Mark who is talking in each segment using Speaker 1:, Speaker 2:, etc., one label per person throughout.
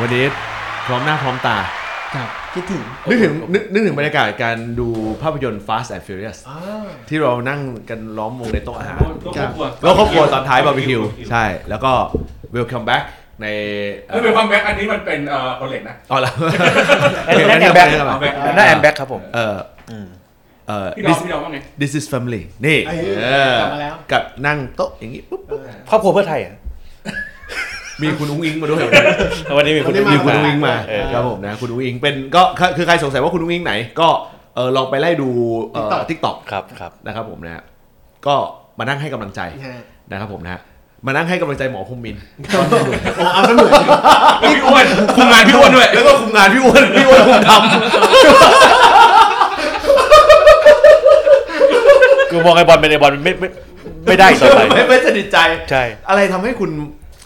Speaker 1: วันนี้พร้อมหน้าพร้อมตา
Speaker 2: ครับ
Speaker 3: คิดถึง
Speaker 1: นึกถึงนึกนึกถึงบรรยากาศการดูภาพยนตร์ Fast and Furious
Speaker 2: อ่า
Speaker 1: ที่เรานั่งกันล้อมวงในโต๊ะอาหาร
Speaker 4: ครับ
Speaker 1: แล้วครอบครัวตอนท้ายบาร์บีคิว ใช่ แล้วก็ Welcome back ในเอ่
Speaker 4: ไม่
Speaker 1: อ
Speaker 4: เป็นความแบ็กอันนี้มันเป็นเอ่อคนเหล็กนะ
Speaker 1: อ๋อแล้ว
Speaker 5: อันนั้นแนวแบ็ค
Speaker 1: เอาไป
Speaker 5: อันนั้นแอมแบ็กครับผม
Speaker 1: เออเออ
Speaker 4: พี่ดอม
Speaker 1: this
Speaker 4: พี่ดอมว่าไง
Speaker 1: this is family นี่
Speaker 3: เอ้ย
Speaker 1: เอก อ
Speaker 3: ลับมาแล้ว
Speaker 1: กับนั่งโต๊ะอย่างนี้ปุ๊บปุ๊บ
Speaker 5: ครอบครัวเพื่อไทยอ่ะ
Speaker 1: มีคุณอุ้งอิงมาด้วย
Speaker 5: วันนี้มีคุณ
Speaker 3: วันนี้
Speaker 1: มีคุณ
Speaker 3: า
Speaker 1: อุ้งอิงมา
Speaker 5: เออ
Speaker 1: ครับผมนะคุณอุ้งอิงเป็นก็คือคือใครสงสัยว่าคุณอุ้งอิงไหน ก็เออลองไปไล่ดูเอ่อ
Speaker 3: TikTok
Speaker 1: ทิกตอก
Speaker 5: ครับครับ
Speaker 1: นะครับผมนะฮะก็มานั่งให้กำลังใจ
Speaker 3: นะฮะ
Speaker 1: นะครับผมนะฮะมานั่งให้กำลังใจหมอภูมินทร์
Speaker 3: โอ้เอาซะเหมือน
Speaker 4: พี่อ้วนคุมงานพี่อ้วนด้วย
Speaker 1: แล้วก็คุมงานพี่อ้วนพี่อ้วนคุมท
Speaker 5: กูมองไอ้บอลเป็นไอ้บอลไม่ไม่ไม่ได้อีกต่อไป
Speaker 1: ำ ไม่ไม่สนิทใจ
Speaker 5: ใช่
Speaker 1: อะไรทำให้คุณ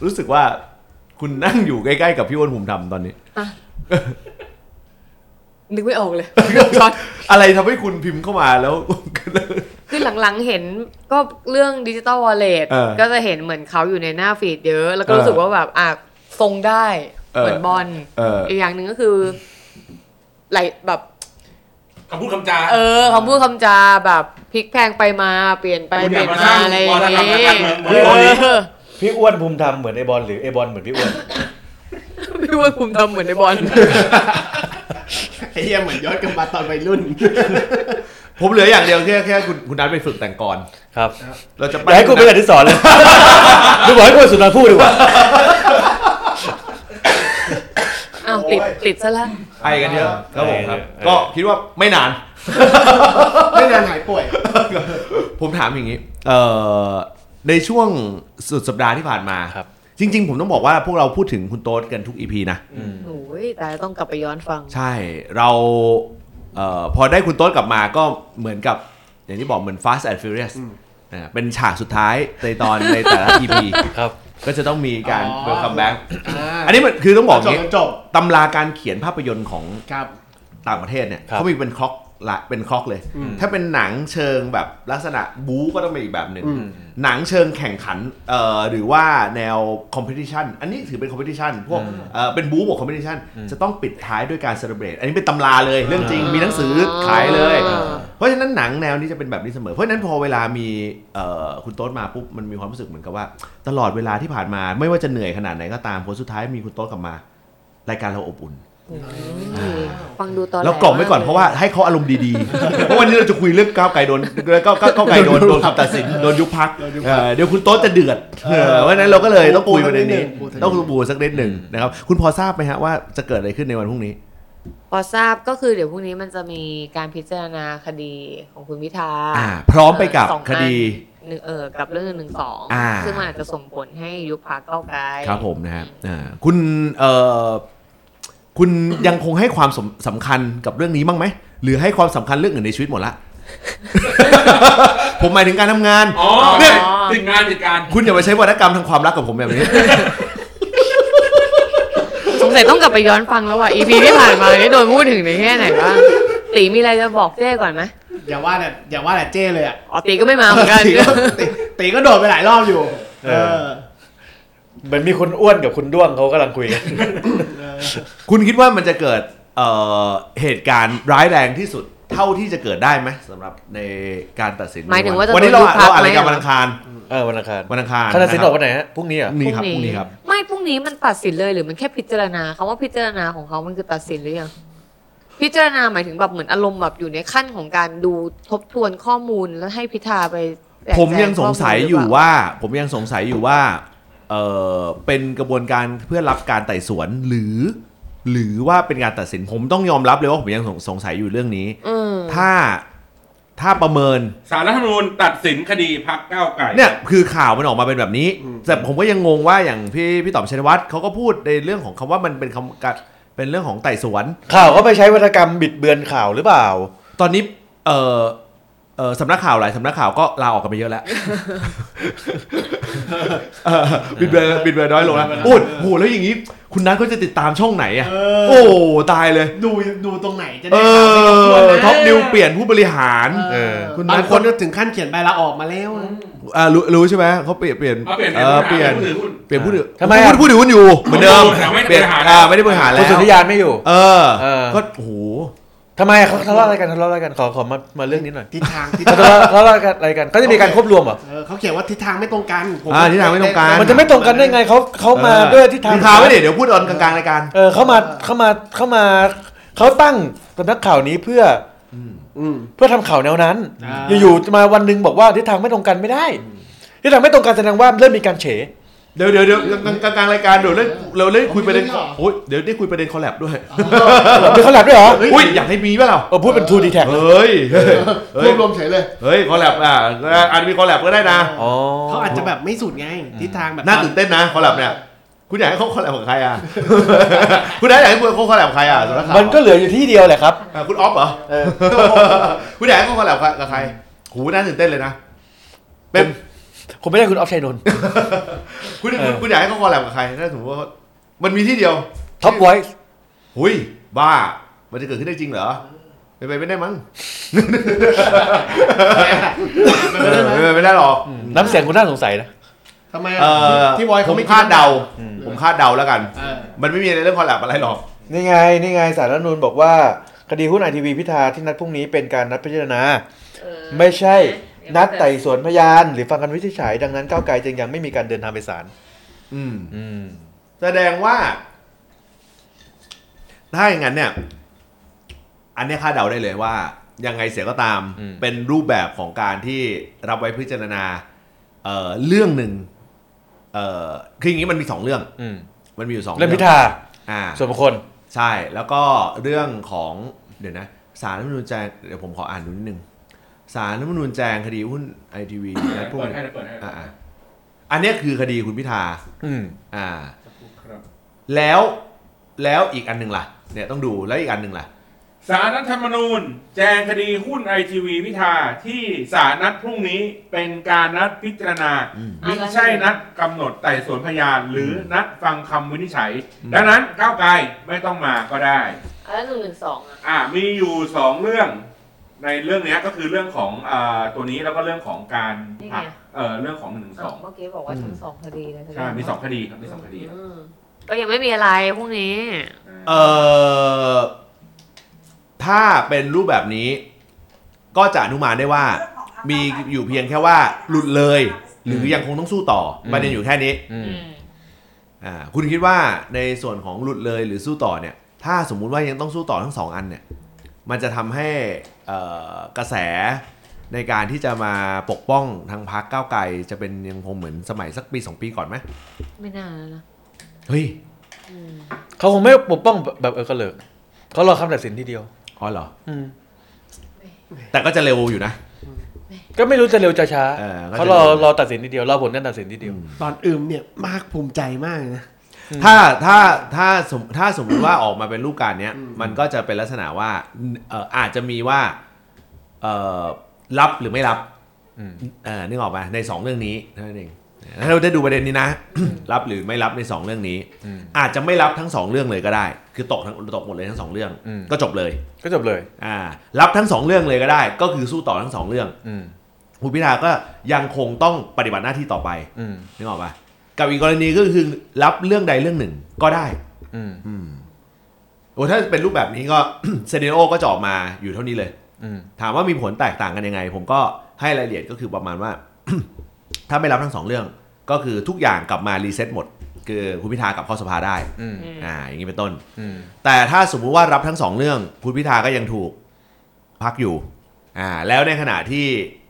Speaker 1: รู้สึกว่าคุณนั่งอยู่ใกล้ๆกับพี่อ้วนภูมิธรรมตอน นี้
Speaker 6: อ่ะ นึกไม่ออกเลยช็อต
Speaker 1: อะไรทำให้คุณพิมพ์เข้ามาแล้ว
Speaker 6: คือหลังๆเห็นก็เรื่องดิจิตอลวอลเล็ต
Speaker 1: เออ
Speaker 6: ก็จะเห็นเหมือนเขาอยู่ในหน้าฟีดเยอะ แล้วก็
Speaker 1: เออ
Speaker 6: รู้สึกว่าแบบอ่ะทรงได้
Speaker 1: เออ
Speaker 6: เหมือนบอล
Speaker 1: เอ ออี
Speaker 6: กอย่างหนึ่งก็คือไหลแบบ
Speaker 4: คำพูดคำจา
Speaker 6: เออคำพูดคำจาแบบพลิกแพลงไปมาเปลี่ยนไป
Speaker 4: คุณ
Speaker 6: เป
Speaker 4: อ
Speaker 6: ลี่
Speaker 4: ย่ายมา
Speaker 6: นมาอะไรอย่าง
Speaker 4: สร้างวาทกรรมทางกา
Speaker 6: งี้
Speaker 4: รเมืองเหมือนตอนนี้
Speaker 6: เออ
Speaker 5: พี่อ้วนภูมิธรรมเหมือนไอ้บอลหรือไอ้บอลเหมือนพี่อ้วน
Speaker 6: พี่ว่าภูมิทำเหมือนในบอล
Speaker 3: ไอ้เหี้ยเหมือนย้อนกลับมาตอนวัยรุ่น
Speaker 1: ผมเหลืออย่างเดียวแค่แค่คุณคุณนัทไปฝึกแต่งก่อน
Speaker 5: ครับ
Speaker 1: เราจะ
Speaker 5: อยากให้กูเป็นอดิศรเลยดูบอกให้กูเป็นสุนทรภู่ดีกว่า
Speaker 6: อ้าวติดติดซะละ
Speaker 1: ไอกันเยอะครับผมครับ ก็คิดว่าไม่นาน
Speaker 3: ไม่นานหายป่วย
Speaker 1: ผมถามอย่างนี้ เอ่อ ในช่วงสุดสัปดาห์ที่ผ่านมา
Speaker 5: ครับ
Speaker 1: จริง ๆ ผมต้องบอกว่าพวกเราพูดถึงคุณโต๊ดกันทุก EP นะ
Speaker 6: โอ้ยแต่ต้องกลับไปย้อนฟัง
Speaker 1: ใช่ เรา เอ่อ พอได้คุณโต๊ดกลับมาก็เหมือนกับ อย่างที่บอกเหมือน Fast and Furious อ่าเป็นฉากสุดท้ายในตอนในแต่ละ EP
Speaker 5: ครับ
Speaker 1: ก็จะต้องมีการ
Speaker 3: อ๋อ
Speaker 1: welcome back
Speaker 3: อ่า
Speaker 1: อันนี้มันคือต้องบอกอ
Speaker 3: จ
Speaker 1: ย่า
Speaker 3: บ
Speaker 1: งนี้
Speaker 3: จนจบ
Speaker 1: ตำราการเขียนภาพยนตร์ของ
Speaker 3: ครับ
Speaker 1: ต่างประเทศเนี่ย
Speaker 5: ครับ
Speaker 1: เขามีเป็นคล็อกละเป็นคล็อกเลย ถ้าเป็นหนังเชิงแบบลักษณะบู๊ก็ต้องเป็นอีกแบบหนึ่ง
Speaker 3: อืม
Speaker 1: หนังเชิงแข่งขันเอ่อหรือว่าแนวคอมเพ t i t i o n อันนี้ถือเป็นคอมเพ t i t i o n พวกเอ่อเป็นบู๊บวกคอมเพ t i t i o n จะต้องปิดท้ายด้วยการเซเลบรตอันนี้เป็นตำราเลยเรื่องจริงมีหนังสือขายเลย
Speaker 6: อ่า
Speaker 1: เพราะฉะนั้นหนังแนวนี้จะเป็นแบบนี้เสมอ เพราะฉะนั้นพอเวลามีเอ่อคุณโต๊ดมาปุ๊บมันมีความรู้สึกเหมือนกับว่า ตลอดเวลาที่ผ่านมาไม่ว่าจะเหนื่อยขนาดไหนก็ตามผลสุดท้ายมีคุณโต๊ดกลับมา รายการเราอบอุ่น
Speaker 6: ฟังดูตอน
Speaker 1: เรากล่อมไว้ก่อนเพราะว่าให้เขาอารมณ์ดีๆ เพราะวันนี้เราจะคุยเรื่องก้าวไกลโดนก้าวก้าวก้าวไกลโด นโดนคำตัดสินโดนยุบพักเออเดี๋ยวคุณโต๊ดจะเดือดเออเพราะฉะนั้นเราก็เลยต้องคุยประเด็นนี้
Speaker 3: ปูสักนิดหนึ่ง
Speaker 1: ต้องบูสักนิดหนึ่งนะครับคุณพอทราบไหมฮะว่าจะเกิดอะไรขึ้นในวันพรุ่งนี้
Speaker 6: พอทราบก็คือเดี๋ยวพรุ่งนี้มันจะมีการพิจารณาคดีของคุณพิธา
Speaker 1: อ่า พร้อมไปกับ
Speaker 6: เสอง
Speaker 1: คดี
Speaker 6: อันหนึ่งเออกับเรื่องหนึ่งสอง
Speaker 1: อ่า
Speaker 6: ซึ่งมันอาจจะส่งผลให้ยุบพรรคเก้าวไกล
Speaker 1: ครับผมนะฮะอ่าคุณเอ่อคุณยังคงให้ความสำสำคัญกับเรื่องนี้บ้างไหมหรือให้ความสำคัญเรื่องอื่นในชีวิตหมดละ ผมหมายถึงการทำงาน
Speaker 4: อ๋อ
Speaker 1: เนี่ย
Speaker 4: ติดงานติดการ
Speaker 1: คุณอย่าไปใช้วรรณกรรมทางความรักกับผมแบบนี้
Speaker 6: สงสัยต้องกลับไปย้อนฟังแล้วว่ะ EP ที่ผ่านมานี่โดนพูดถึงในแง่ไหนบ้างตีมีอะไรจะบอกเจ้ก่อนไหม
Speaker 3: อย่าว่าแต่อย่าว่าแต่เจ้เลยอ่ะ
Speaker 6: อ๋อตีก็ไม่มาเหมือนกัน
Speaker 3: ตีก็ตีตีก็โดดไปหลายรอบอยู่
Speaker 5: เอ
Speaker 3: เอ
Speaker 5: อ
Speaker 3: อ
Speaker 5: เหมือนมีคุณอ้วนกับคุณด้วงเขากำลังคุยกัน
Speaker 3: เออ
Speaker 1: คุณคิดว่ามันจะเกิดเอ่อเหตุการณ์ร้ายแรงที่สุดเท่าที่จะเกิดได้ไหมสำหรับในการตัดสิน
Speaker 6: หมายถึงว่าจะ
Speaker 1: วันนี้เรา
Speaker 6: โดนยุบพรรค
Speaker 1: เราอะไรายกัน
Speaker 6: ไหม
Speaker 1: วันอังคาร
Speaker 5: เออวันอังคาร
Speaker 1: วันอังคาร
Speaker 5: คณะสินออกวั
Speaker 1: วัน
Speaker 5: ไหนฮะพรุ่งนี้เหรอ่ะ
Speaker 1: นนี้ครับพรุ่งนี้ครับ
Speaker 6: ไม่พรุ่งนี้มันตัดสินเลยหรือมันแค่พิจารณาคำว่าพิจารณาของเขามันคือตัดสินหรือยังพิจารณาหมายถึงแบบเหมือนอารมณ์แบบอยู่ในขั้นของการดูทบทวนข้อมูลแล้วให้พิธาไปแจกแจ
Speaker 1: ผมยังสงสัยอยู่
Speaker 6: ข้มูลหรืเปล่
Speaker 1: ว่า ผมยังสงสัยอยู่ว่าเออเป็นกระบวนการเพื่อรับการไต่สวนหรือ หรือว่าเป็นการตัดสินผมต้องยอมรับเลยว่าผมยังสงสงสัยอยู่เรื่องนี้
Speaker 6: อืม
Speaker 1: ถ้าถ้าประเมิน
Speaker 4: สารรัฐธรรมนูญตัดสินคดีพักก้าวไก่
Speaker 1: เนี่ยคือข่าวมันออกมาเป็นแบบนี้ แต่ผมก็ยังงงว่าอย่างพี่พี่ต๋อมชัยวัฒน์เขาก็พูดในเรื่องของคำว่ามันเป็นคำกัดเป็นเรื่องของไต่สวน
Speaker 5: ข่าวก็ไปใช้วรรณกรรมบิดเบือนข่าวหรือเปล่า
Speaker 1: ตอนนี้เออเออสำนักข่าวหลายสำนักข่าวก็ลาออกกันไปเยอะแล้ว เออบิดเบือนบิดเบือนน้อยลงแล้วโอ้โหแล้วอย่างนี้ คุณนัทเขาจะติดตามช่องไหนอ่ะ
Speaker 3: เออ
Speaker 1: โอ้ตายเลย
Speaker 3: ดูดูตรงไหนจะ
Speaker 1: เอ
Speaker 3: ได้ข่าวไม่รบกวน
Speaker 1: อ
Speaker 3: นะ
Speaker 1: ท็อปนิวเปลี่ยนผู้บริหาร
Speaker 3: เออ
Speaker 1: คุณ
Speaker 3: บางคนก็ถึงขั้นเขียนใบลาออกมาแล้วนะ
Speaker 1: อ่ารู้รู้ใช่ไหมเขาเปลี่ยนเปลี่ยน
Speaker 4: เอาเปลี่ยน
Speaker 1: เออเปลี่ยน
Speaker 4: ผู้ถือหุ้น
Speaker 1: เปลี่ยนผู้ถือ
Speaker 5: ทำไม
Speaker 1: พู
Speaker 5: อ่ะ
Speaker 1: ดพูดถือหุ้นอยู่เหมือนเดิม
Speaker 4: แต่ไม่ได้
Speaker 1: เปลี่ยน
Speaker 4: บริหาร
Speaker 1: อ่าไม่ได้บริหารแล้ว
Speaker 5: คุณสุทธิยานไม่อยู่
Speaker 1: เออ
Speaker 5: เออ
Speaker 1: ก็โอ้โห
Speaker 5: ทำไมอะเขาทะเลาะอะไรกันทะเลาะอะไรกันขอขอมามาเรื่องนี้หน่อย
Speaker 3: ทิศทางทิศ
Speaker 5: เขา
Speaker 3: ทาง
Speaker 5: ทะเลาะทะเลาะกันอะไรกันเขาจะมีการควบรวมเหรอ
Speaker 3: เออเขาเขียนว่าทิศทางไม่ตรงกันผม
Speaker 1: อ่าทิศทางไม่ตรงกั
Speaker 5: มันจะไม่ตรงกันได้ไงเขาเขามา
Speaker 1: เออ
Speaker 5: ด้วยทิศทาง
Speaker 1: คุณทาไว้เดี๋ยวเดี๋ยวพูดตอนกลางๆรายการ
Speaker 5: เออเขามาเขามาเขามาเขาตั้งสำนักข่าวนี้เพื่อ
Speaker 3: อืม
Speaker 5: เพื่อทำข่าวแนวนั้น
Speaker 3: อ่า
Speaker 5: อยู่ๆจะมาวันหนึงบอกว่าทิศทางไม่ตรงกันไม่ได้ทิศทางไม่ตรงกันแสดงว่าเริ่มมีการเฉ
Speaker 1: เดี๋ยวเดี๋ยวเดี๋ยวกลางกลางๆรายการเดี๋ยวเล่นเราเล่นคุยประเด็น
Speaker 3: มีเรื่องเหรอ
Speaker 1: โอ้ยเดี๋ยวได้คุยประเด็นคอลแลบด้วย
Speaker 5: มีคอลแลบด้วยเหรอ
Speaker 1: อุ้ยอยากให้มีเปล่า
Speaker 5: เออพูดเป็นทูดีแท็ก
Speaker 1: เฮ้ยเฮ้ย
Speaker 2: ร
Speaker 1: เฮ้
Speaker 2: วย บรวมเฉยเลย
Speaker 1: เฮ้ยคอลแลบอ่ะอาจจะมีคอลแลบก็ได้นะ
Speaker 5: อ๋อ
Speaker 3: เขาอาจจะแบบไม่สุดไงทิศทางแบบ
Speaker 1: น่าตื่นเต้นนะคอลแลบเนี่ยคุณอยากให้เขาคอลแลบกับใครอ่ะ คุณได้อยากให้เขาคอลแลบกับใครอ่ะสำนักข่าว
Speaker 5: มันก็เหลืออยู่ที่เดียวแหละครับ
Speaker 1: อ่ะคุณออฟเหรอ คุณอยากให้เขาคอลแลบกับใครหูน่าตื่นเต้นเลยนะเป็น
Speaker 5: ผมไม่ได้คุณออฟชัยนนท์
Speaker 1: คุณ
Speaker 5: เออ
Speaker 1: คุณอยากให้เขาคอลแลบกับใครถ้าสมมติว่ามันมีที่เดียว
Speaker 5: ท็อปไวท์
Speaker 1: หุยบ้า มันจะเกิดขึ้นได้จริงเหรอเป็นไปไม่ได้มั้ง
Speaker 3: แบบนั้นนะ
Speaker 1: เออไม่ได้หรอก
Speaker 5: น้ำเสียงคุณน่าสงสัยนะ
Speaker 3: ทำไม
Speaker 1: เอ
Speaker 3: อ่ะ
Speaker 1: อ
Speaker 3: ที่บอย
Speaker 1: ผม
Speaker 3: เขาไม่
Speaker 1: คาดเดา
Speaker 5: อืม
Speaker 1: ผมคาดเดาแล้วกัน
Speaker 3: เออ
Speaker 1: มันไม่มีในเรื่องคอลแลบอะไรหรอก
Speaker 5: นี่ไง นี่ไงสารรัฐธรรมนูนบอกว่า คดีหุ้นไอทีวีพิธาที่นัดพรุ่งนี้เป็นการนัดพิจารณา ไม่ใช่นัดไต่สวนพยาน หรือฟังคำวินิจฉัย ดังนั้นก้าวไกลจึงยังไม่มีการเดินทางไปศาล
Speaker 1: อืม แสดงว่า ถ้าอย่างนั้นเนี่ย อันเนี้ยคาดเดาได้เลยว่า ยังไงเสียก็ตาม เป็นรูปแบบของการที่รับไว้พิจารณา เอ่อเรื่องหนึ่งเอ่อคืออย่างนี้มันมีสองเรื่อง
Speaker 5: อืม
Speaker 1: มันมีอยู่สอง
Speaker 5: เรื่องพิธา
Speaker 1: อ่า
Speaker 5: ส่วนบุคคล
Speaker 1: ใช่แล้วก็เรื่องของเดี๋ยวนะสารรัฐธรรมนูญแจงเดี๋ยวผมขออ่านดูนิดนึงสารรัฐธรรมนูญแจงคดีหุ้นไอทีวีและพวก
Speaker 4: เปิด
Speaker 1: นี้
Speaker 4: ให้เปิดให้
Speaker 1: อ่าๆอันเนี้ยคือคดีคุณพิธา
Speaker 5: อืม
Speaker 1: อ่า
Speaker 4: ครับ
Speaker 1: แล้วแล้วอีกอันหนึ่งล่ะ เนี่ยต้องดูแล้วอีกอันหนึ่งล่ะ
Speaker 4: สารรัฐธรรมนูญ แจงคดีหุ้นไอทีวีพิธาที่สารนัดพรุ่งนี้เป็นการนัดพิจารณา
Speaker 1: อืม
Speaker 4: ไม่ใช่นัดกำหนดไต่สวนพยาน หรือนัดฟังคำวินิจฉัย ดังนั้นก้าวไกลไม่ต้องมาก็ได้
Speaker 6: แล้วหนึ่งหนึ่งสองอ่ะ
Speaker 4: อ่ามีอยู่สองเรื่องในเรื่องเนี้ยก็คือเรื่องของอ่าตัวนี้แล้วก็เรื่องของการพักเอ่อเรื่องของหนึ่งสอง
Speaker 6: เมื่อกี้บอกว่าทั้งสองคดีนะ
Speaker 4: ใช่มีสองคดีครับมีสองคดี
Speaker 6: อืมก็ยังไม่มีอะไรพวกนี้
Speaker 1: เอ่อถ้าเป็นรูปแบบนี้ ก็จะอนุมานได้ว่า มีอยู่เพียงแค่ว่าหลุดเลย หรือยังคงต้องสู้ต่อประเด็นอยู่แค่นี้
Speaker 5: อืม
Speaker 1: อ่าคุณคิดว่าในส่วนของหลุดเลยหรือสู้ต่อเนี่ย ถ้าสมมุติว่ายังต้องสู้ต่อทั้งสองอันเนี่ย มันจะทำให้เอ่อกระแสในการที่จะมาปกป้องทางพรรคก้าวไกลจะเป็นยังคงเหมือนสมัยสักปี 2 ปีก่อนไหม
Speaker 6: ไม่น่าแล้วนะ
Speaker 1: เฮ้ย
Speaker 6: อืม
Speaker 5: เขาคงไม่ปกป้องแบบเออกระเลิกเขารอคำตัดสินทีเดียว
Speaker 1: อ๋อเหรอ
Speaker 5: อืม
Speaker 1: แต่ก็จะเร็วอยู่นะ
Speaker 5: ก็ไม่รู้จะเร็วจะช้า
Speaker 1: เออก็จะ
Speaker 5: เขารอรอตัดสินทีเดียวรอผลการตัดสินทีเดียว
Speaker 3: ตอนอืมเนี่ยมากภูมิใจมากเลยนะ
Speaker 1: ถ้าถ้าถ้าสมถ้าสมมติว่าออกมาเป็นรูปการเนี้ย มันก็จะเป็นลักษณะว่าเอ่ออาจจะมีว่าเอ่อรับหรือไม่รับ
Speaker 5: อืม
Speaker 1: เอ่อนึกออกไหมในสองเรื่องนี้เท่านั่นเองถ้าเราได้ดูประเด็นนี้นะ รับหรือไม่รับในสองเรื่องนี้ อาจจะไม่รับทั้งสองเรื่องเลยก็ได้ คือตกทั้งตกหมดเลยทั้งสองเรื่อง
Speaker 5: อืม
Speaker 1: ก็จบเลย
Speaker 5: ก็จบเลย
Speaker 1: อ่ารับทั้งสองเรื่องเลยก็ได้ ก็คือสู้ต่อทั้งสองเรื่อง
Speaker 5: อืม
Speaker 1: คุณพิธาก็ยังคงต้องปฏิบัติหน้าที่ต่อไป
Speaker 5: อืม
Speaker 1: นึกออกปะกับอีกกรณีก็คือรับเรื่องใดเรื่องหนึ่งก็ได้
Speaker 5: อืม
Speaker 1: อืมโอ้ถ้าเป็นรูปแบบนี้ก็ เซเนโอก็จะออกมาอยู่เท่านี้เลย
Speaker 5: อืม
Speaker 1: ถามว่ามีผลแตกต่างกันยังไง ผมก็ให้รายละเอียดก็คือประมาณว่า ถ้าไม่รับทั้งสองเรื่อง ก็คือทุกอย่างกลับมารีเซ็ตหมด คือคุณพิธากลับเข้าสภาได้
Speaker 5: อืม
Speaker 6: อืม
Speaker 1: อ่าอย่างนี้เป็นต้น
Speaker 5: อืม
Speaker 1: แต่ถ้าสมมุติว่ารับทั้งสองเรื่อง คุณพิธาก็ยังถูกพักอยู่อ่าแล้วในขณะที่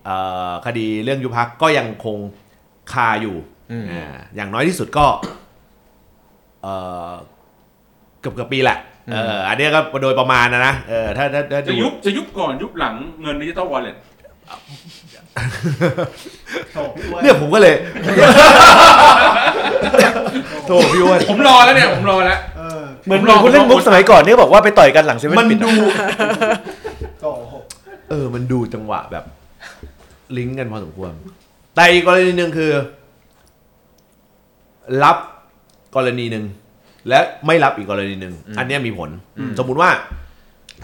Speaker 1: เอ่อคดีเรื่องยุบพักก็ยังคงคาอยู่
Speaker 5: อืม
Speaker 1: อ่าอย่างน้อยที่สุดก็เอ่อเกือบเกือบปีแหละเอออันเนี้ยก็โดยประมาณนะนะเออถ้าถ้าถ้าดู
Speaker 4: จะยุบจะยุบก่อนยุบหลังเงินดิจิตอลวอลเล็ต
Speaker 1: เนี่ยผมก็เลย โทษพี่อ้วน
Speaker 4: ผมรอแล้วเนี่ย ผมรอแล้ว
Speaker 3: เออ
Speaker 5: เหมือน
Speaker 4: ผมลอง
Speaker 5: คุณเล่นมุกสมัยก่อนเนี่ยบอกว่าไปต่อยกันหลังเซเว่
Speaker 1: มัน
Speaker 5: นปิดอะ
Speaker 1: ดู
Speaker 3: ก็โอ้โห
Speaker 1: เออ มันดูจังหวะแบบ ลิงก์กันพอสมควร แต่อีกกรณีหนึ่งคือ รับกรณีหนึ่ง และไม่รับอีกกรณีหนึ่งอันเนี้ยมีผล สมมุติว่า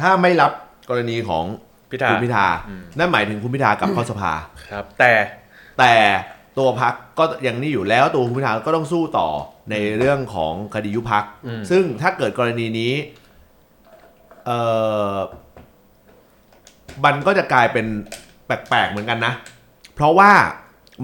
Speaker 1: ถ้าไม่รับกรณีของ
Speaker 5: พิธา
Speaker 1: คุณพิธา
Speaker 5: อืม
Speaker 1: นั่นหมายถึงคุณพิธากลับเข้าสภา
Speaker 5: ครับ แต่
Speaker 1: แต่ตัวพักก็ยังนี่อยู่แล้วตัวคุณพิธาก็ต้องสู้ต่อในเรื่องของคดียุบพัก ซึ่งถ้าเกิดกรณีนี้เออมันก็จะกลายเป็นแปลกๆเหมือนกันนะ เพราะว่า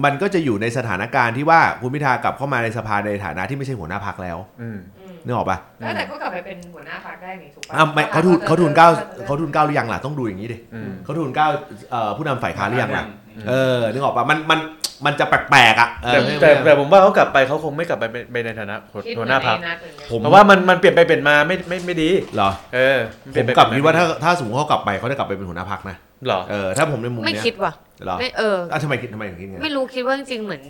Speaker 1: มันก็จะอยู่ในสถานการณ์ที่ว่าคุณพิธากลับเข้ามาในสภาในฐานะที่ไม่ใช่หัวหน้าพักแล้ว
Speaker 5: อืม
Speaker 2: อืม
Speaker 1: นึกออกปะ
Speaker 2: แล้วแต่ก็กลับไปเป็นหัวหน้าพรรคได้นี่ถูกปะ
Speaker 1: อ่ะไม่เขาทุนเขาทุนเก้าเขาทุนเก้าหรือยังล่ะต้องดูอย่างนี้ดิ
Speaker 5: อืม
Speaker 1: เขาทุนเก้าเอ่อผู้นำฝ่ายค้านหรือยังล่ะ
Speaker 4: อืม
Speaker 1: เออนึกออกปะมันมันมันจะแปลกๆอ่ะเออ
Speaker 5: แต่แต่แต่ผมว่าเขากลับไปเขาคงไม่กลับไปเป็นเป็นในฐานะ
Speaker 2: คิด
Speaker 5: หัวหน้าพรรค
Speaker 2: เมือใดเหมือนกัน
Speaker 1: ผม
Speaker 5: เพราะว่ามันมันเปลี่ยนไปเปลี่ยนมาไม่ไม่ไม่ดี
Speaker 1: เหรอ
Speaker 5: เออน
Speaker 1: ผ
Speaker 5: เยน
Speaker 1: ม
Speaker 5: ไป
Speaker 1: กลับคิดว่า
Speaker 5: เป
Speaker 1: ถ้า
Speaker 5: ลี่ยนม
Speaker 1: ถ้าสมมติเขากลับไปเขาได้กลับไปเป็นหัวหน้าพักนะ
Speaker 5: เหรอ
Speaker 1: เออถ้าผมในมุม
Speaker 6: ไม่
Speaker 1: เนี้ย
Speaker 6: คิดว่ะ
Speaker 1: เหรอ
Speaker 6: ไม่เออ
Speaker 1: อ่ะทำไมคิดทำไมถึงคิดไงน
Speaker 6: ไม่รู้คิดว่าจริงๆเหมือน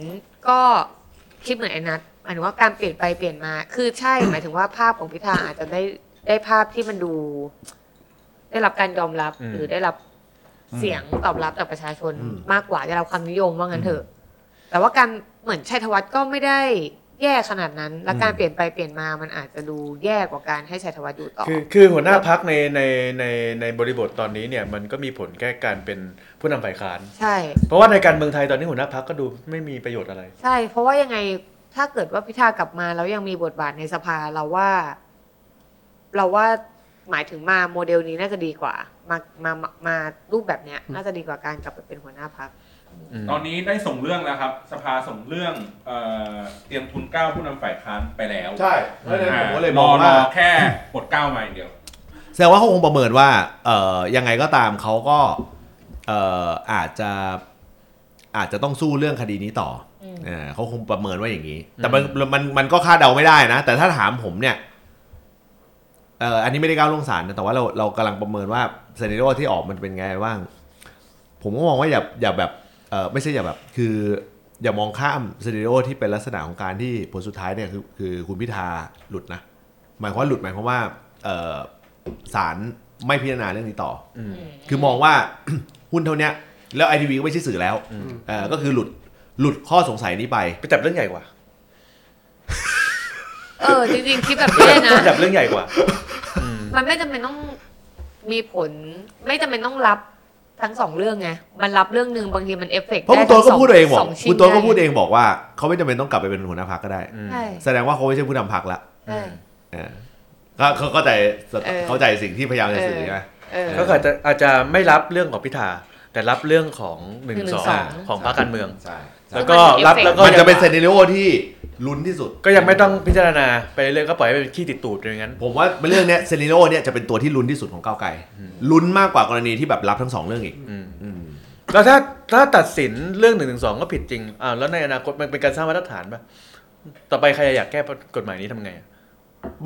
Speaker 6: ก็คิดเหมือนไอ้นัทหมายถึงว่าการเปลี่ยนไปเปลี่ยนมา คือใช่ หมายถึงว่าภาพของพิธาอาจจะได้ได้ภาพที่มันดู ได้รับการยอมรับ
Speaker 5: อืม
Speaker 6: หรือได้รับเสียงตอบรับจากประชาชน
Speaker 1: อืม
Speaker 6: มากกว่าได้รับความนิยมว่างั้นเถอะ แต่ว่าการเหมือนชัยธวัฒน์ก็ไม่ได้แย่ขนาดนั้น และการเปลี่ยนไปเปลี่ยนมามันอาจจะดูแย่กว่าการให้ชัยธวัฒน์อยู่ต่อ
Speaker 5: คือคือหัวหน้าพักในในในในบริบทตอนนี้เนี่ยมันก็มีผลแก้การเป็นผู้นำฝ่ายค้าน
Speaker 6: ใช่
Speaker 5: เพราะว่าในการเมืองไทยตอนนี้หัวหน้าพักก็ดูไม่มีประโยชน์อะไร
Speaker 6: ใช่ เพราะว่ายังไงถ้าเกิดว่าพิธากลับมาแล้วยังมีบทบาทในสภาเราว่า เราว่าหมายถึงมาโมเดลนี้น่าจะดีกว่า มามามามารูปแบบเนี้ย น่าจะดีกว่าการกลับไปเป็นหัวหน้าพัก
Speaker 4: ตอนนี้ได้ส่งเรื่องแล้วครับ สภาส่งเรื่องเอ่อเตรียมทุนเกล้าผู้นำฝ่ายค้านไปแล้ว
Speaker 1: ใช่เพราะฉะนั้น
Speaker 4: อ่า
Speaker 1: ผมก็เลย
Speaker 4: ร
Speaker 1: ม
Speaker 4: อ
Speaker 1: อง
Speaker 4: ร
Speaker 1: ว่า
Speaker 4: อแค่ปลดเกล้ามาอย่างเดียว
Speaker 1: แสดงว่าเขาคงประเมินว่าเอ่อยังไงก็ตามเขาก็เอ่ออาจจะอาจจะต้องสู้เรื่องคดีนี้ต่ออ
Speaker 6: ม
Speaker 1: เออเขาคงประเมินว่าอย่างนี้ แต่มันมันมันก็คาดเดาไม่ได้นะ แต่ถ้าถามผมเนี่ยเอ่ออันนี้ไม่ได้ก้าวล่วงศาลนะแต่ว่าเราเรากำลังประเมินว่าเซนิโรที่ออกมันเป็นไงบ้าง ผมก็มองว่าอย่าอย่าแบบเออไม่ใช่อย่าแบบคือ อย่ามองข้ามเซนิโรที่เป็นลักษณะของการที่ผลสุดท้ายเนี่ยคือคือคุณพิธาหลุดนะหมายความว่าหลุดหมายความว่าเอ่อ ศาลไม่พิจารณาเรื่องนี้ต่ออ
Speaker 5: ม
Speaker 1: คือมองว่า หุ้นเท่าเนี้ย แล้วไอทีวีก็ไม่ใช่สื่อแล้วเอ่อก็คือหลุดหลุดข้อสงสัยนี้ไป
Speaker 5: ไปจับเรื่องใหญ่กว่า
Speaker 6: เออ จริงๆคิดแบบนี้นะ
Speaker 5: ไปจับเรื่องใหญ่กว่าอืม
Speaker 6: มันไม่จำเป็นต้องมีผล ไม่จำเป็นต้องรับทั้งสองเรื่องไงมันรับเรื่องหนึ่งบางทีมันเอฟเฟกต์
Speaker 1: เพราะ
Speaker 6: ได้
Speaker 1: คุณตัวก็
Speaker 6: ทั้ส
Speaker 1: พูดเองบอก
Speaker 6: สชิ้น
Speaker 1: คุณตัวก็
Speaker 6: ไ
Speaker 1: พูดเองบอกว่า เขาไม่จำเป็นต้องกลับไปเป็นหัวหน้าพักก็ได้
Speaker 5: อืม
Speaker 6: ใช่
Speaker 1: แสดงว่าเขาไม่ใช่ผู้นำพักละ
Speaker 6: ใช่
Speaker 1: เออเขาเขาเข้าใจเข้าใจสิ่งที่พยายามจะสื่อใช่ไหม
Speaker 6: เออ
Speaker 5: ก็อาจจะอาจจะไม่รับเรื่องของพิธาแต่รับเรื่องของหนึ่งสอง
Speaker 6: 112
Speaker 5: ของพรรคการเมือง
Speaker 1: ใช่
Speaker 5: แล้วก็รับแล้วก็
Speaker 1: มันจะ
Speaker 5: ยัง
Speaker 1: เป็นเซนิโรที่ลุ้นที่สุด
Speaker 5: ก็ยังไม่ต้องพิจารณาไปเรื่อยๆก็ปล่อยให้เป็นขี้ติดตูดอย่างนั้น
Speaker 1: ผมว่าเรื่องเนี้ยเซนิโรเนี่ยจะเป็นตัวที่ลุ้นที่สุดของก้าวไกลลุ้นมากกว่ากรณีที่แบบรับทั้งสองเรื่องอีก
Speaker 5: อืม
Speaker 1: อืม
Speaker 5: แล้วถ้าถ้าตัดสินเรื่องหนึ่งถึงสองก็ผิดจริงอ่าแล้วในอนาคตมันเป็นการสร้างมาตรฐานปะต่อไปใครอยากแก้กฎหมายนี้ทำไงอะ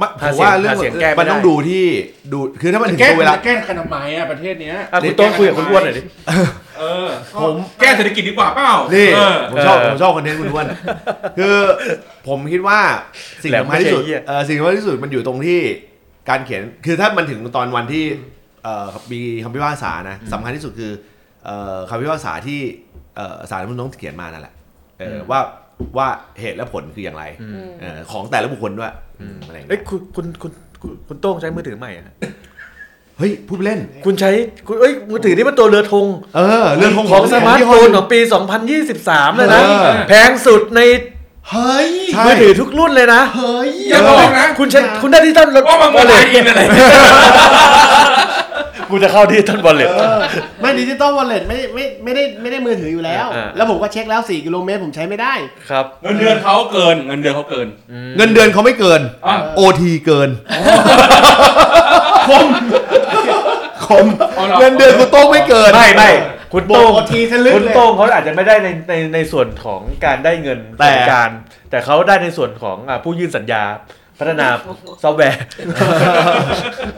Speaker 1: มะผ
Speaker 5: หามเสียง
Speaker 1: ว่าเรื่อง
Speaker 5: หาเสียงแก้ไม่
Speaker 1: มันต้อง
Speaker 5: ได้
Speaker 1: ดูที่ดูคือถ้ามันถึง
Speaker 3: แก้
Speaker 1: ตัวเวลา
Speaker 3: แก้กันทำไมอ่ะประเทศเนี้ย
Speaker 5: อ่ะคุณโต้นคุยกับคุณอ้วนหน่อยดิ
Speaker 4: เออ
Speaker 1: ผม
Speaker 4: แก้เศรษฐกิจดีกว่าเปล่า
Speaker 1: นี่
Speaker 4: เออ
Speaker 1: ผมชอบ
Speaker 5: เออ
Speaker 1: ผมชอบคอนเทนต์คุณอ้วนคือผมคิดว่าสิ่ง
Speaker 5: แหลม
Speaker 1: สำคัญที่สุด
Speaker 5: ไม่ใช่เหี้ย
Speaker 1: เออสิ่งสำคัญที่สุดมันอยู่ตรงที่การเขียนคือถ้ามันถึงตอนวันที่เอ่อมีคำพิพากษานะสำคัญที่สุดคือเอ่อคำพิพากษาที่เอ่อศาลรัฐธรรมนญต้องเขียนมานั่นแหละเออว่าว่าเหตุและผลคืออย่างไรเออของแต่ละบุคคลด้วยอะไรอย่าง
Speaker 5: เอ้
Speaker 1: เงี้
Speaker 5: ย
Speaker 1: ย
Speaker 5: คุณคุณคุณคุณคุณโต้งใช้มือถือใหม่อะ
Speaker 1: เฮ้ยพูดเล่น
Speaker 5: คุณใช้คุณเอ้ยมือถือนี่มันตัวเรือธง
Speaker 1: เออ เรื่องของ
Speaker 5: ของสมาร์ท
Speaker 1: ยี่
Speaker 5: โฟ
Speaker 1: ห้อ
Speaker 5: นของปี 2023 เลยนะ
Speaker 1: เออ
Speaker 5: แพงสุดใน
Speaker 3: เฮ้ย
Speaker 1: ใช่
Speaker 5: มือถือทุกรุ่นเลยนะ
Speaker 3: เฮ้ย
Speaker 4: อย่าบอกนะ
Speaker 5: คุณใช้คุณได้ที่ต้นรถ
Speaker 4: ว่ามัน
Speaker 5: บ
Speaker 4: โม
Speaker 5: อล
Speaker 4: ไดล
Speaker 5: เลย
Speaker 4: อินอะไร
Speaker 5: กูจะเข้าที่ต้นบอลเลย
Speaker 3: ไม่ดิจิตอลวอลเล็ตไม่ไม่ไม่ได้ไม่ได้มือถืออยู่แล้ว
Speaker 5: อ่า
Speaker 3: แล้วผมก็เช็คแล้ว 4 กิโลเมตรผมใช้ไม่ได้
Speaker 5: ครับ
Speaker 4: เงินเดือนเขาเกิน เงินเดือนเขาเกิน
Speaker 1: เงินเดือนเขาไม่เกิน
Speaker 4: อ่ะ
Speaker 1: โอทีเกิน คม
Speaker 4: อาหร
Speaker 1: เงินเดือนคุณโต้งไม่เกิน
Speaker 5: ไม่ไม่คุณ
Speaker 3: บอ
Speaker 5: โต้
Speaker 3: ก
Speaker 5: ง
Speaker 3: โอทีทะลึ่ง
Speaker 5: คุณ
Speaker 3: เลย
Speaker 5: โต้งเขาอาจจะไม่ได้ในในในส่วนของการได้เงิน
Speaker 1: แต่
Speaker 5: ส่วนการ แต่เขาได้ในส่วนของอ่าผู้ยื่นสัญญาพั ฒนาซอฟต์แวร์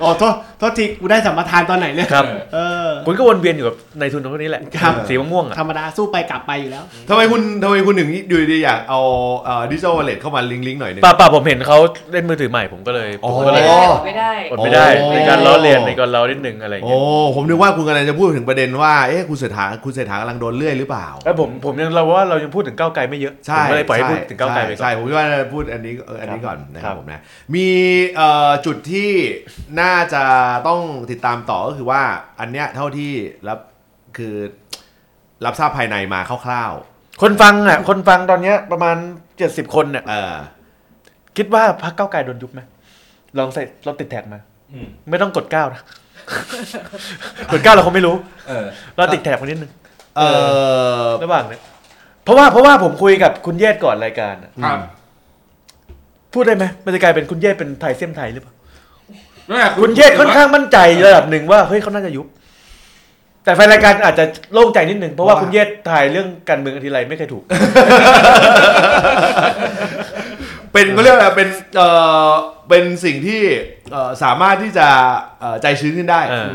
Speaker 3: อ๋อโทษโทษทีกูได้สัมปทานตอนไหนเนี่ย
Speaker 5: ครับ
Speaker 3: เออ
Speaker 5: คุณก็วนเวียนอยู่กับในทุนของคนนี้แหละ
Speaker 3: ครับ
Speaker 5: สีม่วงๆอ่ะ
Speaker 3: ธรรมดาสู้ไปกลับไปอยู่แล้ว
Speaker 1: ทำไมคุณทำไมคุณถึงอยู่ดีๆอยากเอาเอ่อดิจิทัลวอลเล็ตเข้ามาลิงก์ลิงก์หน่อยหนึง
Speaker 5: ป่าป่าผมเห็นเขาเล่นมือถือใหม่ผมก็เลย
Speaker 1: อ๋อ
Speaker 5: ผมก็เลย
Speaker 1: โอ้
Speaker 2: ไม่ได้
Speaker 5: อดไม่ได้
Speaker 1: โอ้
Speaker 5: ในการล้อเลียนในการล้อนิดนึงอะไรอย่าง
Speaker 1: โอ้
Speaker 5: เงี้ย
Speaker 1: ผมนึกว่าคุณกำลังจะพูดถึงประเด็นว่า เอ๊ะคุณเศรษฐาคุณเศรษฐากำลังโดนเลื่อยหรือเปล่า
Speaker 5: แล้วผมผมยังเราว่าเรายังพูดถึงก้าวไกลไม่เยอะ
Speaker 1: ใช่
Speaker 5: ผมก็เลยปล่อยให้
Speaker 1: ใช่
Speaker 5: พูดถึงก้าวไกลไปก่อน
Speaker 1: ใช่ผมคิดว่าพูดอันนี้เอออันนี้ก่อนนะครั
Speaker 5: ครับ บ
Speaker 1: ผมนะ นะมีเอ่อจุดที่น่าจะต้องติดตามต่อก็คือว่าอันเนี้ยเท่าที่รับคือรับทราบภายในมาคร่าว
Speaker 5: คนฟังอ่ะ คนฟังตอนเนี้ยประมาณ 70 คนเนี่ย
Speaker 1: ๆเออ
Speaker 5: คิดว่าพรรคเก้าวไกลโดนยุบไหมลองใส่ลองติดแท็กมา
Speaker 4: อืม
Speaker 5: ไม่ต้องกดเก้านะ กดเก้าเราคงไม่รู้
Speaker 4: เออ
Speaker 5: เราติดแท็กมานิดนึง
Speaker 1: เออ
Speaker 5: ระหว่างเนี่ยเพราะว่าเพราะว่าผมคุยกับคุณเยศก่อนรายการอะ
Speaker 4: ครับ
Speaker 5: พูดได้ไหมมันจะกลายเป็นคุณเยศเป็นไทยเสียมไทยหรือเปล่า
Speaker 4: นั่นแหละ
Speaker 5: คุณเย ศค่อนข้างมั่นใจระดับหนึ่งว่าเฮ้ยเขาน่าจะยุบ แต่แฟนรายการอาจจะโล่งใจนิดหนึ่งเพราะว่าคุณเยศถ่ายเรื่องการเมืองทีไรไม่เคยถูก
Speaker 1: เป็นก็เรียกว่าเป็นเอ่อเป็นสิ่งที่เอ่อสามารถที่จะเอ่อใจชื้นขึ้นได้
Speaker 5: เออ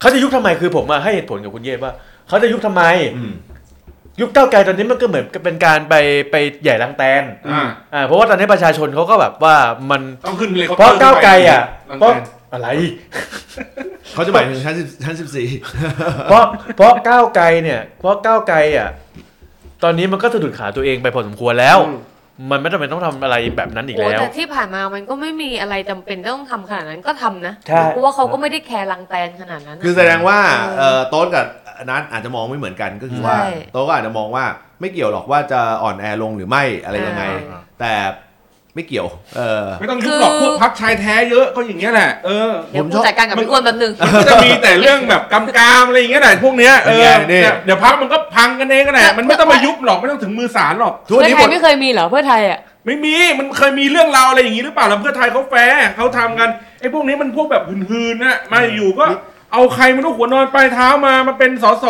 Speaker 5: เขาจะยุบทำไมคือผมอะให้เหตุผลกับคุณเยศว่าเขาจะยุบทำไม
Speaker 1: ม
Speaker 5: ยุบก้าวไกลตอนนี้มันก็เหมือนกับเป็นการไปไปใหญ่รังแตน
Speaker 4: อ่า
Speaker 5: อ่าเพราะว่าตอนนี้ประชาชนเขาก็แบบว่ามัน
Speaker 4: ต้องขึ้นเลย
Speaker 5: เพราะก้าวไกลอ่ะเพราะอะไร
Speaker 1: เขาจะหมายถึงชั้นสิบชั้นสิบสี่
Speaker 5: เพราะเพราะก้าวไกลเนี่ย เพราะก้าวไกลอ่ะตอนนี้มันก็สะดุดขาตัวเองไปพอสมควรแล้ว มันไม่จำเป็นต้องทำอะไรแบบนั้นอีก
Speaker 6: โอ้
Speaker 5: แล้ว
Speaker 6: แต่ที่ผ่านมามันก็ไม่มีอะไรจำเป็นต้องทำขนาดนั้นก็ทำนะ
Speaker 5: ใช่
Speaker 6: เพราะว่าเขาก็ไม่ได้แคร์รังแตนขนาดนั้น
Speaker 1: คือ
Speaker 6: นะ
Speaker 1: แสดงว่า
Speaker 6: เออ
Speaker 1: เอ่อโต๊ดกับนัทอาจจะมองไม่เหมือนกันก็คือว่า
Speaker 6: ใช่
Speaker 1: โต๊ดก็อาจจะมองว่าไม่เกี่ยวหรอกว่าจะอ่อนแอลงหรือไม่อะไรยังไง
Speaker 6: อ่า
Speaker 1: แต่ไม่เกี่ยว เออ
Speaker 4: ไม่ต้องยุบหรอกพวกพักชายแท้เยอะก็อย่างเงี้ยแหละเออ
Speaker 6: เดี๋ยว
Speaker 1: ผมช
Speaker 6: กู
Speaker 1: อบ
Speaker 6: จัดการกับพี่อ้วนแป๊บ นึง
Speaker 4: มันก็จะมีแต่เรื่องแบบกำกามอะไรอย่างเงี้ยแหละพวกเนี้ยเออ
Speaker 1: เป็นไงนี่
Speaker 4: เดี๋ยวพักมันก็พังกันเองกันแหละมันไม่ต้องมายุบหรอกไม่ต้องถึงมือศาลหรอก
Speaker 1: ทุกวัน
Speaker 6: เพื่อ
Speaker 1: นี้บท
Speaker 6: ไทยไม่เคยมีเหรอเพื่อไทยอ่ะ
Speaker 4: ไม่มีมันเคยมีเรื่องราวอะไรอย่างนี้หรือเปล่าแล้วเพื่อไทยเขาแฟร์เขาทำกันไอ้พวกนี้มันพวกแบบหืนๆนะมาอยู่ก็เอาใครมันก็หัวนอนปลายเท้ามามาเป็นสส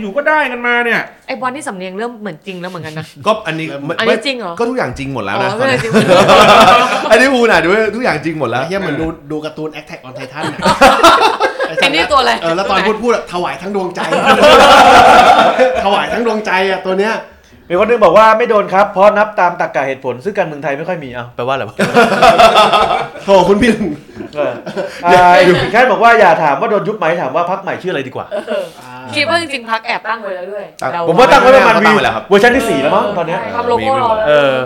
Speaker 4: อยู่ๆก็ได้กันมาเนี่ย
Speaker 6: ไอบอลที่สำเนียงเริ่มเหมือนจริงแล้วเหมือนกันนะ
Speaker 1: ก็อันนี้ไม่
Speaker 6: อันนี้จริงเหรอ
Speaker 1: ก็ทุกอย่างจริงหมดแล้วนะ
Speaker 6: อ๋อ
Speaker 1: ต
Speaker 6: ก็
Speaker 1: อน
Speaker 6: เลย
Speaker 1: นี้
Speaker 6: จริง
Speaker 1: อันนี้อูน่ะดูว่าทุกอย่างจริงหมดแล้ว
Speaker 3: ไอ้เฮียเหมือนดูดูการ์ตูนแอคแท็กออนไททันอ่ะ
Speaker 6: ไอ้นี่ตัวอะไร
Speaker 3: เออแล้วตอนพูดพูดอะถวายทั้งดว งใจ ถวายทั้งดวงใจอ่ะตัวเนี้ย
Speaker 5: มีคนหนึงบอกว่าไม่โดนครับ เพราะนับตามตรรกะเหตุผล ซึ่งการเมืองไทยไม่ค่อยมีเอ้าแปลว่าอะไรวะ
Speaker 3: โถคุณพี่หนึ่ง
Speaker 5: เอออ่าอีกท่านบอกว่าอย่าถามว่าโดนยุบไหมถามว่าพักใหม่ชื่ออะไรดีกว่า
Speaker 3: อ่า
Speaker 6: คิดว่าจริงๆพักแอบตั้งไว้แล้วด้วยเร
Speaker 5: ผมว่าตั้งไว้ประมาณ
Speaker 1: เขา
Speaker 5: วี
Speaker 1: ตั้งไว้แล้วครับ
Speaker 5: เวอร์ชันที่สี่แล้วมั้งตอนเนี้ย
Speaker 6: ทำโลโก้รอแล้ว
Speaker 5: เออ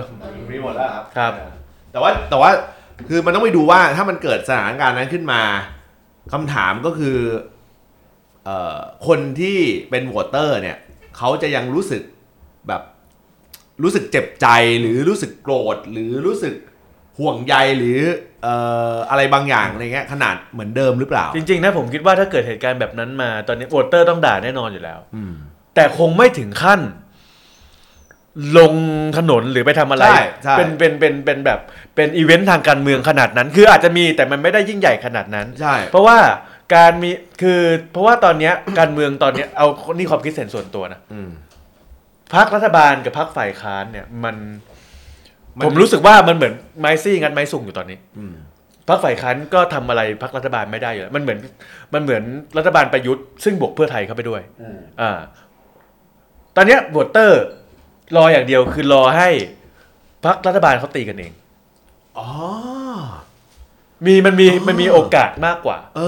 Speaker 1: มีหมดแล้วครับ
Speaker 5: ครับ
Speaker 1: แต่ว่าแต่ว่าคือมันต้องไปดูว่าถ้ามันเกิดสถานการณ์นั้นขึ้นมาคำถามก็คือเอ่อคนที่เป็นวอเตอร์เนี่ยเขาจะยังรู้สึกแบบรู้สึกเจ็บใจหรือรู้สึกโกรธหรือรู้สึกห่วงใยหรือเอ่ออะไรบางอย่างอะไรเงี้ยขนาดเหมือนเดิมหรือเปล่า
Speaker 5: จริงๆนะผมคิดว่าถ้าเกิดเหตุการณ์แบบนั้นมา ตอนนี้โอเตอร์ต้องด่าแน่นอนอยู่แล้ว
Speaker 1: อืม
Speaker 5: แต่คงไม่ถึงขั้น ลงถนนหรือไปทำอะไร
Speaker 1: ใช่ใช่
Speaker 5: เป็นเป็นเป็นเป็นแบบเป็นอีเวนต์ทางการเมืองขนาดนั้น คืออาจจะมีแต่มันไม่ได้ยิ่งใหญ่ขนาดนั้น
Speaker 1: ใช่
Speaker 5: เพราะว่าการมีคือเพราะว่าตอนเนี้ย การเมืองตอนเนี้ยเอานี่ความคิดเห็นส่วนตัวนะ
Speaker 1: อืม
Speaker 5: พรรครัฐบาลกับพรรคฝ่ายค้านเนี่ยมัน ผมรู้สึกว่ามันเหมือนไม้ซี่งัดไม้สุ่งอยู่ตอนนี้
Speaker 1: อืม
Speaker 5: พรรคฝ่ายค้านก็ทำอะไรพรรครัฐบาลไม่ได้อยู่แล้วมันเหมือนมันเหมือนรัฐบาลประยุทธ์ซึ่งบวกเพื่อไทยเข้าไปด้วยอ่า ตอนเนี้ยบวตเตอร์รออย่างเดียวคือรอให้พรรครัฐบาลเขาตีกันเอง
Speaker 1: อ๋อ
Speaker 5: มีมันมีมันมีโอกาสมากกว่า
Speaker 1: เอ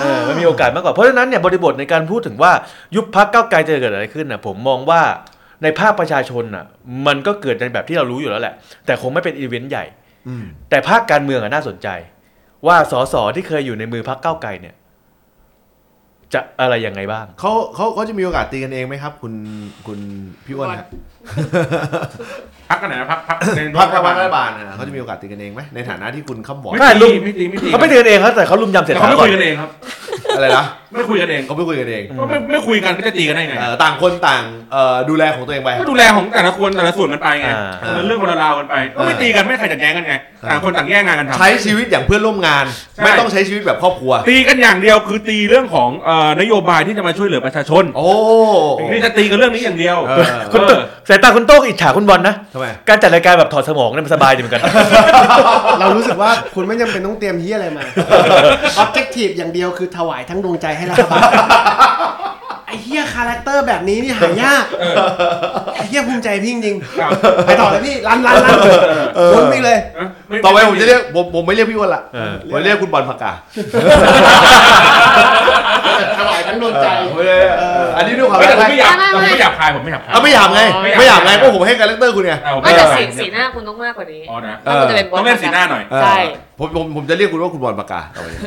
Speaker 5: เออมันมีโอกาสมากกว่าเพราะฉะนั้นเนี่ยบริบทในการพูดถึงว่ายุบพรรคก้าวไกลจะเกิดอะไรขึ้นน่ะ ผมมองว่าในภาคประชาชนน่ะ มันก็เกิดในแบบที่เรารู้อยู่แล้วแหละ แต่คงไม่เป็นอีเวนต์ใหญ่
Speaker 1: อืม
Speaker 5: แต่ภาคการเมืองอะน่าสนใจ ว่าสสที่เคยอยู่ในมือพรรคก้าวไกลเนี่ย จะอะไรยังไงบ้าง
Speaker 1: เขาเขาเขาจะมีโอกาสตีกันเองไหมครับ คุณคุณพี่อ้วนครับ
Speaker 4: พักกันไหนนะพักพักใน
Speaker 1: พรรครัฐบาลนะเขาจะมีโอกาสตีกันเองไหมในฐานะที่คุณข้ามบอด
Speaker 4: ไม่ตีไม่ตีไม่ตี
Speaker 5: เขาไม่เตือนเองครับแต่เขาลุมยำเสร็จ
Speaker 4: แต่เขาไม่
Speaker 5: ก่อ
Speaker 4: คุ
Speaker 5: น
Speaker 4: ยกันเองครับ
Speaker 1: อะไรนะ
Speaker 4: ไม่คุยกันเอง
Speaker 1: เขาไม่คุยกันเอง
Speaker 4: ก็ไม่ไม่คุยกันก็จะตีกันได้ไง
Speaker 1: เอ่อต่างคนต่างเอ่อดูแลของตัวเองไป
Speaker 4: ก็ดูแลของแต่ละคนแต่ละส่วนกันไปไง
Speaker 5: อ่า
Speaker 4: เออเรื่องคนละราวกันไปก็ไม่ตีกันไม่ใครจะแย้งกันไง
Speaker 1: ครับ
Speaker 4: ต่างคนต่างแย่งงานกันทำ
Speaker 1: ใช้ชีวิตอย่างเพื่อนร่วมงาน
Speaker 4: ใช่
Speaker 1: ไม่ต้องใช้ชีวิตแบบครอบครัว
Speaker 4: ตีกันอย่างเดียวคือตีเรื่องของเอ่อนโยบายที่จะมาช่วยเหลือประชาชน
Speaker 1: โอ้
Speaker 4: นี่จะตีกันเรื่องนี้อย่างเดียว
Speaker 1: เออ
Speaker 5: คุณโต้งสายตาคุณโต้งอิจฉาคุณบอลนะ
Speaker 1: ทำไม
Speaker 5: การจัดรายการแบบถอดสมองเนี่ยมันสบายดีเหมือนกัน
Speaker 3: เรารู้สึกว่าคุณไม่จำเป็นต้องเตรียมเฮียอะไรมา ออบเจกตีฟอย่างเดียวคือถวายทั้งดวงใจให้รัฐบาลไอ้เฮียคาแรคเตอร์แบบนี้นี่หายากไอ้เฮียภูมิใจพี่จริง
Speaker 4: ครับ
Speaker 3: ๆไปต่อเลยพี่รันรันรันวนไปเลย
Speaker 4: เออม่
Speaker 1: ต่อไปผมจะเรียกผมผมไม่เรียกพี่อ้วนละ
Speaker 5: เออ
Speaker 1: ผมเรียกคุณบอลผักกา
Speaker 3: ถวายทั้ง ทั้งดวงใจ
Speaker 1: เออเอออันนี้ด้วยความ
Speaker 4: ไม่แต่ผมไม่อยาก
Speaker 6: ไม่ไม่
Speaker 4: ผม
Speaker 6: ไม่
Speaker 4: ไม่อยากคายผมไม่อยากคาย
Speaker 1: เอาไม่หยาบไงไม่หยาบไง
Speaker 4: ไม่หยาบ
Speaker 1: ก็ผมให้การเลคเตอร์คุณไง
Speaker 4: เอา
Speaker 6: ไม่แต่สีสีหน้าคุณต้องมากกว่านี้
Speaker 4: อ๋อนะ
Speaker 6: แล้วคุณจะเป็นบอ
Speaker 4: ต้องเล่นสีหน้าหน่อย
Speaker 6: ใช่
Speaker 1: ผมผมผมจะเรียกคุณว่าคุณบอลปากกาต่อไปนี้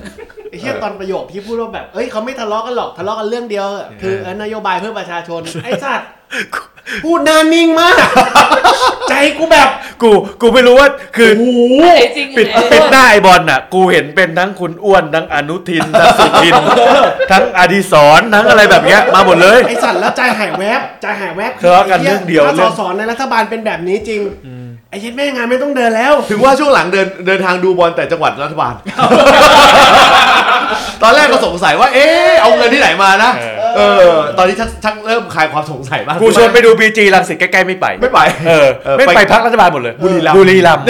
Speaker 3: ไอ้เฮียตอนประโยคที่พูดว่าแบบ เอ้ยเขาไม่ทะเลาะกันหรอกทะเลาะกันเรื่องเดียว คือเออนโยบายเพื่อประชาช น ไอ้สัตว์พูดหนานิ่งมาก ใจกูแบบ
Speaker 5: กูกูไม่รู้ว่าคือ
Speaker 3: โอ้โห
Speaker 6: จริง
Speaker 5: ปิด
Speaker 6: เออ
Speaker 5: ปิดหน้าไอบอลน่ะ กูเห็นเป็นทั้งคุณอ้วนทั้งอนุทินทั้งสุทิน ทั้งอดิศรทั้งอะไรแบบเนี้ยมาหมด เลย
Speaker 3: ไอ้สัตว์แล้วใจหายแวบใจหายแวบ
Speaker 5: ทะเลาะกันเรื่องเดียว
Speaker 3: ถ้า
Speaker 5: เรื่
Speaker 3: ส
Speaker 5: อง
Speaker 3: สในรัฐบาลเป็นแบบนี้จริงไอ้เหี้ยันแม่งานไม่ต้องเดินแล้ว
Speaker 1: ถึงว่าช่วงหลังเดินเดินทางดูบอลแต่จังหวัดรัฐบ าล ตอนแรกก็สงสัยว่า เอ๊ะเอาเงินที่ไหนมานะ เออ ตอนนี้ชักชักเริ่มคลายความสงสัยบ้าง
Speaker 5: กูชวนไปดูบีจีรังสิตใกล้ๆไม่ไป
Speaker 1: ไม่ไป
Speaker 5: เออ
Speaker 1: เออ
Speaker 5: ไม่
Speaker 1: ไป
Speaker 5: ไปพักรัฐบาลหมดเลย
Speaker 1: บุรีรัมย์
Speaker 5: บุรีรัมย์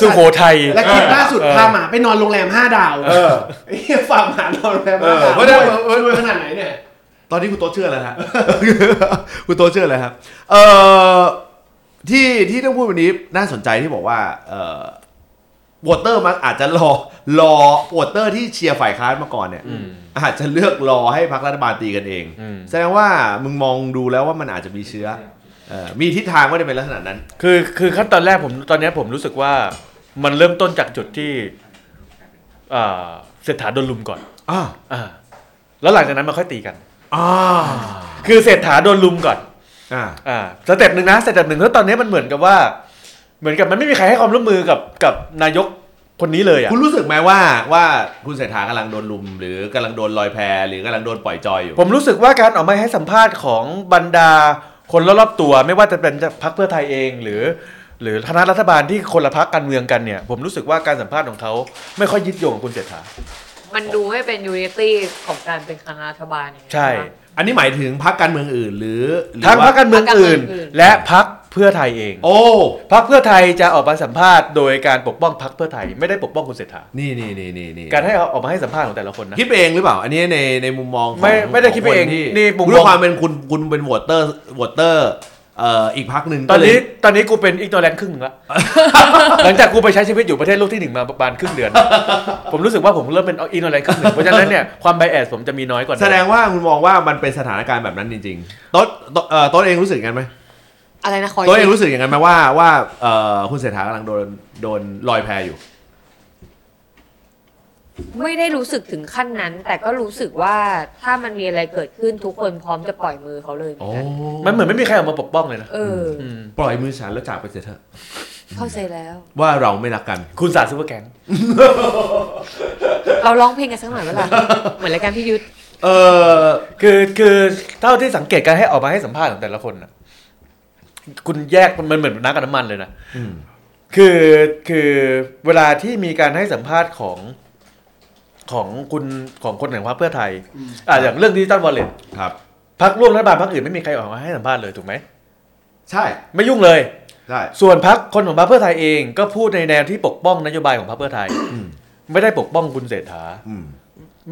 Speaker 5: สุโขทัย
Speaker 3: และคลิปล่าสุด
Speaker 5: เออ
Speaker 3: พาหมาไปนอนโรงแรมห้าดาว
Speaker 1: เออ
Speaker 3: ไอ้เหี้ยฝากหมานอนโรงแรมห้า
Speaker 1: เอ
Speaker 3: ดา
Speaker 1: อ
Speaker 3: ว
Speaker 1: เพราะฉะนั้น
Speaker 3: ด้วยขนาดไหนเนี่ย
Speaker 1: ตอนนี้คุณโตะเชื่อแล้วฮะ คุณโตะเชื่อแล้วครับ เอ่อที่ที่ต้องพูดวันนี้น่าสนใจที่บอกว่า เอ่อวอเตอร์มันอาจจะรอรอวอเตอร์ที่เชียร์ฝ่ายค้านมาก่อนเนี่ย
Speaker 5: อืม
Speaker 1: อาจจะเลือกรอให้พรรครัฐบาลตีกันเอง
Speaker 5: อืม
Speaker 1: แสดงว่ามึงมองดูแล้วว่ามันอาจจะมีเชื้อเอ่อมีทิศทางว่าจะเป็นลักษณะนั้น
Speaker 5: คือคือขั้นตอนแรกผมตอนเนี้ยผมรู้สึกว่ามันเริ่มต้นจากจุดที่อ่าเศรษฐาโดนลุมก่อน
Speaker 1: อ่า
Speaker 5: อ่าแล้วหลังจากนั้นมันค่อยตีกัน
Speaker 1: อ่า
Speaker 5: คือเศรษฐาโดนลุมก่อน
Speaker 1: อ่า
Speaker 5: อ่าสเต็ปหนึ่งนะสเต็ปหนึ่งแล้วตอนเนี้ยมันเหมือนกับว่า เหมือนกับมันไม่มีใครให้ความร่วมมือกับกับนายกคนนี้เลยอ่ะ
Speaker 1: คุณรู้สึกไหมว่าว่าคุณเศรษฐากำลังโดนลุม หรือกำลังโดนลอยแพหรือกำลังโดนปล่อยจอยอยู่
Speaker 5: ผมรู้สึกว่าการออกมาให้สัมภาษณ์ของบรรดาคนรอบๆตัว ไม่ว่าจะเป็นจากพรรคเพื่อไทยเองหรือ หรือคณะรัฐบาลที่คนละพรรคการเมืองกันเนี่ย ผมรู้สึกว่าการสัมภาษณ์ของเขาไม่ค่อยยึดโยงกับคุณเศรษฐา
Speaker 6: มันดูไม่เป็นยูนิตี้ของการเป็นคณะรัฐบาลอย่างเงี้ย
Speaker 5: ใช่
Speaker 6: ไหม
Speaker 1: อันนี้หมายถึงพรรคการเมืองอื่นหรือหรือ
Speaker 5: ทั้งพรร
Speaker 1: ว่า
Speaker 5: คการเมืองอื่น
Speaker 6: พรรคการเมืองอื่น
Speaker 5: และพรรคเพื่อไทยเอง
Speaker 1: โอ้
Speaker 5: พรรคเพื่อไทยจะออกมาสัมภาษณ์โดยการปกป้องพรรคเพื่อไทยไม่ได้ปกป้องคุณเศรษฐา
Speaker 1: นี่นี่นี่นี่นี่
Speaker 5: การให้ออกมาให้สัมภาษณ์ของแต่ละคนนะ
Speaker 1: คิดไปเองหรือเปล่า อันนี้ในในมุมมองของ
Speaker 5: ไม่ไม่ได้คิดไปเอง
Speaker 1: ขนที่
Speaker 5: นี่มุมมอง
Speaker 1: ด้วยความเป็นคุณคุณเป็นวอเตอร์วอเตอร์เอ่ออีกพรรคหนึ่ง
Speaker 5: ต
Speaker 1: ก็
Speaker 5: อน
Speaker 1: เลย
Speaker 5: นี้ตอนนี้กูเป็นอีกนอแลนครึ่งหนึ่ง ละ หลังจากกูไปใช้ชีวิตอยู่ประเทศโลกที่หนึ่งมาประมาณครึ่งเดือน ผมรู้สึกว่าผมเริ่มเป็นอีกนอแลนครึ่งหนึ่งเพราะฉะนั้นเนี่ยความไบแอสผมจะมีน้อยกว่าเม
Speaker 1: แสดงว่าคุณมองว่ามันเป็นสถานการณ์แบบนั้นจริงๆโต๊ดโต๊ดเอ่อโต๊ดเองรู้สึกกันไหม
Speaker 6: อะไรนะคอย
Speaker 1: ตัวเองรู้สึกอย่างนั้นไหมว่าว่าเอ่อคุณเศรษฐากำลังโดนโดนลอยแพอยู่
Speaker 6: ไม่ได้รู้สึกถึงขั้นนั้น แต่ก็รู้สึกว่าถ้ามันมีอะไรเกิดขึ้นทุกคนพร้อมจะปล่อยมือเขาเลยเหมือนกัน
Speaker 5: มันเหมือนไม่มีใครออกมาปกป้องเลยนะ
Speaker 6: เอออ
Speaker 5: อืม
Speaker 1: ปล่อยมือฉันแล้วจากไปเสียเถอะ
Speaker 6: เข้าใจแล้ว
Speaker 1: ว่าเราไม่รักกัน
Speaker 5: คุณสาดซูเปอร์แกง
Speaker 6: เราร้องเพลงกันสักหน่อยเวลา เหมือนรายการพี่ยุทธ
Speaker 1: เออ
Speaker 5: คือคือเท่าที่สังเกตการให้ออกมาให้สัมภาษณ์ของแต่ละคนน่ะคุณแยกมันเหมือนน้ำกับน้ำมันเลยนะ
Speaker 1: อืม
Speaker 5: คือคือเวลาที่มีการให้สัมภาษณ์ของของคุณของคนแห่งพรรคเพื่อไทยอ่าอย่างเรื่องดิจิตอลวอลเล็ต
Speaker 1: ครับ
Speaker 5: พรรคร่วมรัฐบาลพรรคอื่นไม่มีใครออกมาให้สัมภาษณ์เลยถูกไหม
Speaker 1: ใช่
Speaker 5: ไม่ยุ่งเลย
Speaker 1: ใช่
Speaker 5: ส่วนพรรคคนของพรรคเพื่อไทยเองก็พูดในแนวที่ปกป้องนโยบายของพรรคเพื่อไทย
Speaker 1: อืม
Speaker 5: ไม่ได้ปกป้องคุณเศรษฐา
Speaker 1: อืม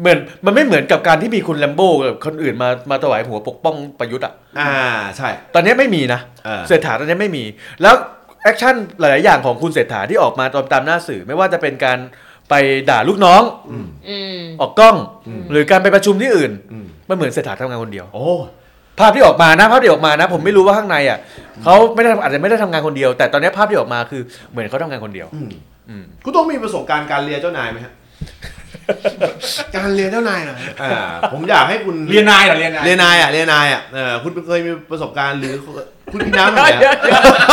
Speaker 5: เหมือนมันไม่เหมือนกับการที่มีคุณแลมโบ้กับคนอื่นมามาถวายหัวปกป้องประยุทธ์อ่ะ
Speaker 1: อ่าใช่
Speaker 5: ตอนนี้ไม่มีนะ
Speaker 1: เออ
Speaker 5: เศรษฐาตอนนี้ไม่มี แล้วแอคชั่นหลาย ๆ อย่างของคุณเศรษฐาที่ออกมาตามตามหน้าสื่อ ไม่ว่าจะเป็นการไปด่าลูกน้อง
Speaker 1: อืม
Speaker 6: อืม
Speaker 5: ออกกล้อง
Speaker 1: อืม
Speaker 5: หรือการไปประชุมที่อื่น
Speaker 1: อืม
Speaker 5: มันเหมือนเศรษฐาทำงานคนเดียว
Speaker 1: โอ้
Speaker 5: ภาพที่ออกมานะภาพที่ออกมานะ ผมไม่รู้ว่าข้างในอ่ะเขาไม่ได้อาจจะไม่ได้ทำงานคนเดียว แต่ตอนนี้ภาพที่ออกมาคือเหมือนเขาทำงานคนเดียว
Speaker 1: อืม
Speaker 5: อืม
Speaker 1: คุณต้องมีประสบการณ์การเรียนเจ้านายไหมฮะ
Speaker 3: การเรียนเจ้านายหน่อย
Speaker 1: อ่า ผมอยากให้คุณ
Speaker 4: เรียนนายเหรอเรียนนาย
Speaker 1: เรียนนายอ่ะเรียนนายอ่ะเออคุณเคยมีประสบการณ์หรือคุณพี่น้ำอะไรอ่ะ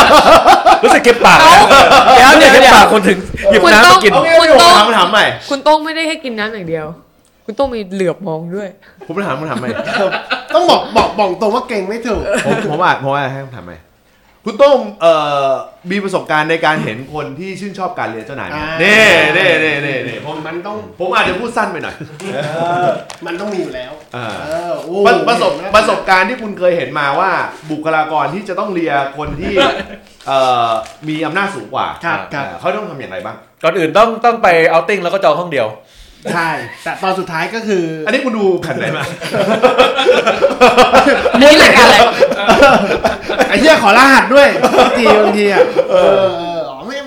Speaker 5: รู้สึกเก็บปากนะแล้วเนี่ยเก็บปากคนถึงหยิบ
Speaker 6: คุณ
Speaker 5: น้ำ
Speaker 6: ต้อ
Speaker 5: มาง กิน
Speaker 1: โอเคไม่ผมถามคำถามใหม่
Speaker 6: คุณโต้องไม่ได้ให้กินน้ำอย่างเดียว คุณโต้องมีเหลือบมองด้วย
Speaker 1: ผมถามคำถามใหม่
Speaker 3: ต้องบอกบอกบอกตรงว่าเก่งไม่ถูก
Speaker 1: ผมผมอ่านผมอ่านให้คำถามไหมคุณโต้มเอ่อมีประสบการณ์ในการเห็นคนที่ชื่นชอบการเรียนเจ้านายไหม
Speaker 3: อ่า
Speaker 1: เน่เน่เน่เน่เน่ผม
Speaker 3: มันต้อง
Speaker 1: ผมอาจจะพูดสั้นไปหน่อย
Speaker 3: มันต้องมีอยู่แล้ว
Speaker 1: เออ
Speaker 3: เออโอ้
Speaker 1: ประประสบประสบการณ์ที่คุณเคยเห็นมาว่าบุคลากรที่จะต้องเลียคน ที่เอ่อมีอำนาจสูงกว่า
Speaker 3: ครับครับ
Speaker 1: เอ่อเขาต้องทำอย่างไรบ้าง
Speaker 5: ก่อนอื่นต้องต้องไปเอาติ้งแล้วก็จองห้องเดียว
Speaker 3: ใช่ แต่ตอนสุดท้ายก็คือ
Speaker 1: อันนี้คุณดูแผ่นไหนมา
Speaker 6: นี่รายการอะไร
Speaker 3: ไอ้เหี้ยขอรหัสด้วยบางทีบางทีอ่ะเออเอออ๋อไม่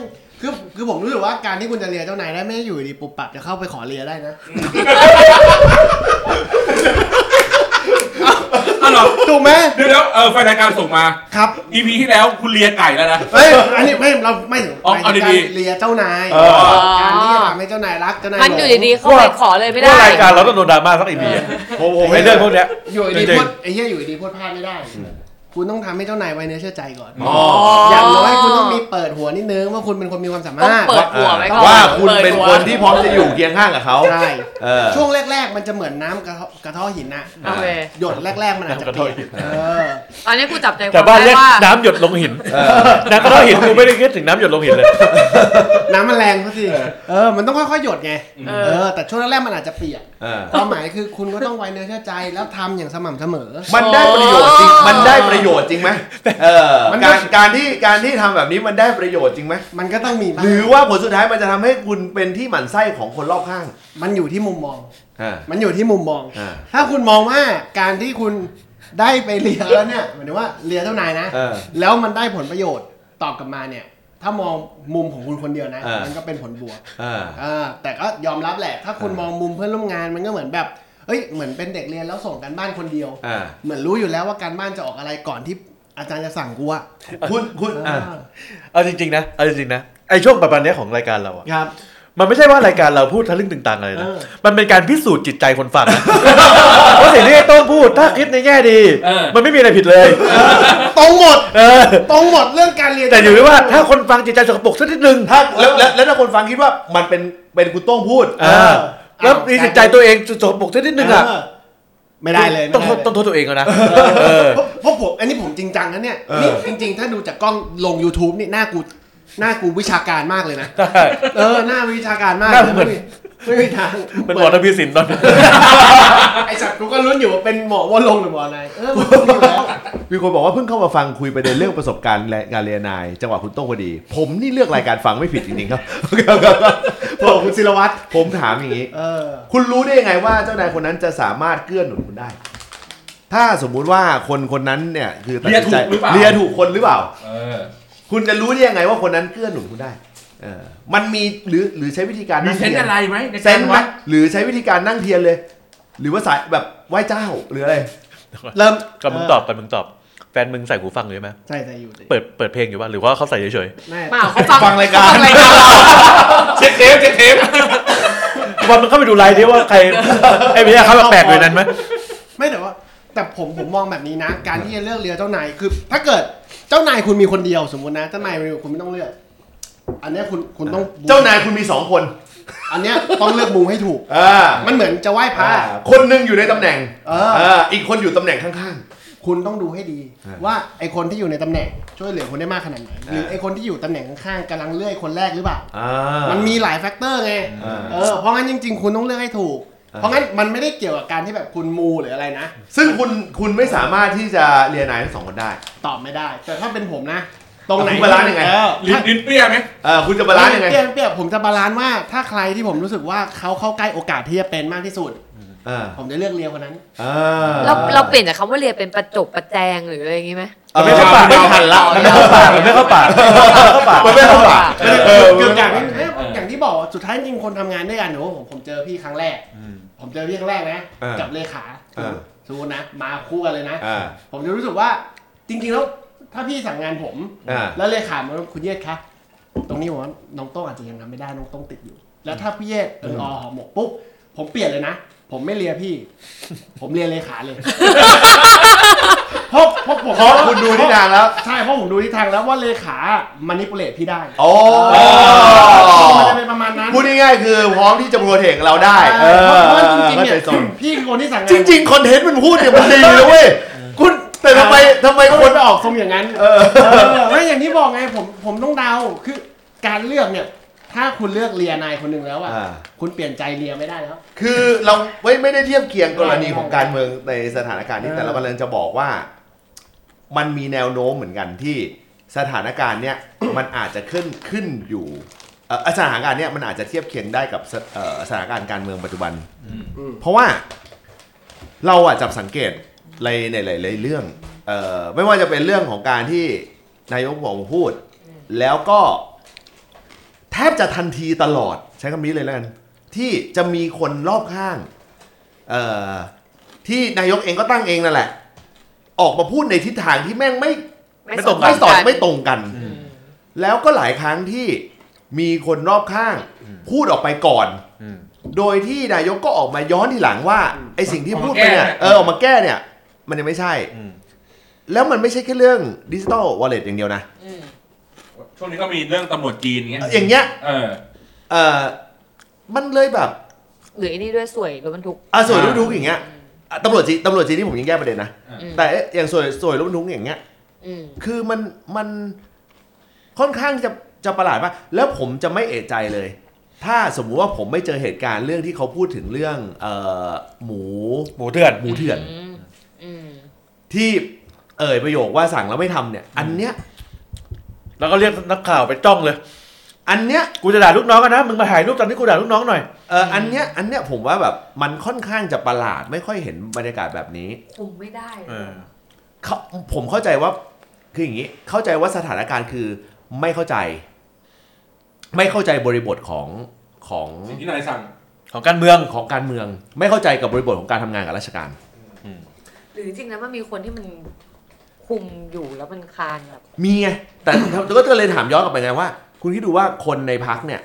Speaker 3: คือคือผมรู้สึกว่าการที่คุณจะเรียนเจ้านายได้ไม่ได้อยู่ดีปุบปับจะเข้าไปขอเรียนได้นะ
Speaker 4: อ้าวเหรอ
Speaker 3: ถูกไหม
Speaker 4: เดี๋ยวเดี๋ยวเออแฟนรายการส่งมา
Speaker 3: ครับ
Speaker 4: EP ที่แล้วคุณเลียไก่แล้วนะ
Speaker 3: เอ้ยอันนี้ไม่เราไม่ถึง
Speaker 4: เอาเอาดีๆ
Speaker 3: เลียเจ้านาย
Speaker 5: เออ
Speaker 3: การที่จะทำให้เจ้านายรักเจ้านาย
Speaker 6: มันอยู่ดีๆเข้าไปขอเลยไม่
Speaker 5: พวก
Speaker 6: ได้
Speaker 5: รายการเราต้องโดนดราม่าสักอีพีอะ
Speaker 1: ผม
Speaker 5: ผ
Speaker 1: ผม
Speaker 5: มไม่เรื่องพวกเนี้ย
Speaker 3: อยู่ดี
Speaker 5: จริงๆ
Speaker 3: พูดไอ้เหี้ยอยู่ดีพูดพลาดไม่ได้ คุณต้องทำให้เจ้านายไว้เนื้อเชื่อใจก่อน
Speaker 1: อ๋อ
Speaker 3: อย่างน้อยคุณต้องมีเปิดหัวนิดนึงว่าคุณเป็นคนมีความสา
Speaker 6: ต้อง
Speaker 3: มารถ
Speaker 6: เปิดหัวไว้ก่อน
Speaker 1: ว่าคุณเป็น
Speaker 6: ดหัว
Speaker 1: คนที่พร้อมจะอยู่เคียงข้างกับเขา
Speaker 3: ใช่
Speaker 1: เออ
Speaker 3: ช่วงแรก ๆ มันจะเหมือนน้ำกระเทาะกระเท้อหินนะ
Speaker 6: โอเค
Speaker 3: หยดแรก ๆ มันอาจจะเปียก
Speaker 5: น้ำกระเทาะหิน
Speaker 3: เออ
Speaker 6: ตอนนี้กูจับใจค
Speaker 5: แต่
Speaker 6: วาม
Speaker 5: บ้านเรี
Speaker 6: ได้
Speaker 5: ยก
Speaker 6: ว่า
Speaker 5: น้ำหยดลง หินน้ำก็ต้องหินกูไม่ได้คิดถึงน้ำหยดลงหินเลย
Speaker 3: น้ำมันแรงซะสิเออ มันต้องค่อยๆหยดไง
Speaker 6: เอ
Speaker 3: เอ
Speaker 6: อ
Speaker 3: อ แต่ช่วงแรกๆมันอาจจะเปียก
Speaker 1: เออ
Speaker 3: ความหมายคือคุณก็ต้องไว้เนื้อเชื่อใจแล้วทำอย่างสม่ำเสมอ
Speaker 1: มันได้ประโยชน์จริง
Speaker 6: อ๋อ
Speaker 1: มันได้ประโยชน์จริงไหมเออ
Speaker 3: มันก็
Speaker 1: การการที่การที่ทำแบบนี้มันได้ประโยชน์จริงไหม
Speaker 3: มันก็ต้องมีบ้า
Speaker 1: ห
Speaker 3: ง
Speaker 1: รือว่าผลสุดท้ายมันจะทำให้คุณเป็นที่หมั่นไส้ของคนรอบข้าง
Speaker 3: มันอยู่ที่มุมมอง
Speaker 1: อ่า
Speaker 3: มันอยู่ที่มุมมอง
Speaker 1: อ่า
Speaker 3: ถ้าคุณมองว่าการที่คุณได้ไปเรียนแล้วเนี่ยหมายถึงว่าเรียนเท่านายนะ
Speaker 1: เออ
Speaker 3: แล้วมันได้ผลประโยชน์ตอบกลับมาเนี่ย ถ้ามองมุมของคุณคนเดียวนะ
Speaker 1: เออ
Speaker 3: มันก็เป็นผลบวก
Speaker 1: เออ
Speaker 3: อ่าแต่ก็ยอมรับแหละ ถ้าคุณ
Speaker 1: อ่าม ม
Speaker 3: องมุมเพื่อนร่วมงานมันก็เหมือนแบบ เอ้ย เหมือนเป็นเด็กเรียนแล้วส่งกันบ้านคนเดียว
Speaker 1: อ่า
Speaker 3: เหมือนรู้อยู่แล้วว่าการบ้านจะออกอะไรก่อนที่อาจารย์จะสั่งกูอะ
Speaker 1: คุณคุณอ่า
Speaker 5: เอาจริงๆนะเอาจริงๆนะไอช่วงประมาณเนี้ยของรายการเราอะ
Speaker 3: ครับ
Speaker 5: มันไม่ใช่ว่ารายการเราพูดทะลึ่งตึงตังอะไรนะ
Speaker 3: เออ
Speaker 5: มันเป็นการพิสูจน์จิตใจคนฟังนะ เพราะสิ่งที่ไอ้โต้งพูดถ้าคิดในแง่ดี
Speaker 4: เออ
Speaker 5: มันไม่มีอะไรผิดเลย
Speaker 3: ตรงหมด
Speaker 5: เออ
Speaker 3: ตรงหมดเรื่องการเรียน
Speaker 5: แต่อยู่ที่ว่าถ้าคนฟังจิตใจสกปรกสักนิดนึง
Speaker 1: ถ้าแล้วแล้วแล้วถ้าคนฟังคิดว่ามันเป็นเป็นคุณโต้งพูด
Speaker 5: เออแล้วมีจิตใจตัวเองสกปรกสักนิดนึงอ่ะ
Speaker 3: เไม่ได้เลย
Speaker 5: ต้องโทษ
Speaker 3: ไม่ได้เลย
Speaker 5: ต้องโทษตัวเองแล้วนะ
Speaker 3: เอ
Speaker 5: เออ
Speaker 3: อเพราะเพราะผมอันนี้ผมจริงจังนะเนี่ย
Speaker 1: เออ
Speaker 3: นี่จริง ๆ ถ้าดูจากกล้องลง YouTube นี่หน้ากูหน้ากูวิชาการมากเลยนะเออหน้าวิชาการมาก
Speaker 5: หน้าเหมือน
Speaker 3: ไม่มีทาง
Speaker 5: เป็นหมอทวีสินต อน
Speaker 3: ไอสัตว์กูก็ลุ้นอยู่ว่าเป็นหมอว่าลงค์หรือหมออะไรเออมันรู้อยู่แล้ว
Speaker 1: มีคนบอกว่าเพิ่งเข้ามาฟังคุยประเด็นเรื่องประสบการณ์และการเรียนนาย จังหวะคุณโต้งพอดี ผมนี่เลือกรายการฟังไม่ผิดจริงๆครับ
Speaker 3: โอ้คุณศิรวัตร
Speaker 1: ผมถามอย่างนี้
Speaker 3: เออ
Speaker 1: คุณรู้ได้ยังไงว่าเจ้านายคนนั้นจะสามารถเกื้อหนุนคุณได้ ถ้าสมมุติว่าคนคนนั้นเนี่ยคือตัดสินใจ
Speaker 4: เลียถูกหรือเปล่า
Speaker 1: เลียถูกคนหรือเปล่า
Speaker 4: เออ
Speaker 1: คุณจะรู้ได้ยังไงว่าคนนั้นเกื้อหนุนคุณได้ เออ มันมีหรือหรือใช้วิธีการ
Speaker 4: มี
Speaker 1: นั่ง
Speaker 4: เซน
Speaker 1: เทีย
Speaker 4: ส์
Speaker 1: น
Speaker 4: อะไรไหมใน
Speaker 1: เซ
Speaker 4: การ
Speaker 1: นส์ไหม
Speaker 4: วัด
Speaker 1: หรือใช้วิธีการนั่งเทียนเลย หรือว่าสายแบบไหว้เจ้าหรืออะไร
Speaker 3: เริ่ม
Speaker 5: กับมึงตอบกับมึงตอบ แฟนมึงใส่หูฟังอยู่ใช่ไหม
Speaker 3: ใช่ใช่อยู่ดิ
Speaker 5: เปิดเปิดเพลงอยู่ป่ะหรือว่าเขาใส่เฉย
Speaker 3: แม่
Speaker 6: เปล่าเขาฟัง
Speaker 1: ฟังรายการ
Speaker 6: เขฟังรายการเรา
Speaker 4: เช็คเทปเช็คเทป
Speaker 5: ๆวันมันเข้าไปดูไลฟ์ดิว่าใครไอ้เมียเขาแปลกๆอยู่ในนั้นไหม
Speaker 3: ไม่แต่ว่า แต่ผมผมมองแบบนี้นะ การที่จะเลือกเรือเจ้านายคือ ถ้าเกิดเจ้านายคุณมีคนเดียวสมมตินะเจ้านายคุณไม่ต้องเลือก อันเนี้ยคุณคุณต้อง
Speaker 1: เจ้านายคุณมีสองคน
Speaker 3: อันเนี้ยต้องเลือกมุมให้ถูก
Speaker 1: อ่า
Speaker 3: มันเหมือนจะไหว้พระ
Speaker 1: คนหนึ่งอยู่ในตำแหน่ง
Speaker 3: เออ
Speaker 1: เอีกคนอยู่ตำแหน่งข้าง
Speaker 3: คุณต้องดูให้ดี
Speaker 1: เออ
Speaker 3: ว่าไอคนที่อยู่ในตำแหน่ง ช่วยเหลือคนได้มากขนาดไหนหรือ
Speaker 1: เออ
Speaker 3: ไอคนที่อยู่ตำแหน่งข้างๆกำลังเลื่อยคนแรกหรือเปล่า
Speaker 1: ๆอ่ามั
Speaker 3: มันมีหลายแฟกเตอร์ไง
Speaker 1: อ่า
Speaker 3: เออ เพราะงั้นจริง ๆ คุณต้องเลือกให้ถูก
Speaker 1: อ่า
Speaker 3: เพราะงั้นมันไม่ได้เกี่ยวกับการที่แบบคุณมูหรืออะไรนะ
Speaker 1: ซึ่งคุณคุณไม่สามารถที่จะเรียนนายทั้งสองคนได้
Speaker 3: ตอบไม่ได้ แต่ถ้าเป็นผมนะ ตรงไหน
Speaker 1: คุณบาลานซ์ยังไง
Speaker 3: เออ
Speaker 4: ลิ้นลิ้นเปรี้ยไหม
Speaker 1: เออคุณจะบาลานซ์ยังไง
Speaker 3: เปรียบเปรียบผมจะบาลานซ์ว่าถ้าใครที่ผมรู้สึกว่าเขาเข้าใกล้โอกาสที่จะเป็นมากที่สุด
Speaker 1: เออ
Speaker 3: ผมจะเลือกเลียวคนนั้น
Speaker 1: อ่า
Speaker 6: เราเราเปลี่ยนจากคำว่าเรียนเป็นประจบประแจงหรืออะไรอย่างงี้ไหม
Speaker 1: เออ
Speaker 5: ไม่เข้าปาก
Speaker 1: ไม่ทันละ
Speaker 5: มันไม่เข้าปากมันไม่เข้าปากมันไม่เข้าปาก
Speaker 1: มันไม่เข้าปากเออ
Speaker 3: เกือบอย่าง
Speaker 1: มั
Speaker 3: ที่
Speaker 1: น
Speaker 3: เอ้ย
Speaker 4: เออ
Speaker 3: อย่างที่บอกสุดท้ายจริงๆคนทำงานด้วยกันหนูผมผมเจอพี่ครั้งแรก ผมเจอพี่ครั้งแรกนะ
Speaker 1: เออ
Speaker 3: กับเลขา
Speaker 1: เออ
Speaker 3: สมมุตินะ มาคู่กันเลยนะ
Speaker 1: อ่า
Speaker 3: ผมจะรู้สึกว่าจริง ๆ แล้วถ้าพี่สั่งงานผม
Speaker 1: อ่า
Speaker 3: แล้วเลขามาว่าคุณเยศคะตรงนี้ผมว่าน้องโต้งอาจจะยังทำไม่ได้น้องโต้งติดอยู่ แล้วถ้าพี่เยศเออออหอมหมกปุ๊บผมเปลี่ยนเลยนะ ผมไม่เลียพี่ ผมเลียเลขา เลยเพราะเพราะผม
Speaker 1: เพราะคุณดูที่ทางแล้ว
Speaker 3: ใช่เพราะผมดูทิศทางแล้วว่าเลขามันนิปเลตพี่ได้
Speaker 1: โอ้
Speaker 3: มันจะเป็นประมาณนั้น
Speaker 1: พูดง่ายๆคือพร้อมที่จะโปรเทคเราได้
Speaker 3: ใช่เพราะเพราะว่าจริงๆเนี่ย
Speaker 1: เข้าใจอน
Speaker 3: พี่คือคนที่สั่งงาน
Speaker 1: จริงๆคอนเทนต์มันพูดเนี่ยมันดีนะเว้ยคุณแต่ทำไมทำไม
Speaker 3: ก็
Speaker 1: ค
Speaker 3: คน
Speaker 1: น
Speaker 3: ไปออกทรงอย่างนั้น เออไม่อย่างที่บอกไงผมผมต้องเดาคือการเลือกเนี่ย ถ้าคุณเลือกเลียนายคนหนึ่งแล้วอะ
Speaker 1: อ่า
Speaker 3: คุณเปลี่ยนใจเลียไม่ได้แล้ว
Speaker 1: คือเราไม่ไม่ได้เทียบเคียงกรณีของการเมืองในสถานการณ์นี้แต่เรากำลังจะบอกว่า มันมีแนวโน้มเหมือนกันที่สถานการณ์เนี่ย มันอาจจะขึ้นขึ้นอยู่เอ่อสถานการณ์เนี่ยมันอาจจะเทียบเคียงได้กับสเอ่อสถานการณ์การเมืองปัจจุบัน เพราะว่าเราอะจับสังเกตในในหลายๆเรื่องเอ่อไม่ว่าจะเป็นเรื่องของการที่นายกบอกมาพูด แล้วก็ แทบจะทันทีตลอดใช้คำนี้เลยแล้วกันที่จะมีคนรอบข้างเอ่อ ที่นายกเองก็ตั้งเองนั่นแหละ ออกมาพูดในทิศทางที่แม่งไม่
Speaker 5: ไม่ตรงกัน
Speaker 1: ไม่สอดไม่
Speaker 6: น
Speaker 1: ตรงกัน แล้วก็หลายครั้งที่มีคนรอบข้างพูดออกไปก่อน
Speaker 5: อืม
Speaker 1: โดยที่นายกก็ออกมาย้อนทีหลังว่าไอสิ่งที่
Speaker 4: ออกมา
Speaker 1: พูดไปเนี่ย
Speaker 4: แก้
Speaker 1: เออออกมาแก้เนี่ย มันยังไม่ใช่
Speaker 5: อืม
Speaker 1: แล้วมันไม่ใช่แค่เรื่องดิจิตอลวอลเล็ตอย่างเดียวนะ
Speaker 4: ช่วงนี้ก็มีเรื่องตำรวจจีนเงี้ย
Speaker 1: อย่างเงี้ย
Speaker 4: เออ
Speaker 1: เออมันเลยแบบ
Speaker 6: หรือไอ้นี่ด้วยสวยรถบรรทุก
Speaker 1: อ่ะสวยรู้
Speaker 4: อ่า
Speaker 1: ดูอย่างเงี้ยอ่ะตำรวจจีนตำรวจจีนที่ผมยังแก้ประเด็นนะ
Speaker 6: อืม
Speaker 1: แต่เอ๊ะอย่างสวยสวยรถบรรทุกอย่างเงี้ย
Speaker 6: อืม
Speaker 1: คือมันมันค่อนข้างจะจะประหลาดมากแล้วผมจะไม่เอะใจเลย ถ้าสมมุติว่าผมไม่เจอเหตุการณ์เรื่องที่เขาพูดถึงเรื่องเอ่อหมู
Speaker 5: หมูเถื่อน
Speaker 1: หมูเถื่อน
Speaker 6: อืมอืม
Speaker 1: ที่เอ่ยประโยคว่าสั่งแล้วไม่ทำเนี่ย อันเนี้ย
Speaker 5: แล้วก็เรียกนักข่าวไปจ้องเลย
Speaker 1: อันเนี้ย
Speaker 5: กูจะด่าลูกน้องกันนะ มึงมาถ่ายรูปตอนที่กูด่าลูกน้องหน่อย
Speaker 1: เอ่ออันเนี้ยอันเนี้ยผมว่าแบบมันค่อนข้างจะประหลาดไม่ค่อยเห็นบรรยากาศแบบนี้
Speaker 6: คุมไม่ได้เลย
Speaker 5: เออ
Speaker 1: เขาผมเข้าใจว่าคืออย่างนี้เข้าใจว่าสถานการณ์คือไม่เข้าใจ ไม่เข้าใจบริบทของของ
Speaker 4: สิ่งที่นายสั่ง
Speaker 5: ของการเมือง
Speaker 1: ของการเมืองไม่เข้าใจกับบริบทของการทำงานกับราชการ
Speaker 6: หรือจริงๆนะมันมีคนที่มันคุมอยู่แล้วมันคานแบบ
Speaker 1: มีไงแต่ ก็เลยถามย้อนกลับไปไงว่า คุณคิดดูว่าคนในพักเนี่ย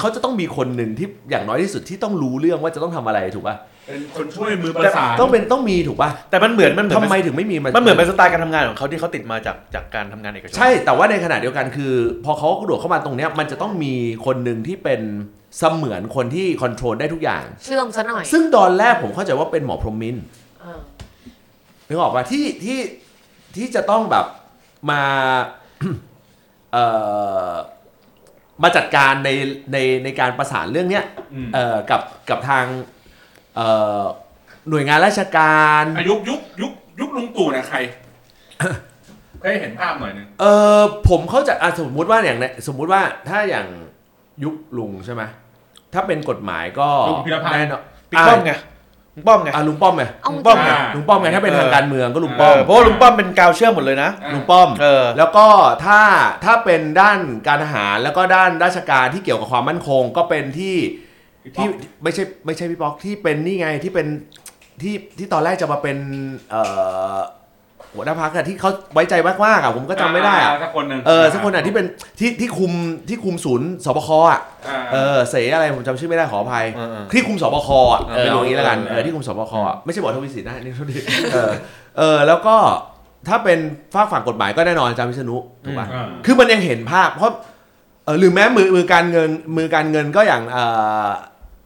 Speaker 1: เขาจะต้องมีคนหนึ่งที่อย่างน้อยที่สุดที่ต้องรู้เรื่องว่าจะต้องทำอะไรถูกป่ะ
Speaker 4: เป็นคนช่วยมือประสาน
Speaker 1: ต้องเป็นต้องมีถูกป่ะ
Speaker 5: แต่มันเหมือนมันเหมือน
Speaker 1: ทำไมถึงไม่มี
Speaker 5: มันเหมือนเป็นสไตล์การทำงานของเขาที่เขาติดมาจากจากการทำงานเอกชน
Speaker 1: ใช่แต่ว่าในขณะเดียวกันคือ พอเขากระโดดเข้ามาตรงเนี้ยมันจะต้องมีคนหนึ่งที่เป็นเสมือนคนที่คอนโทรลได้ทุกอย่าง
Speaker 6: เชื่องซะหน่อย
Speaker 1: ซึ่งตอนแรกผมเข้าใจว่าเป็นหมอพรหมินทร์
Speaker 6: เออ
Speaker 1: นึกออกปะที่ที่ที่จะต้องแบบมา เอ่อมาจัดการในในในการประสานเรื่องเนี้ย
Speaker 4: อืม
Speaker 1: เอ่อกับกับทางเอ่อหน่วยงานราชการ
Speaker 4: อายุคยุคยุคยุคลุงตู่นะใคร ให้เห็นภาพหน่อยหนึง
Speaker 1: เออผมเข้าใจอ่ะสมมุติว่าอย่างในสมมุติว่าถ้าอย่างยุคลุงใช่ไหมถ้าเป็นกฎหมายก็
Speaker 4: ลุงพิรพัน
Speaker 1: แน่
Speaker 4: ธ์
Speaker 1: นอน
Speaker 5: ปิ๊กป้อมไงลุงป้อมไง
Speaker 1: อ่ะลุงป้อมไง
Speaker 6: เอาจ
Speaker 5: ป้
Speaker 6: ริ
Speaker 5: อม
Speaker 6: งๆนะ
Speaker 4: อ่ะ
Speaker 1: ลุงป้อมไงถ้าเป็นทางการเมืองก็ลุง
Speaker 5: เอ
Speaker 1: ป้อม
Speaker 5: อเพราะว่าลุงป้อมเป็นกาวเชื่อมหมดเลยนะ
Speaker 4: อ่ะ
Speaker 1: ลุงป้อม
Speaker 5: เออ
Speaker 1: แล้วก็ถ้าถ้าเป็นด้านการทหารแล้วก็ด้านราชการที่เกี่ยวกับความมั่นคงก็เป็นที่ที่ไม่ใช่ไม่ใช่พี่ป๊อกที่เป็นนี่ไงที่เป็นที่ที่ตอนแรกจะมาเป็นเอ่อหัวหน้าพักอะที่เขาไว้ใจมากๆอะผมก็จำไม่ได้อะ
Speaker 4: าสักคนหนึ่ง
Speaker 1: เออสักคนอะที่เป็นที่ที่คุมที่คุมศูนย์สบคอะ
Speaker 4: า
Speaker 1: เออเสยอะไรผมจำชื่อไม่ได้ขออภัย
Speaker 5: เออเออ
Speaker 1: ที่คุมสบคอะเออ
Speaker 4: ไม่รู้
Speaker 1: เอางี้แล้วกัน
Speaker 4: เออ
Speaker 1: เออที่คุมสบคอะไม่ใช่บอทวิสิทธิ์นะ นี่เท่าทีเออเออแล้วก็ถ้าเป็นฝากฝั่งกฎหมายก็แน่นอนอาจารย์วิษณุถูกป่ะ
Speaker 4: อ่า
Speaker 1: คือมันยังเห็นภาพเพราะเอ่อหรือแม้มือมือการเงินมือการเงินก็อย่างเอ่อ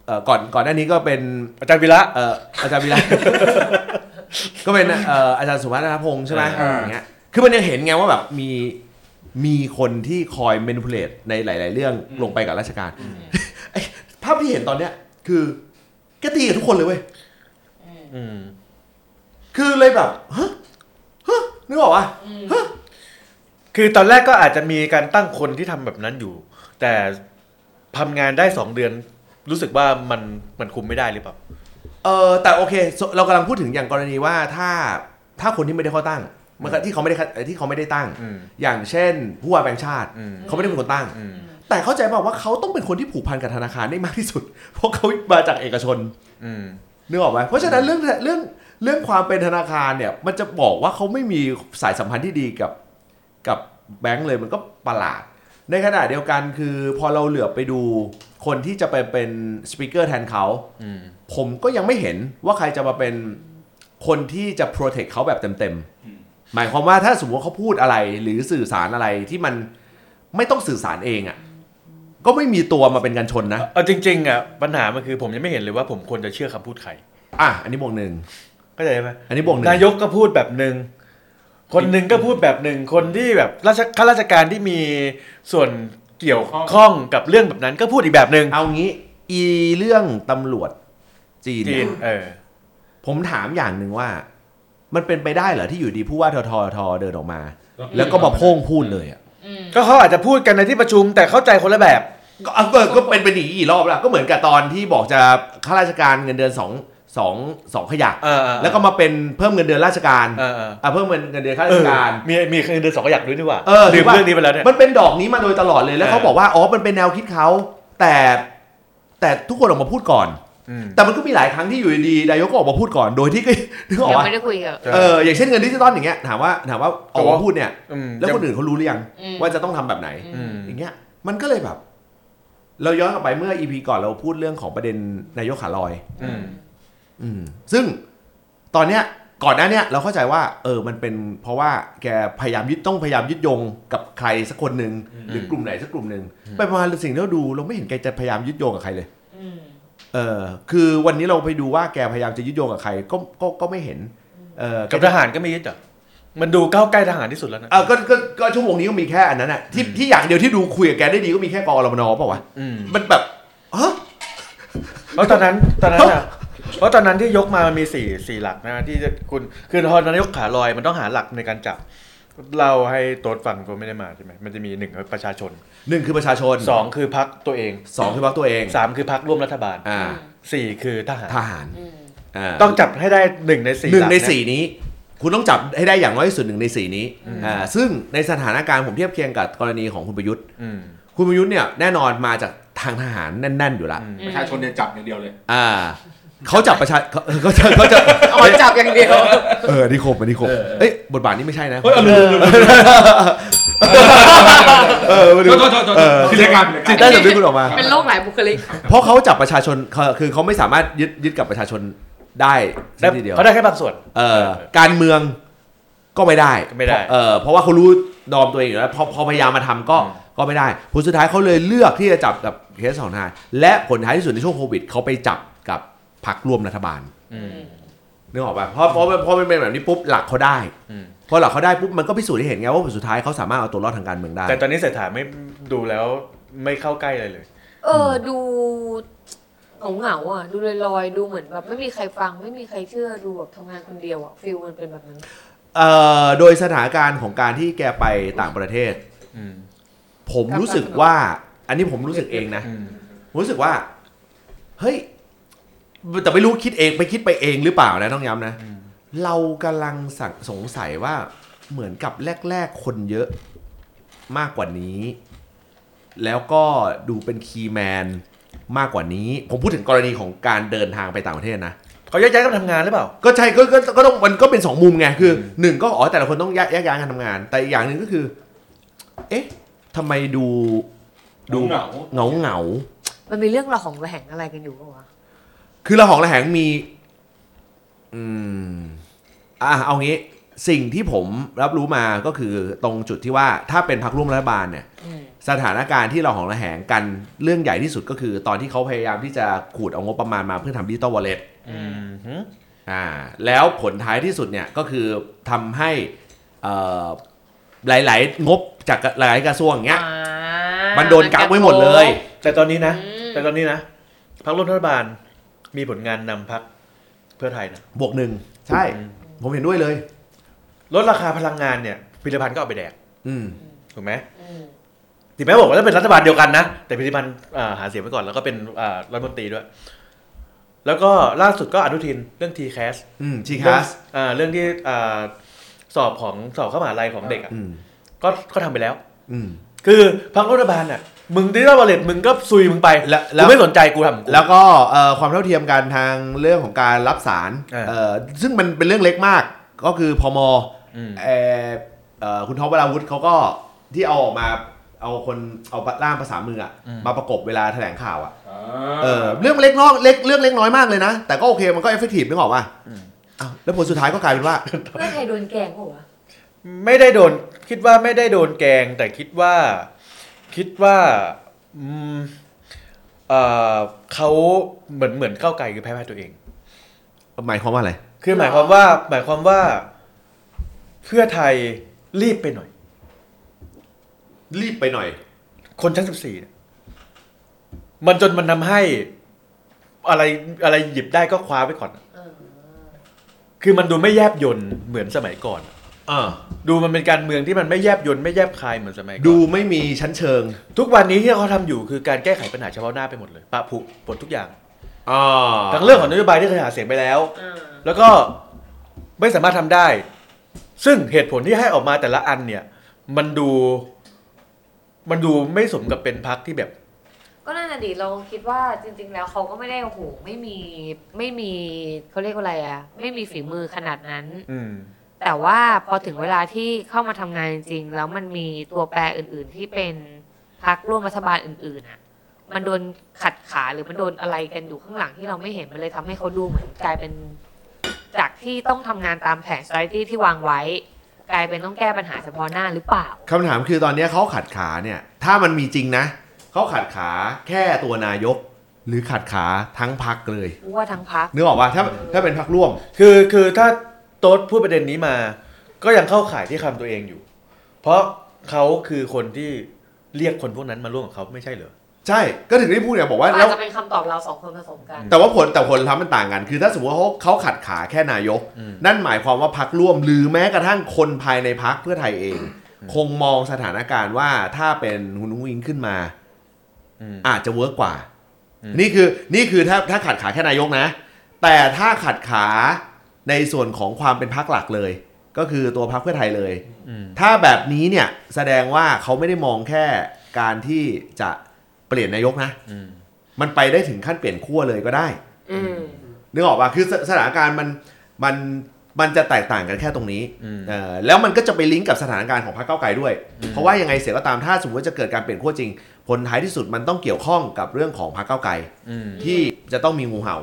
Speaker 1: เอ่อก่อนก่อนหน้านี้ก็เป็น
Speaker 5: อาจารย์วิระ
Speaker 1: เอ่ออาจารย์วิระ ก็เป็นเอ่ออาจารย์สุวัฒนพงษ์ใช่ไหม
Speaker 4: อ่า
Speaker 1: อย่างเงี้ยคือมันยังเห็นไงว่าแบบมีมีคนที่คอย manipulate ในหลาย ๆ เรื่องลงไปกับราชการไอ้ภาพที่เห็นตอนเนี้ยคือแกตีกับทุกคนเลยเว้ย
Speaker 5: อืม
Speaker 1: คือเลยแบบฮะฮะนึกออกปะ
Speaker 5: คือตอนแรกก็อาจจะมีการตั้งคนที่ทำแบบนั้นอยู่ แต่ทำงานได้สองเดือน รู้สึกว่ามันมันคุมไม่ได้หรือเปล่า
Speaker 1: เออแต่โอเคสเรากำลังพูดถึงอย่างกรณีว่าถ้าถ้าคนที่ไม่ได้เข้าตั้งมันก็ที่เขาไม่ได้เข้าเอ่อที่เขาไม่ได้ตั้ง
Speaker 5: อืม
Speaker 1: อย่างเช่น ผู้ว่าแบงค์ชาติ
Speaker 5: อืม
Speaker 1: เขาไม่ได้เป็นคนตั้ง
Speaker 5: อืม
Speaker 1: แต่เข้าใจบอกว่าเขาต้องเป็นคนที่ผูกพันกับธนาคารได้มากที่สุด เพราะเขามาจากเอกชน
Speaker 5: อืม
Speaker 1: นึกออกไหมเพราะฉะนั้นเรื่องเรื่องเรื่องความเป็นธนาคารเนี่ย มันจะบอกว่าเขาไม่มีสายสัมพันธ์ที่ดีกับกับแบงค์เลยมันก็ประหลาด ในขณะเดียวกันคือพอเราเหลือบไปดูคนที่จะไปเป็นสปีกเกอร์แทนเขา
Speaker 5: อืม
Speaker 1: ผมก็ยังไม่เห็นว่าใครจะมาเป็นคนที่จะ protect เขาแบบเต็ม
Speaker 4: อืม
Speaker 1: ๆ หมายความว่าถ้าสมมติว่าเขาพูดอะไรหรือสื่อสารอะไรที่มันไม่ต้องสื่อสารเองอะ่ะ ก็ไม่มีตัวมาเป็นกันชนนะ
Speaker 5: เอาจริงๆอ่ะปัญหามันคือผมยังไม่เห็นเลยว่าผมควรจะเชื่อคำพูดใคร
Speaker 1: อ่ะ อันนี้บวกหนึ่ง
Speaker 5: เข้าใจไหม
Speaker 1: อันนี้บวกหนึ่ง
Speaker 5: นายกก็พูดแบบหนึ่งคนหนึ่งก็พูดแบบหนึ่งคนที่แบบราชข้าราชการที่มีส่วนเกี่ยวข้องกับเรื่องแบบนั้นก็พูดอีกแบบหนึ่ง
Speaker 1: เอางี้อีเรื่องตำรวจจีน
Speaker 5: จี
Speaker 1: เนี่ย
Speaker 5: นเออ
Speaker 1: ผมถามอย่างหนึ่งว่า มันเป็นไปได้เหรอที่อยู่ดีผู้ว่าทททเดินออกมา แล้วก็มาโพ่งพูดเลยอ่ะ
Speaker 5: ก็เขาอาจจะพูดกันในที่ประชุมแต่เข้าใจคนละแบบ
Speaker 1: ก็เอาก็ก็เป็นไปหนีกี่รอบแล้วก็เหมือนกับตอนที่บอกจะข้าราชการเงินเดือนสองสองสองขยัก
Speaker 5: เออ
Speaker 1: แล้วก็มาเป็นเพิ่มเงินเดือนราชการ
Speaker 5: เออเออ
Speaker 1: อ่ะเพิ่มเงินเงินเดือนข้า
Speaker 5: เอ
Speaker 1: ราช
Speaker 5: อ
Speaker 1: การ
Speaker 5: มีมีเงินเดือนสองก็อยากด้วยนี่หว่า
Speaker 1: เออ
Speaker 5: ลืม
Speaker 1: ว่า
Speaker 5: เรื่องนี้ไปแล้วเนี่ย
Speaker 1: มันเป็นดอกนี้มาโดยตลอดเลยแล้วเขา
Speaker 5: เออ
Speaker 1: บอกว่าอ๋อมันเป็นแนวคิดเขาแต่แต่ทุกคนออกมาพูดก่อน
Speaker 5: อืม
Speaker 1: แต่มันก็มีหลายครั้งที่อยู่ดีๆนายกก็ออกมาพูดก่อนโดยที่ก็ นึกออก
Speaker 6: ยัง
Speaker 1: ว่า
Speaker 6: ไม่ได้คุยกับ
Speaker 5: ใช่
Speaker 1: เอออย่างเช่นเงินดิจิตอลอย่างเงี้ยถามว่าถามว่าออกมาพูดเนี่ย
Speaker 5: อืม
Speaker 1: แล้วคนอื่นเขารู้หรือยัง
Speaker 6: อืม
Speaker 1: ว่าจะต้องทำแบบไหน
Speaker 5: อืม
Speaker 1: อย่างเงี้ยมันก็เลยแบบ เราย้อนกลับไปเมื่อ EP ก่อนเราพูดเรื่องของประเด็นนายกขาลอย
Speaker 5: อืม
Speaker 1: อืมซึ่งตอนเนี้ยก่อนหน้าเนี้ยเราเข้าใจว่า เออมันเป็นเพราะว่าแกพยายามยึดต้องพยายามยึดโยงกับใครสักคนหนึ่งหรือกลุ่มไหนสักกลุ่มหนึ่ง
Speaker 5: อืม
Speaker 1: ไปมาสิ่งที่เราดูเราไม่เห็นแกจะพยายามยึดโยงกับใครเลย
Speaker 2: อืม
Speaker 1: เออคือวันนี้เราไปดูว่าแกพยายามจะยึดโยงกับใครก็ก็ก็ไม่เห็น เออ
Speaker 5: กับทหารก็ไม่ยึดเหรอมันดูก้าวใกล้ทหารที่สุดแล้วนะ
Speaker 1: เออก็ก็ก็ชั่วโมงนี้ก็มีแค่อันนั้นแหะที่ที่อย่างเดียวที่ดูคุยกับแกได้ดีก็มีแค่กอรมนเปล่าวะ
Speaker 5: อืม
Speaker 1: มันแบบฮะ
Speaker 5: เพราะตอนนั้นตอนนั้นอ่ะเพราะตอนนั้นที่ยกมามันมีสี่สี่หลักนะที่จะคุณคือตอนนั้นยกขาลอยมันต้องหาหลักในการจับ เราให้ตัวฝั่งตัวไม่ได้มาใช่ไหมมันจะมีหนึ่งประชาชน
Speaker 1: หนึ่งคือประชาชน
Speaker 5: สองคือพักตัวเอง
Speaker 1: สองคือพรรคตัวเอง
Speaker 5: สามคือพักร่วมรัฐบาล
Speaker 1: อ่า
Speaker 5: สี่คือทหาร
Speaker 1: ทหาร
Speaker 6: อืม
Speaker 1: อ่า
Speaker 5: ต้องจับให้ได้หนึ่งในสี่
Speaker 1: หนึ่งใน
Speaker 5: ลักะ
Speaker 1: สี่นี้ คุณต้องจับให้ได้อย่างน้อยที่สุดหนึ่งในสี่นี้
Speaker 5: อืม
Speaker 1: อ่าซึ่งในสถานการณ์ผมเทียบเคียงกับกรณีของคุณประยุทธ์
Speaker 5: อืม
Speaker 1: คุณประยุทธ์เนี่ยแน่นอนมาจากทางทหารแน่น ๆ อยู่ละ
Speaker 5: อืม
Speaker 4: ประชาชนเนี่ยจับอย่างเดียวเลย
Speaker 1: อ่าเขาจับประชาเขาเขาจะเขาจะ
Speaker 6: เอามาจับอย่างเดียว
Speaker 1: เออนิคมอันนิคม
Speaker 4: เออเออ
Speaker 1: เอ้ยบทบาทนี้ไม่ใช่นะ
Speaker 4: เฮ้ยเอาลืมลืมลืม
Speaker 1: เออมาดู
Speaker 4: โทษโทษโทษโทษ
Speaker 1: เออ
Speaker 4: จินตนาการ
Speaker 1: จิ
Speaker 4: จิน
Speaker 1: ต
Speaker 4: ตนาการ
Speaker 1: ใต้สำนึกคุณออกมา
Speaker 6: เป็นโรคหลายบุคลิก
Speaker 1: เพราะเขาจับประชาชนเขาคือเขาไม่สามารถยึดยึดกับประชาชนได้
Speaker 5: ได้
Speaker 1: สักทีเดียว
Speaker 5: เขาได้แค่บางส่วน
Speaker 1: เออการเมืองก็ไม่ได้
Speaker 5: ก็ไม่ได้
Speaker 1: เออเพราะว่าเขารู้ดอมตัวเองอยู่แล้วพอพอพยายามมาทำก็
Speaker 5: อืม
Speaker 1: ก็ไม่ได้ผลสุดท้ายเขาเลยเลือกที่จะจับกับเคสของทหารและผลท้ายที่สุดในช่วงโควิดเขาไปจับกับพรรคร่วมรัฐบาล
Speaker 5: อืม
Speaker 1: นึกออกป่ะเพราะเพราะเพราะมันเป็นแบบนี้ปุ๊บหลักเขาได้
Speaker 5: อืม
Speaker 1: พอหลักเขาได้ปุ๊บมันก็พิสูจน์ให้เห็นไงว่าผลสุดท้ายเขาสามารถเอาตัวรอดทางการเมืองได้
Speaker 5: แต่ตอนนี้เศรษฐาไม่ดูแล้วไม่เข้าใกล้เลยเลย
Speaker 6: เออ ดูเหงาๆอ่ะ ดูลอยๆ ดูเหมือนแบบไม่มีใครฟัง ไม่มีใครเชื่อ ดูแบบทำงานคนเดียวอ่ะ ฟิลมันเป็นแบบนั้น
Speaker 1: เอ่อโดยสถานการณ์ของการที่แกไปต่างประเทศ
Speaker 5: อืม
Speaker 1: ผมรู้สึกว่า อันนี้ผมรู้สึกเองนะ
Speaker 5: อืม
Speaker 1: ผมรู้สึกว่า เฮ้ย แต่ไม่รู้คิดเองไปคิดไปเองหรือเปล่านะต้องย้ำนะ
Speaker 5: อืม
Speaker 1: เรากำลังสงสงสัยว่าเหมือนกับแรก ๆ คนเยอะมากกว่านี้ แล้วก็ดูเป็นคีย์แมนมากกว่านี้ ผมพูดถึงกรณีของการเดินทางไปต่างประเทศนะ
Speaker 5: เขาแยกย้ายกันทำงานหรือเปล่า
Speaker 1: ก็ใช่ก็ก็ก็ต้องมันก็เป็นสองมุมไงคืออ
Speaker 5: ม
Speaker 1: หนึ่งก็อ๋อแต่ละคนต้องแยกแยกย้ายกันทำงาน แต่อีกอย่างหนึ่งก็คือ เอ๊ะทำไมดูดู
Speaker 4: เหงา
Speaker 1: เหงาเหงาๆ
Speaker 6: มันมีเรื่องระหองระแหงอะไรกันอยู่ปะวะ
Speaker 1: คือระหองระแหงมี อืม อ่ะเอางี้ สิ่งที่ผมรับรู้มาก็คือตรงจุดที่ว่าถ้าเป็นพรรคร่วมรัฐบาลเนี่ย
Speaker 6: อืม
Speaker 1: สถานการณ์ที่เราหองระแหงกันเรื่องใหญ่ที่สุดก็คือ ตอนที่เขาพยายามที่จะขูดเอางบประมาณมาเพื่อทำดิจิตอลวอลเล็ต
Speaker 5: อืมฮึ
Speaker 1: อ่า แล้วผลท้ายที่สุดเนี่ยก็คือทำให้เอ่อหลาย ๆ งบจากหลายๆกระทรวงอย่างเงี้ย มันโดนกักไว้หมดเลย
Speaker 5: แต่ตอนนี้นะ
Speaker 6: อืม
Speaker 5: แต่ตอนนี้นะพรรคร่วมรัฐบาลมีผลงานนำพรรคเพื่อไทยนะ
Speaker 1: บวกหนึ่งใช่
Speaker 5: อืม
Speaker 1: ผมเห็นด้วยเลย
Speaker 5: ลดราคาพลังงานเนี่ยพิริพันธ์ก็เอาไปแดก
Speaker 1: อืม
Speaker 5: ถูกไหม
Speaker 6: อืม
Speaker 5: ถึงแม้บอกว่าจะเป็นรัฐบาลเดียวกันนะ แต่พิริพันธ์อ่าหาเสียงไปก่อนแล้วก็เป็นอ่ารัฐมนตรีด้วย แล้วก็ล่าสุดก็อนุทินเรื่องทีแคส
Speaker 1: อืมชี
Speaker 5: ที
Speaker 1: คาส
Speaker 5: เรื่องที่อ่าสอบของสอบเข้ามหาลัยของเด็กอ่ะ
Speaker 1: อืม
Speaker 5: ก็ก็ทำไปแล้ว
Speaker 1: อืม
Speaker 5: คือพรรครัฐบาลอ่ะมึงดิจิทัลวอลเล็ตมึงก็ซุยมึงไป
Speaker 1: แล้วแล้
Speaker 5: กู
Speaker 1: ว
Speaker 5: ไม่สนใจกูทำของกู
Speaker 1: แล้วก็เอ่อความเท่าเทียมกันทางเรื่องของการรับสาร
Speaker 5: เออ
Speaker 1: เอ่อซึ่งมันเป็นเรื่องเล็กมากก็คือพม
Speaker 5: อืม
Speaker 1: เอ่อเอ่อคุณท็อปวราวุฒิเขาก็ที่เอาออกมาเอาคนเอาร่างภาษามืออะมาประกบเวลาแถลงข่าวอะเออเรื่องเล็กน้อยเล็กเรื่องเล็กน้อยมากเลยนะ แต่ก็โอเคมันก็เอฟเฟกตีฟนึกออกป่ะอ้าวแล้วผลสุดท้ายก็กลายเป็นว่า
Speaker 6: เพื่อไทยโดนแกล้งปะวะ
Speaker 5: ไม่ได้โดนคิดว่าไม่ได้โดนแกง แต่คิดว่า คิดว่าอืมเอ่อเขาเหมือนเหมือนก้าวไกลคือแพ้พ่ายตัวเอง
Speaker 1: หมายความว่าอะไร
Speaker 5: คือ
Speaker 6: หรอ
Speaker 5: หมายความว่า หมายความว่า เพื่อไทยรีบไปหน่อย
Speaker 1: รีบไปหน่อย
Speaker 5: คนชั้นสิบสี่ยมันจนมันทำให้ อะไรอะไรหยิบได้ก็คว้าไว้ก่อน
Speaker 6: เออ
Speaker 5: คือมันดูไม่แยบยนเหมือนสมัยก่อน
Speaker 1: เออ
Speaker 5: ดูมันเป็นการเมืองที่มันไม่แยบยนไม่แยบคายเหมือนสมัยก่อน
Speaker 1: ดูไม่มีชั้นเชิง
Speaker 5: ทุกวันนี้ที่เขาทำอยู่คือการแก้ไขปัญหาเฉพาะหน้าไปหมดเลยปะผุหมดทุกอย่าง
Speaker 1: อ่า
Speaker 5: ทั้งเรื่องของนโยบายที่เคยหาเสียงไปแล้ว
Speaker 6: เออ
Speaker 5: แล้วก็ไม่สามารถทำได้ ซึ่งเหตุผลที่ให้ออกมาแต่ละอันเนี่ย มันดู มันดูไม่สมกับเป็นพักที่แบบ
Speaker 6: ก็นั่นน่ะดิเราคิดว่าจริง ๆ แล้วเขาก็ไม่ได้โอ้โหไม่มีไม่มีเขาเรียกว่าอะไรอะไม่มีฝีมือขนาดนั้น
Speaker 5: อืม
Speaker 6: แต่ว่าพอถึงเวลาที่เข้ามาทำงานจริงๆ แล้วมันมีตัวแปรอื่น ๆ ที่เป็นพักร่วมรัฐบาลอื่นๆอ่ะ มันโดนขัดขาหรือมันโดนอะไรกันอยู่ข้างหลังที่เราไม่เห็นมันเลยทำให้เขาดูเหมือนกลายเป็นจากที่ต้องทำงานตามแผน strategy ที่วางไว้ กลายเป็นต้องแก้ปัญหาเฉพาะหน้าหรือเปล่า
Speaker 1: คำถามคือตอนเนี้ยเขาขัดขาเนี่ย ถ้ามันมีจริงนะ เขาขัดขาแค่ตัวนายก หรือขัดขาทั้งพักเลย
Speaker 6: ว่าทั้งพัก
Speaker 1: นึกออกปะถ้าถ้าเป็นพักร่วม
Speaker 5: คือคือถ้าโต๊ดพูดประเด็นนี้มา ก็ยังเข้าข่ายที่คำตัวเองอยู่ เพราะเขาคือคนที่เรียกคนพวกนั้นมาร่วมกับเขาไม่ใช่เหรอ
Speaker 1: ใช่ก็ถึงได้พูดเนี่ยบอกว่า
Speaker 6: อา
Speaker 1: แล้
Speaker 6: จ
Speaker 1: ว
Speaker 6: จะเป็นคำตอบเราสองคนผสมกัน
Speaker 1: แต่ว่าผลแต่ผลลัพธ์มันต่างกัน คือถ้าสมมติว่าเขาเขาขัดขาแค่นายก
Speaker 5: อืม
Speaker 1: นั่นหมายความว่าพักร่วม หรือแม้กระทั่งคนภายในพักเพื่อไทยเอง คงมองสถานการณ์ว่าถ้าเป็นคุณอุ้งอิงขึ้นมา
Speaker 5: อืม
Speaker 1: อาจจะเวิร์กกว่า
Speaker 5: อืม
Speaker 1: นี่คือนี่คือถ้าถ้าขัดขาแค่นายกนะ แต่ถ้าขัดขาในส่วนของความเป็นพักหลักเลย ก็คือตัวพักเพื่อไทยเลย
Speaker 5: อืม
Speaker 1: ถ้าแบบนี้เนี่ยแสดงว่าเขาไม่ได้มองแค่การที่จะเปลี่ยนนายกนะ
Speaker 5: อืม
Speaker 1: มันไปได้ถึงขั้นเปลี่ยนขั้วเลยก็ได้
Speaker 6: อืม
Speaker 1: นึกออกป่ะ คือสสถานการณ์มันมันมันจะแตกต่างกันแค่ตรงนี้
Speaker 5: อืม
Speaker 1: เออแล้วมันก็จะไปลิงก์กับสถานการณ์ของพรรคก้าวไกลด้วย เพราะว่ายังไงเสียก็ตามถ้าสมมติว่าจะเกิดการเปลี่ยนขั้วจริง ผลท้ายที่สุดมันต้องเกี่ยวข้องกับเรื่องของพรรคก้าวไกล
Speaker 5: อืม
Speaker 1: ที่จะต้องมีงูเห่า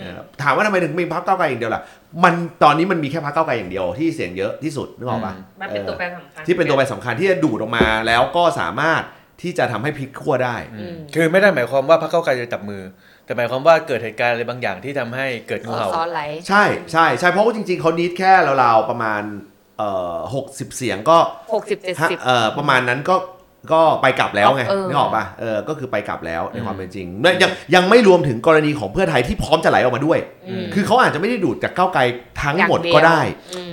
Speaker 1: เออถามว่าทำไมถึงมีพรรคก้าวไกลอย่างเดียวล่ะ มันตอนนี้มันมีแค่พรรคก้าวไกลอย่างเดียวที่เสียงเยอะที่สุดนึกออกป่ะ
Speaker 2: มันเป็นตัวแปรสำคัญ
Speaker 1: เออที่เป็นตัวแปรสำคัญที่จะดูดออกมาแล้วก็สามารถที่จะทำให้พลิกขั้วได้
Speaker 5: อืม
Speaker 6: อืม
Speaker 5: คือไม่ได้หมายความว่าพรรคเก้าวไกลจะจับมือ แต่หมายความว่าเกิดเหตุการณ์อะไรบางอย่างที่ทำให้เกิดงูเห่า
Speaker 6: ซ้อนไหล
Speaker 1: ใช่ใช่ใช่เพราะว่าจริงๆเขานิดแค่ราวๆประมาณเอ่อหกสิบเสียงก็
Speaker 6: หกสิบเจ็ด
Speaker 1: ฮะ
Speaker 6: สิบ
Speaker 1: เอ่อประมาณนั้นก็ก็ไปกลับแล้วไง
Speaker 6: เออ
Speaker 1: นึกออกป่ะเออก็คือไปกลับแล้วในความเป็นจริงและยังยังไม่รวมถึงกรณีของเพื่อไทยที่พร้อมจะไหลออกมาด้วย คือเขาอาจจะไม่ได้ดูดจากก้าวไกลทั้งหมดก็ได้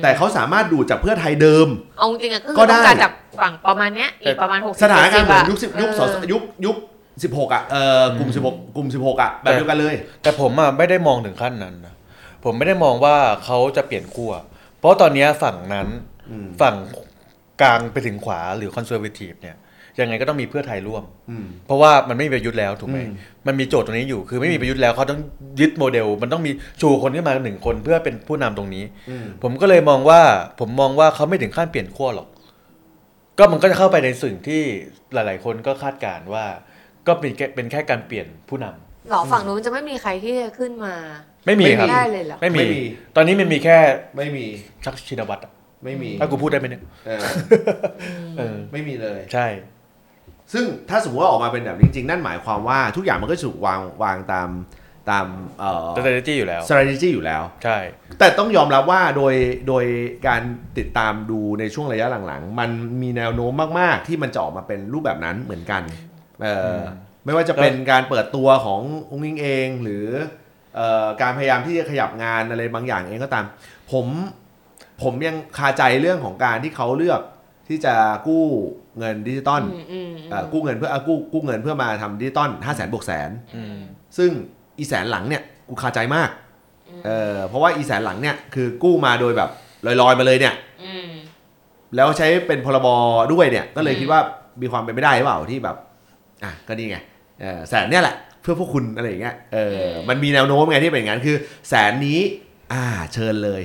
Speaker 1: แต่เขาสามารถดูดจากเพื่อไทยเดิม
Speaker 6: เอาจริงๆอะก็
Speaker 1: ก็
Speaker 6: คือ
Speaker 1: ได้
Speaker 6: ต้องการจากฝั่งประมาณเนี้ยอีกประมาณหกสิบ
Speaker 1: สถานการณ์เหมือน
Speaker 6: เจ็ด
Speaker 1: ยุคสิบยุคสอสยุคยุคสิบหกอ่ะเออกลุ่มสิบหกกลุ่มสิบหกอ่ะแบบเดียวกันเลย
Speaker 5: แต่ผมอ่ะไม่ได้มองถึงขั้นนั้นนะผมไม่ได้มองว่าเขาจะเปลี่ยนขั้วเพราะตอนเนี้ยฝั่งนั้น
Speaker 1: อืม
Speaker 5: ฝั่งกลางไปถึงขวาหรือคอนเซอร์เวทีฟเนี่ยยังไงก็ต้องมีเพื่อไทยร่วม
Speaker 1: อืม
Speaker 5: เพราะว่ามันไม่มีประยุทธ์แล้วถูกไหม
Speaker 1: อืม
Speaker 5: มันมีโจทย์ตรงนี้อยู่คือไม่มีประยุทธ์แล้วเขาต้องยึดโมเดล มันต้องมีชูคนขึ้นมาหนึ่งคนเพื่อเป็นผู้นำตรงนี้
Speaker 1: อืม
Speaker 5: ผมก็เลยมองว่าผมมองว่าเขาไม่ถึงขั้นเปลี่ยนขั้วหรอก ก็มันก็จะเข้าไปในสิ่งที่หลาย ๆ คนก็คาดการณ์ว่า ก็เป็นแค่เป็นแค่การเปลี่ยนผู้นำ
Speaker 6: หรอฝั่งนู้นจะไม่มีใครที่จะขึ้นมา
Speaker 5: ไม่มีครับ
Speaker 1: ไม่มี
Speaker 6: ได้เลยเหรอ
Speaker 5: ไม่มี
Speaker 1: ไม่มี
Speaker 5: ตอนนี้มันมีแค่
Speaker 1: ไม่มี
Speaker 5: ชักชินวัตรอะ
Speaker 1: ไม่มี
Speaker 5: ถ้ากูพูดได้ไหมเนี่ย
Speaker 1: เออ
Speaker 5: เออ
Speaker 1: ไม่มีเลย
Speaker 5: ใช่
Speaker 1: ซึ่งถ้าสมมติว่าออกมาเป็นแบบนี้จริงๆ นั่นหมายความว่าทุกอย่างมันก็ถูกวางวางตามตามเอ่อ
Speaker 5: s t r a t e g y อยู่แล้ว
Speaker 1: strategy อยู่แล้ว
Speaker 5: ใช่
Speaker 1: แต่ต้องยอมรับว่าโดยโดยการติดตามดูในช่วงระยะหลังๆ มันมีแนวโน้มมากๆ ที่มันจะออกมาเป็นรูปแบบนั้นเหมือนกันเอ่ออไม่ว่าจะเป็นการเปิดตัวขององค์อิงเองหรือเอ่อการพยายามที่จะขยับงานอะไรบางอย่างเองก็ตาม ผมผมยังคาใจเรื่องของการที่เขาเลือกที่จะกู้เงินดิจิตอล
Speaker 6: อืมอืม
Speaker 1: เอ่อกู้เงินเพื่อเอ่อกู้กู้เงินเพื่อมาทำดิจิตอลห้าแสนบวกแสน
Speaker 5: อืม
Speaker 1: ซึ่งอีแสนหลังเนี่ยกูคาใจมาก เออเพราะว่าอีแสนหลังเนี่ยคือกู้มาโดยแบบลอยๆมาเลยเนี่ย
Speaker 6: อืม
Speaker 1: แล้วใช้เป็นพรบด้วยเนี่ย ก็เลย
Speaker 6: อืม
Speaker 1: คิดว่ามีความเป็นไปได้หรือเปล่าที่แบบอ่ะก็นี่ไงเออแสนเนี่ยแหละ เพื่อพวกคุณอะไรอย่างเงี้ยเออมันมีแนวโน้มไงที่เป็นอย่างนั้นคือ แสนนี้ อ่าเชิญเลย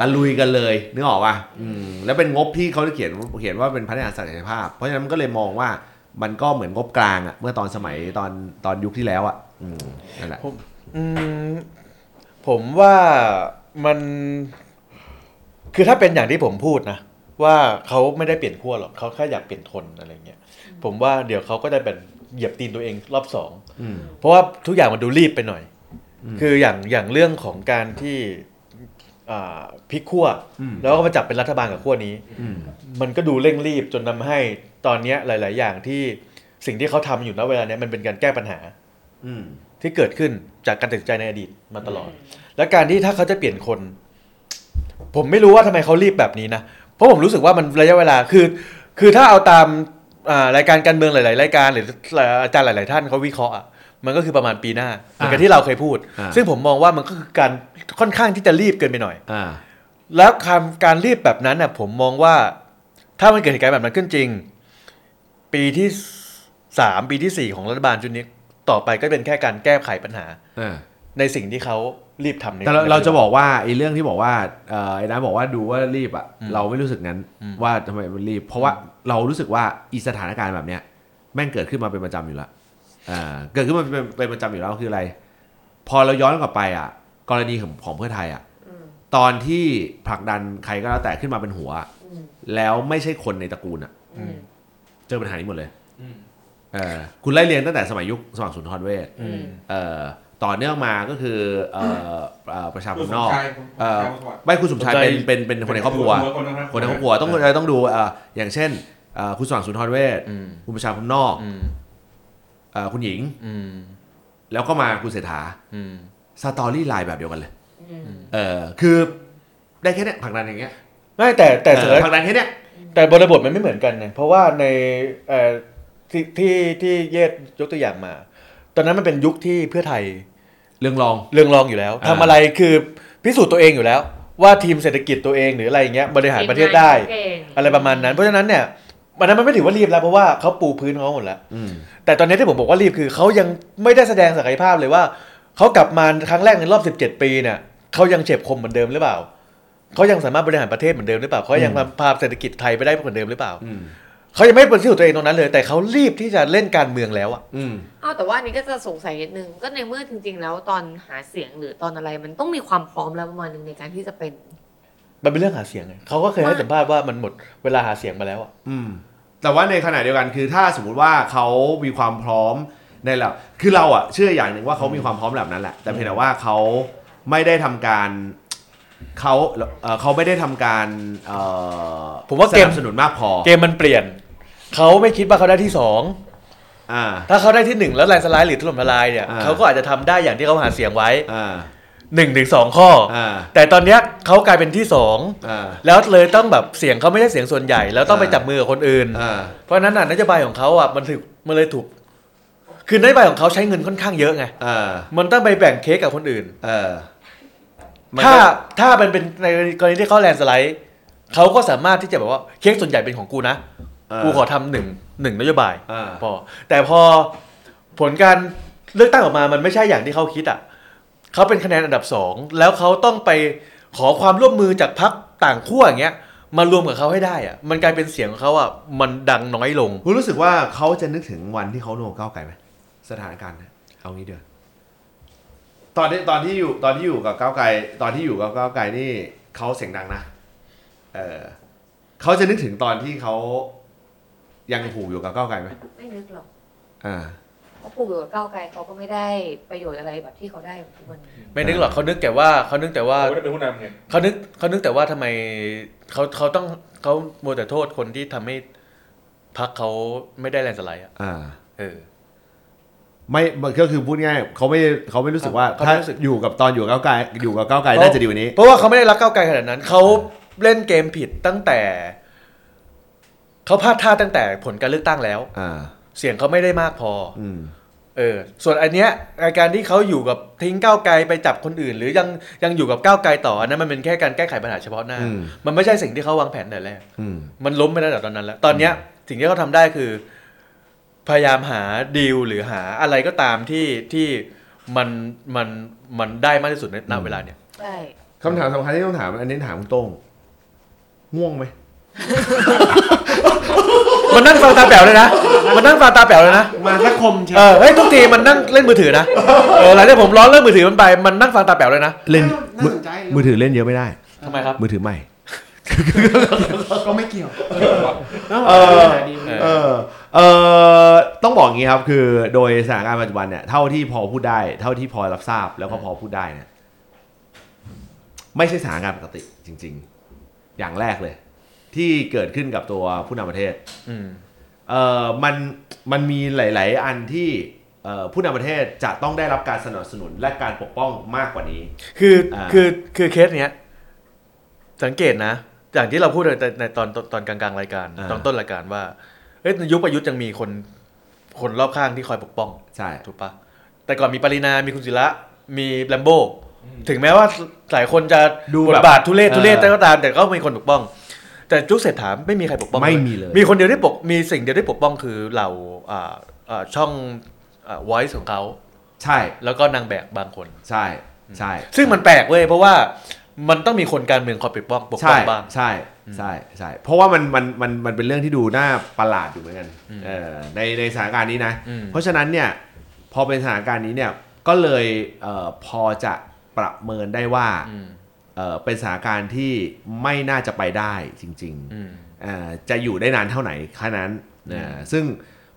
Speaker 1: ตะลุยกันเลยนึกออกป่ะอืมแล้วเป็นงบที่เขาเขียนเขียนว่าเป็นพัฒนาศักยภาพ เพราะฉะนั้นมันก็เลยมองว่ามันก็เหมือนงบกลางอะเมื่อตอนสมัยตอนตอนยุคที่แล้วอะอืมนั่นแหละ
Speaker 5: อืมผมว่ามัน คือถ้าเป็นอย่างที่ผมพูดนะ ว่าเขาไม่ได้เปลี่ยนขั้วหรอกเขาแค่อยากเปลี่ยนทนอะไรเงี้ยผมว่าเดี๋ยวเขาก็จะเป็นเหยียบตีนตัวเองรอบสอง
Speaker 1: อืม
Speaker 5: เพราะว่าทุกอย่างมันดูรีบไปหน่อย คืออย่างอย่างเรื่องของการที่อ่าพลิกขั้ว
Speaker 1: อืม
Speaker 5: แล้วก็มาจับเป็นรัฐบาลกับขั้วนี้
Speaker 1: อืม
Speaker 5: มันก็ดูเร่งรีบจนทำให้ตอนเนี้ยหลาย ๆ อย่างที่สิ่งที่เขาทำอยู่ณเวลาเนี้ยมันเป็นการแก้ปัญหา
Speaker 1: อืม
Speaker 5: ที่เกิดขึ้นจากการตัดสินใจในอดีตมาตลอด และการที่ถ้าเขาจะเปลี่ยนคน ผมไม่รู้ว่าทำไมเขารีบแบบนี้นะ เพราะผมรู้สึกว่ามันระยะเวลาคือ คือถ้าเอาตามอ่ารายการการเมืองหลาย ๆ รายการหรืออาจารย์หลาย ๆ ท่านเขาวิเคราะห์อะมันก็คือประมาณปีหน้าเหมือนกับที่เราเคยพูด
Speaker 1: อ่า
Speaker 5: ซึ่งผมมองว่ามันก็คือการค่อนข้างที่จะรีบเกินไปหน่อย
Speaker 1: อ่า
Speaker 5: แล้วคำการรีบแบบนั้นน่ะผมมองว่า ถ้ามันเกิดเหตุการณ์แบบนั้นขึ้นจริง ปีที่ สามปีที่สี่ของรัฐบาลชุดนี้ต่อไปก็เป็นแค่การแก้ไขปัญหา
Speaker 1: อ่า
Speaker 5: ในสิ่งที่เขารีบทำใน
Speaker 1: แต่เราเราจะบอกว่าไอ้เรื่องที่บอกว่าเอ่อไอ้นะบอกว่าดูว่ารีบอ่ะเราไม่รู้สึกนั้น
Speaker 5: อืม
Speaker 1: ว่าทำไมมันรีบ เพราะว่าเรารู้สึกว่าอีสถานการณ์แบบเนี้ยแม่งเกิดขึ้นมาเป็นประจำอยู่แล้วอ่าเกิดขึ้นมาเป็นเป็นประจำอยู่แล้วคืออะไร พอเราย้อนกลับไปอ่ะ กรณีของของเพื่อไทยอ่ะ
Speaker 6: อืม
Speaker 1: ตอนที่ผลักดันใครก็แล้วแต่ขึ้นมาเป็นหัว
Speaker 6: อืม
Speaker 1: แล้วไม่ใช่คนในตระกูลอ่ะ
Speaker 6: อืม
Speaker 1: เจอปัญหานี้หมดเลย
Speaker 4: อืม
Speaker 1: เออคุณไล่เรียงตั้งแต่สมัยยุคสว่างสุนทรเวช
Speaker 5: อืม
Speaker 1: เอ่อต่อเนื่องมาก็คือเอ่อเอ่อประชาค
Speaker 4: คุณ
Speaker 1: ม
Speaker 4: ส
Speaker 1: น
Speaker 4: ม
Speaker 1: อก
Speaker 4: ชาย
Speaker 1: เอ่อ
Speaker 4: คุณสมชายมาก่อน
Speaker 1: ไม่คุณสมชาย
Speaker 5: สมชาย
Speaker 1: เป็นเป็นเป็นคนในครอบครัว
Speaker 4: คนในครอบค
Speaker 1: ค
Speaker 4: รัวน
Speaker 1: ในครอบครัวต้องเราต้องดูเอ่ออย่างเช่นเอ่อคุณสว่างสุนทรเวช
Speaker 5: อืม
Speaker 1: คุณประชาพมนอก
Speaker 5: อืม
Speaker 1: เอ่อคุณหญิง
Speaker 5: อืม
Speaker 1: แล้วก็มาคุณเศรษฐา
Speaker 5: อืม
Speaker 1: สตอรี่ไลน์แบบเดียวกันเลย
Speaker 6: อืม
Speaker 1: เออคือได้แค่เนี้ยผลักดันอย่างเงี้ย
Speaker 5: ไม่แต่แต่สถา
Speaker 1: เอน อผลักดันแค่เนี้ย
Speaker 5: แต่บริบทมันไม่เหมือนกันไงเพราะว่าในเอ่อที่ที่ที่เยศยกตัวอย่างมา ตอนนั้นมันเป็นยุคที่เพื่อไทย
Speaker 1: เรื่องรอง
Speaker 5: เรื่องรองอยู่แล้ว
Speaker 1: อ่า
Speaker 5: ทำอะไรคือพิสูจน์ตัวเองอยู่แล้ว ว่าทีมเศรษฐกิจตัวเองหรืออะไรอย่างเงี้ยบริหารประเทศได้
Speaker 6: เก่ง
Speaker 5: อะไรประมาณนั้น เพราะฉะนั้นเนี่ยมันนั้นมันไม่ถือว่ารีบแล้วเพราะว่าเขาปูพื้นเขาหมดแล้ว
Speaker 1: อืม
Speaker 5: แต่ตอนนี้ที่ผมบอกว่ารีบคือเขายังไม่ได้แสดงศักยภาพเลยว่าเขากลับมาครั้งแรกในรอบ 17 ปีเนี่ยเขายังเจ็บคมเหมือนเดิมหรือเปล่าเขายังสามารถบริหารประเทศเหมือนเดิมหรือเปล่าเขายังพาเศรษฐกิจไทยไปได้เหมือนเดิมหรือเปล่า
Speaker 1: อืม
Speaker 5: เขายังไม่เป็นที่สุดตัวเองตรงนั้นเลย แต่เขารีบที่จะเล่นการเมืองแล้วอะ
Speaker 1: อืม
Speaker 6: อ้าวแต่ว่าอันนี้ก็จะสงสัยนิดนึง ก็ในเมื่อจริง ๆ แล้วตอนหาเสียงหรือตอนอะไรมันต้องมีความพร้อมแล้วประมาณนึงในการที่จะเป็น
Speaker 5: มันเป็นเรื่องหาเสียงไงเขาก็เคยให้สัมภาษณ์ว่ามันหมดเวลาหาเสียงมาแล้วอะ
Speaker 1: อืมแต่ว่าในขณะเดียวกันคือถ้าสมมุติว่าเขามีความพร้อมในระดับคือเราอะเชื่ออย่างหนึ่งว่าเขามีความพร้อมแบบนั้นแหละแต่เพียงแต่ว่าเขาไม่ได้ทำการเขาเอ่อเขาไม่ได้ทำการเอ่อ
Speaker 5: ผมว่า
Speaker 1: ส
Speaker 5: เกม
Speaker 1: นับสนุนมากพอ
Speaker 5: เกมมันเปลี่ยน เขาไม่คิดว่าเขาได้ที่สอง
Speaker 1: อ่า
Speaker 5: ถ้าเขาได้ที่หนึ่งแล้วแลนด์สไลด์หรือถล่มทลายเนี่ย
Speaker 1: อ่า
Speaker 5: เขาก็อาจจะทำได้อย่างที่เขาหาเสียงไว้
Speaker 1: อ่า
Speaker 5: หนึ่งถึงสองข้อ
Speaker 1: อ่า
Speaker 5: แต่ตอนเนี้ยเขากลายเป็นที่สอง
Speaker 1: อ่า
Speaker 5: แล้วเลยต้องแบบเสียงเขาไม่ได้เสียงส่วนใหญ่ แล้วต้องไปจับมือกับคนอื่น
Speaker 1: อ่า
Speaker 5: เพราะฉะนั้นน่ะนโยบายของเขาอ่ะมันถึกมันเลยถูก คือนโยบายของเขาใช้เงินค่อนข้างเยอะไง
Speaker 1: อ่า
Speaker 5: มันต้องไปแบ่งเค้กกับคนอื่น
Speaker 1: อ่ามันก็
Speaker 5: ถ้าถ้ามันเป็นในกรณีที่เขาแลนด์สไลด์เขาก็สามารถที่จะแบบว่าเค้กส่วนใหญ่เป็นของกูนะ
Speaker 1: า
Speaker 5: กูขอทำหนึ่งหนึ่งนโยบาย
Speaker 1: อ่า
Speaker 5: พอแต่พอผลการเลือกตั้งออกมามันไม่ใช่อย่างที่เขาคิดอ่ะเขาเป็นคะแนนอันดับสองแล้วเขาต้องไปขอความร่วมมือจากพรรคต่างขั้วอย่างเงี้ยมารวมกับเขาให้ได้อ่ะมันกลายเป็นเสียงของเขาอ่ะมันดังน้อยลง
Speaker 1: คุณรู้สึกว่าเขาจะนึกถึงวันที่เขาโนก้าวไกลไหมสถานการณ์นะเอางี้เดือนตอนที่ตอนที่อยู่ตอนที่อยู่กับก้าวไกล ตอนที่อยู่กับก้าวไกลนี่เขาเสียงดังนะ เออเขาจะนึกถึงตอนที่เขายังผูกอยู่กับก้าวไกลไหม
Speaker 6: ไม่นึกหรอก
Speaker 1: อ่า
Speaker 6: เพราะปลูกอยู่กับก้าวไกลเขาก็ไม่ได้ประโยชน์อะไรแบบที่เขาได้ทุกวันนี้
Speaker 5: ไม่นึกหรอกเขานึกแต่ว่าเขานึกแต่ว่า
Speaker 4: เขาไม่ได้เป็นผู้นำไง
Speaker 5: เขานึกเขานึกแต่ว่าทำไมเขาเขาต้องเขาโมวแต่โทษคนที่ทำให้พักเขาไม่ได้แลนด์สไลด์อ่ะ
Speaker 1: อ่า
Speaker 5: เออ
Speaker 1: ไม่มันก็คือพูดง่ายเขาไม่เขาไม่รู้สึกว่า
Speaker 5: เขาไม่
Speaker 1: ถ้า
Speaker 5: รู้สึก
Speaker 1: อยู่กับตอนอยู่กับก้าวไกลอยู่กับก้าวไกลน่าจะดีกว่านี้
Speaker 5: เพราะว่าเขาไม่ได้รักก้าวไกลขนาดนั้น เขาเล่นเกมผิดตั้งแต่ เขาพลาดท่าตั้งแต่ผลการเลือกตั้งแล้ว
Speaker 1: อ่า
Speaker 5: เสียงเขาไม่ได้มากพอ
Speaker 1: อืม
Speaker 5: เออ ส่วนอันเนี้ยไอ้การที่เขาอยู่กับทิ้งก้าวไกลไปจับคนอื่น หรือยังยังอยู่กับก้าวไกลต่ออันนั้นมันเป็นแค่การแก้ไขปัญหาเฉพาะหน้า
Speaker 1: อืม
Speaker 5: มันไม่ใช่สิ่งที่เขาวางแผนแต่แรก
Speaker 1: อืม
Speaker 5: มันล้มไปตั้งแต่ตอนนั้นแล้ว ตอนเนี้ยสิ่งที่เขาทำได้คือ พยายามหาดีลหรือหาอะไรก็ตามที่ที่มันมันมันได้มากที่สุดในณ
Speaker 1: อืม
Speaker 5: เวลาเนี่ย
Speaker 6: ใช่
Speaker 1: คำถามสำคัญที่ต้องถาม อันนี้ถามคุณโต้งง่วงไหม
Speaker 5: มันนั่งฟังตาแป๋วเลยนะมันนั่งฟังตาแป๋วเลยนะ
Speaker 3: มาสักคมใช่
Speaker 5: เออเฮ้ยทุกทีมันนั่งเล่นมือถือ นะเออหลังจากผมร้อนเล่นมือถือมันไปมันนั่งฟังตาแป๋วเลยนะ
Speaker 1: เล่น
Speaker 3: น่า
Speaker 1: มือ
Speaker 3: สนใจ
Speaker 1: มือถือเล่นเยอะไม่ได้
Speaker 5: ทำไมครับ
Speaker 1: มือถือใหม่
Speaker 3: ก็ไม่เกี่ยว
Speaker 1: เออ
Speaker 3: ดี
Speaker 5: เออ
Speaker 1: เออเออต้องบอกอย่างงี้ครับ คือโดยสถานการณ์ปัจจุบันเนี่ยเท่าที่พอพูดได้ เท่าที่พอรับทราบแล้วก็พอพูดได้เนี่ยไม่ใช่สถานการณ์ปกติจริง ๆ อย่างแรกเลย ที่เกิดขึ้นกับตัวผู้นำประเทศ
Speaker 5: อืม
Speaker 1: เออมันมันมีหลาย ๆ อันที่เอ่อผู้นำประเทศจะต้องได้รับการสนับสนุนและการปกป้องมากกว่านี้
Speaker 5: คือ
Speaker 1: อ่า
Speaker 5: คือคือเคสเนี้ยสังเกตนะอย่างที่เราพูดในในตอนตอนตอนกลางๆรายการตอนต้นรายการว่าเอ้ยในยุคประยุทธ์ยังมีคนคนรอบข้างที่คอยปกป้อง
Speaker 1: ใช่
Speaker 5: ถูกปะแต่ก่อนมีปรินา มีคุณศิระมีแลมโบ้ถึงแม้ว่าหลายคนจะบทบาททุเรศทุเรศแต่ก็ตามแต่ก็มีคนปกป้อง แต่จุกเศรษฐาไม่มีใครปกป้อง
Speaker 1: ไม่
Speaker 5: เลย
Speaker 1: มีเลย
Speaker 5: มีคนเดียวที่ปกมีสิ่งเดียวที่ปกป้องคือเหล่าอ่า อ่าช่องอ่า voice ของเขา
Speaker 1: ใช่
Speaker 5: แล้วก็นางแบบบางคน
Speaker 1: ใช่ใช่
Speaker 5: ซึ่งมันแปลกเว้ยเพราะว่ามันต้องมีคนการเมืองคอยปกป้องปกป้
Speaker 1: ใช่
Speaker 5: องบ้าง
Speaker 1: ใช่ใช่ใช่เพราะว่ามันมันมันมันเป็นเรื่องที่ดูน่าประหลาดอยู่เหมือนกัน
Speaker 5: อืม
Speaker 1: เออในในสถานการณ์นี้นะ
Speaker 5: อืม
Speaker 1: เพราะฉะนั้นเนี่ยพอเป็นสถานการณ์นี้เนี่ยก็เลยเอ่อพอจะประเมินได้ว่า
Speaker 5: อืม
Speaker 1: เอ่อเป็นสถานการณ์ที่ไม่น่าจะไปได้จริง ๆ
Speaker 5: อืม
Speaker 1: อ่าจะอยู่ได้นานเท่าไหนแค่นั้น
Speaker 5: อืม
Speaker 1: นะซึ่ง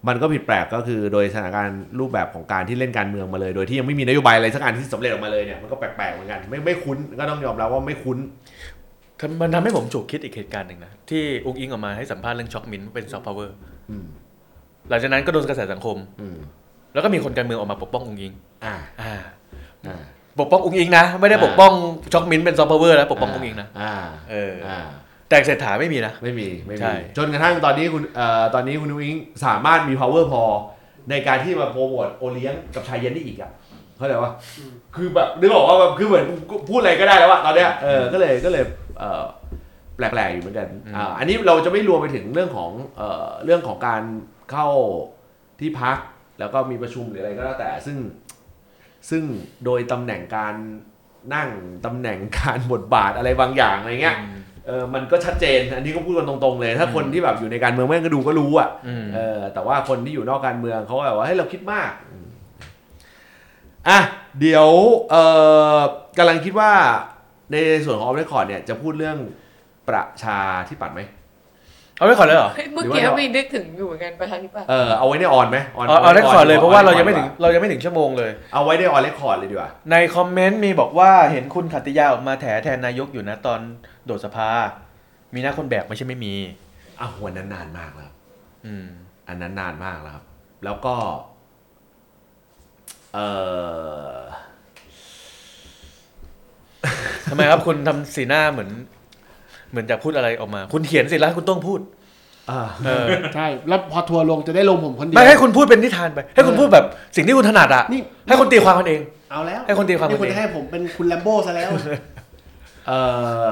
Speaker 1: มันก็ผิดแปลกก็คือโดยสถานการณ์รูปแบบของการที่เล่นการเมืองมาเลย โดยที่ยังไม่มีนโยบายอะไรสักอันที่สำเร็จออกมาเลยเนี่ยมันก็แปลกๆเหมือนกันไม่ไม่คุ้นก็ต้องยอมรับว่าไม่คุ้น
Speaker 5: ทำมันทำให้ผมฉุกคิดอีกเหตุการณ์หนึ่งนะ ที่อุ้งอิงออกมาให้สัมภาษณ์เรื่องช็อกมินท์ว่าเป็นซอฟต์พาวเวอร์
Speaker 1: อืม
Speaker 5: หลังจากนั้นก็โดนกระแสสังคม
Speaker 1: อืม
Speaker 5: แล้วก็มีคนการเมืองออกมาปกป้องอุ้งอิง
Speaker 1: อ่า
Speaker 5: อ่า
Speaker 1: อ่า
Speaker 5: ปกป้องอุ้งอิงนะ ไม่ได้
Speaker 1: อ่า
Speaker 5: ปกป้องช็อกมินท์เป็นซอฟต์พาวเวอร์นะปกป้องอุ้งอิงนะ
Speaker 1: อ่า
Speaker 5: เอออ
Speaker 1: อ่า
Speaker 5: แต่เศรษฐาไม่มีนะ
Speaker 1: ไม่มีไม่
Speaker 5: ใช่
Speaker 1: มีจนกระทั่งตอนนี้คุณเอ่อตอนนี้คุณนุ้งอิงสามารถมี power พอในการที่มาโปรโมทโอเลี้ยงกับชายเย็นได้อีกอ่ะเข้าใจปะคือแบบนึกออกว่าแบบคือเหมือนกูพูดอะไรก็ได้แล้วอะตอนเนี้ยเออก็เลยก็เลยเอ่อ แปลกๆอยู่เหมือนกัน
Speaker 5: อืม
Speaker 1: อ่าอันนี้เราจะไม่รวมไปถึงเรื่องของเอ่อเรื่องของการเข้าที่พักแล้วก็มีประชุมหรืออะไรก็แล้วแต่ ซึ่งซึ่งโดยตำแหน่งการนั่งตำแหน่งการบทบาทอะไรบางอย่างอะไรเงี้ย
Speaker 5: อืม
Speaker 1: เออมันก็ชัดเจน อันนี้ก็พูดกันตรงๆเลย ถ้า
Speaker 5: อืม
Speaker 1: คนที่แบบอยู่ในการเมืองแม่งก็ดูก็รู้อ่ะ
Speaker 5: อืม
Speaker 1: เออแต่ว่าคนที่อยู่นอกการเมืองเขาก็แบบว่าให้ยเราคิดมากอืมอ่ะเดี๋ยวเอ่อกำลังคิดว่าในส่วนของออฟเรคคอร์ดเนี่ยจะพูดเรื่องประชาธิปัตย์ไหม
Speaker 5: เอาไว้ก่อนเลยเหรอ
Speaker 6: เมื่อกี้มีนึกถึงอยู่เหมือนกันประชาธิปัตย์
Speaker 1: เออเอาไว้ในออนไหมออน
Speaker 5: เอาเอาไว้ก่อนเลยเพราะว่าเรายังไม่ถึงเรายังไม่ถึงชั่วโมงเลย
Speaker 1: เอาไว้ในออนเรคคอร์ดเลยดีกว่า
Speaker 5: ในคอมเมนต์มีบอกว่าเห็นคุณขัตติยาออกมาแถแทนนายกอยู่นะตอนโดดสภา มีหน้าคนแบกไม่ใช่ไม่มี
Speaker 1: อ่ะวันนั้นนานมากแล้ว
Speaker 5: อืม
Speaker 1: อันนั้นนานมากแล้วครับ แล้วก็ เออ
Speaker 5: ทำไมครับ คุณทำสีหน้าเหมือน เหมือนจะพูดอะไรออกมา คุณเขียนสิแล้วให้คุณต้องพูด
Speaker 1: เออ
Speaker 5: เออ
Speaker 3: ใช่ แล้วพอทัวร์ลงจะได้ลงผมคนเดีว
Speaker 5: ไม่ให้คุณพูดเป็นนิทานไป ให้คุณพูดแบบสิ่งที่คุณถนัดอ่ะ
Speaker 3: นี่
Speaker 5: ให้คุณตีความกันเอง
Speaker 3: เอาแล้ว
Speaker 5: ให้คนตีความ
Speaker 3: นี่คุณ
Speaker 5: คนเอง
Speaker 3: ให้ผมเป็นคุณแลมโบ้ซะแล้ว
Speaker 1: เออ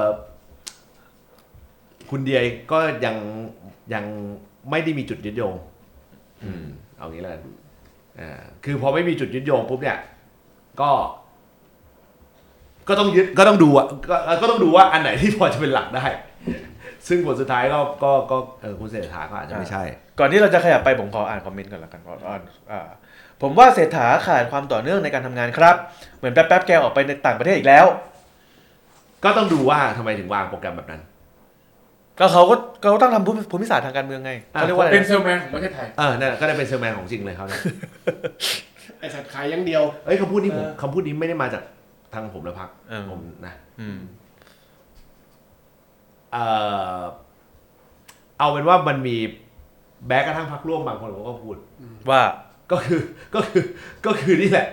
Speaker 1: คุณเดียก็ยังยังไม่ได้มีจุดยึดโยง อืม เอางี้แล้วกันอ่าคือพอไม่มีจุดยึดโยงปุ๊บเนี่ย ก็ ก็ต้องยึดก็ต้องดูอ่ะก็ก็ต้องดูว่าอันไหนที่พอจะเป็นหลักได้ ซึ่งผลสุดท้ายก็ก็ก็เออคุณเศรษฐาก็อาจจะไม่ใช่
Speaker 5: ก่อนที่เราจะขยับไปผมขออ่านคอมเมนต์ก่อนละกันขออ่านอ่าผมว่าเศรษฐาขาดความต่อเนื่องในการทำงานครับ เหมือนแป๊บๆแกออกไปในต่างประเทศอีกแล้ว
Speaker 1: ก็ต้องดูว่าทำไมถึงวางโปรแกรมแบบนั้น
Speaker 5: ก็เขาก็เขาต้องทำภูมิศาสตร์ทางการเมืองไงเขาเรียกว่าอะไร
Speaker 4: เป็น
Speaker 5: นะ
Speaker 4: เซลแมนของประเทศไทย
Speaker 1: เออนั่นแหละก็ได้เป็นเซอร์แมนของจริงเลยเขาเนี่ย
Speaker 3: ไอสัตว์ขายอย่างเดียว
Speaker 1: เอ้ยคำพูดนี้ผมคำพูดนี้ไม่ได้มาจากทางผมและพัก
Speaker 5: เออ
Speaker 1: ผมนะ
Speaker 5: อืม
Speaker 1: เออเอาเป็นว่ามันมีแม้กระทั่งพักร่วมบางคนเขาก็พูด
Speaker 5: ว่า
Speaker 1: ก็คือก็คือก็คือนี่แหละ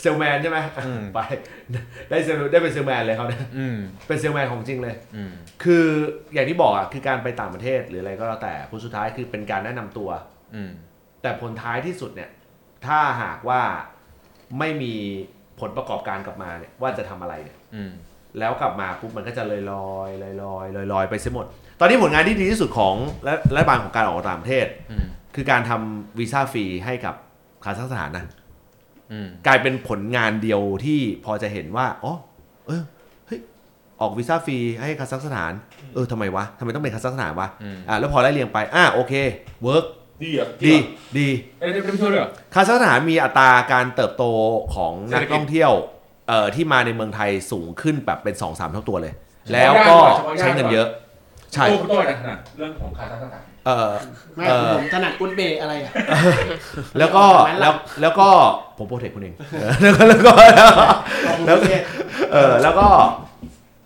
Speaker 1: เซลแมนใช่ไหม
Speaker 5: อืม
Speaker 1: ไปได้เซลได้เป็นเซลแมนเลยเขาเนี่ย
Speaker 5: อืม
Speaker 1: เป็นเซลแมนของจริงเลย
Speaker 5: อืม
Speaker 1: คืออย่างที่บอกอ่ะคือการไปต่างประเทศหรืออะไรก็แล้วแต่ผลสุดท้ายคือเป็นการแนะนำตัว
Speaker 5: อืม
Speaker 1: แต่ผลท้ายที่สุดเนี่ย ถ้าหากว่าไม่มีผลประกอบการกลับมาเนี่ยว่าจะทำอะไรเนี่ย
Speaker 5: อืม
Speaker 1: แล้วกลับมาปุ๊บมันก็จะลอยลอยลอยลอยลอยลอยๆไปเสียหมด ตอนนี้ผลงานที่ดีที่สุดของรัฐรัฐบาลของการออกต่างประเทศ
Speaker 5: อืม
Speaker 1: คือการทำวีซ่าฟรีให้กับคาซัคสถานนะ
Speaker 5: อืม
Speaker 1: กลายเป็นผลงานเดียวที่พอจะเห็นว่า อ๋อ เออ เฮ้ย ออกวีซ่าฟรีให้คาซัคสถาน เออทำไมวะทำไมต้องเป็นคาซัคสถานวะ
Speaker 5: อืม
Speaker 1: อ่าแล้วพอไล่เรียงไป อ่าโอเค เวิร์ก
Speaker 4: ดีอ่ะ
Speaker 1: ดีดี
Speaker 4: เอ้ยเป็นช่วยด้วยเหรอ
Speaker 1: คาซัคสถานมีอัตราการเติบโตของนักท่องเที่ยวเอ่อที่มาในเมืองไทยสูงขึ้นแบบเป็น2อสามเท่าตัวเลย แล้วก็ใช้เงินเยอะ ใช่
Speaker 4: โอ้คุณโต้ยนะนะเรื่องของคาซัคสถาน
Speaker 1: เอ่อ
Speaker 3: ไม่
Speaker 1: เออ
Speaker 3: ผมถนัดกุนเบย์อะไรอะ
Speaker 1: แล้วก็แล้วแล้วก็ผมโปรเทคคุณเอง เออแล้วก็แล้วก็
Speaker 3: แล้วเนี่ย
Speaker 1: เออแล้วก็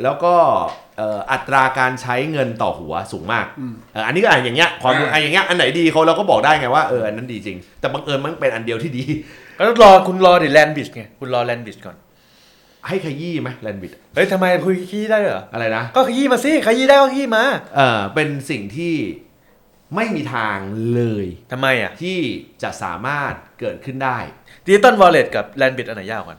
Speaker 1: แล้วก็เอ่ออัตราการใช้เงินต่อหัวสูงมาก
Speaker 3: อืม
Speaker 1: เอ่ออันนี้ก็อ่านอย่างเงี้ยความรู้อ่านอย่างเงี้ยอันไหนดีเขาเราก็บอกได้ไงว่าเอออันนั้นดีจริง แต่บังเอิญมันเป็นอันเดียวที่ดี
Speaker 5: ก็รอคุณรอดิแลนบิชไงคุณรอแลนบิชก่อน
Speaker 1: ให้ขยี้ไหมแลนบิด
Speaker 5: เฮ้ยทำไมคุยขี้ได้เหรอ
Speaker 1: อะไรนะ
Speaker 5: ก็ขยี้มาสิขยี้ได้ก็ขยี้มา
Speaker 1: เออเป็นสิ่งที่ไม่มีทางเลย
Speaker 5: ทำไมอ่ะ
Speaker 1: ที่จะสามารถเกิดขึ้นได้
Speaker 5: ดิจิตอลวอลเล็ตกับแลนบิดอันไหนยากกว่ากัน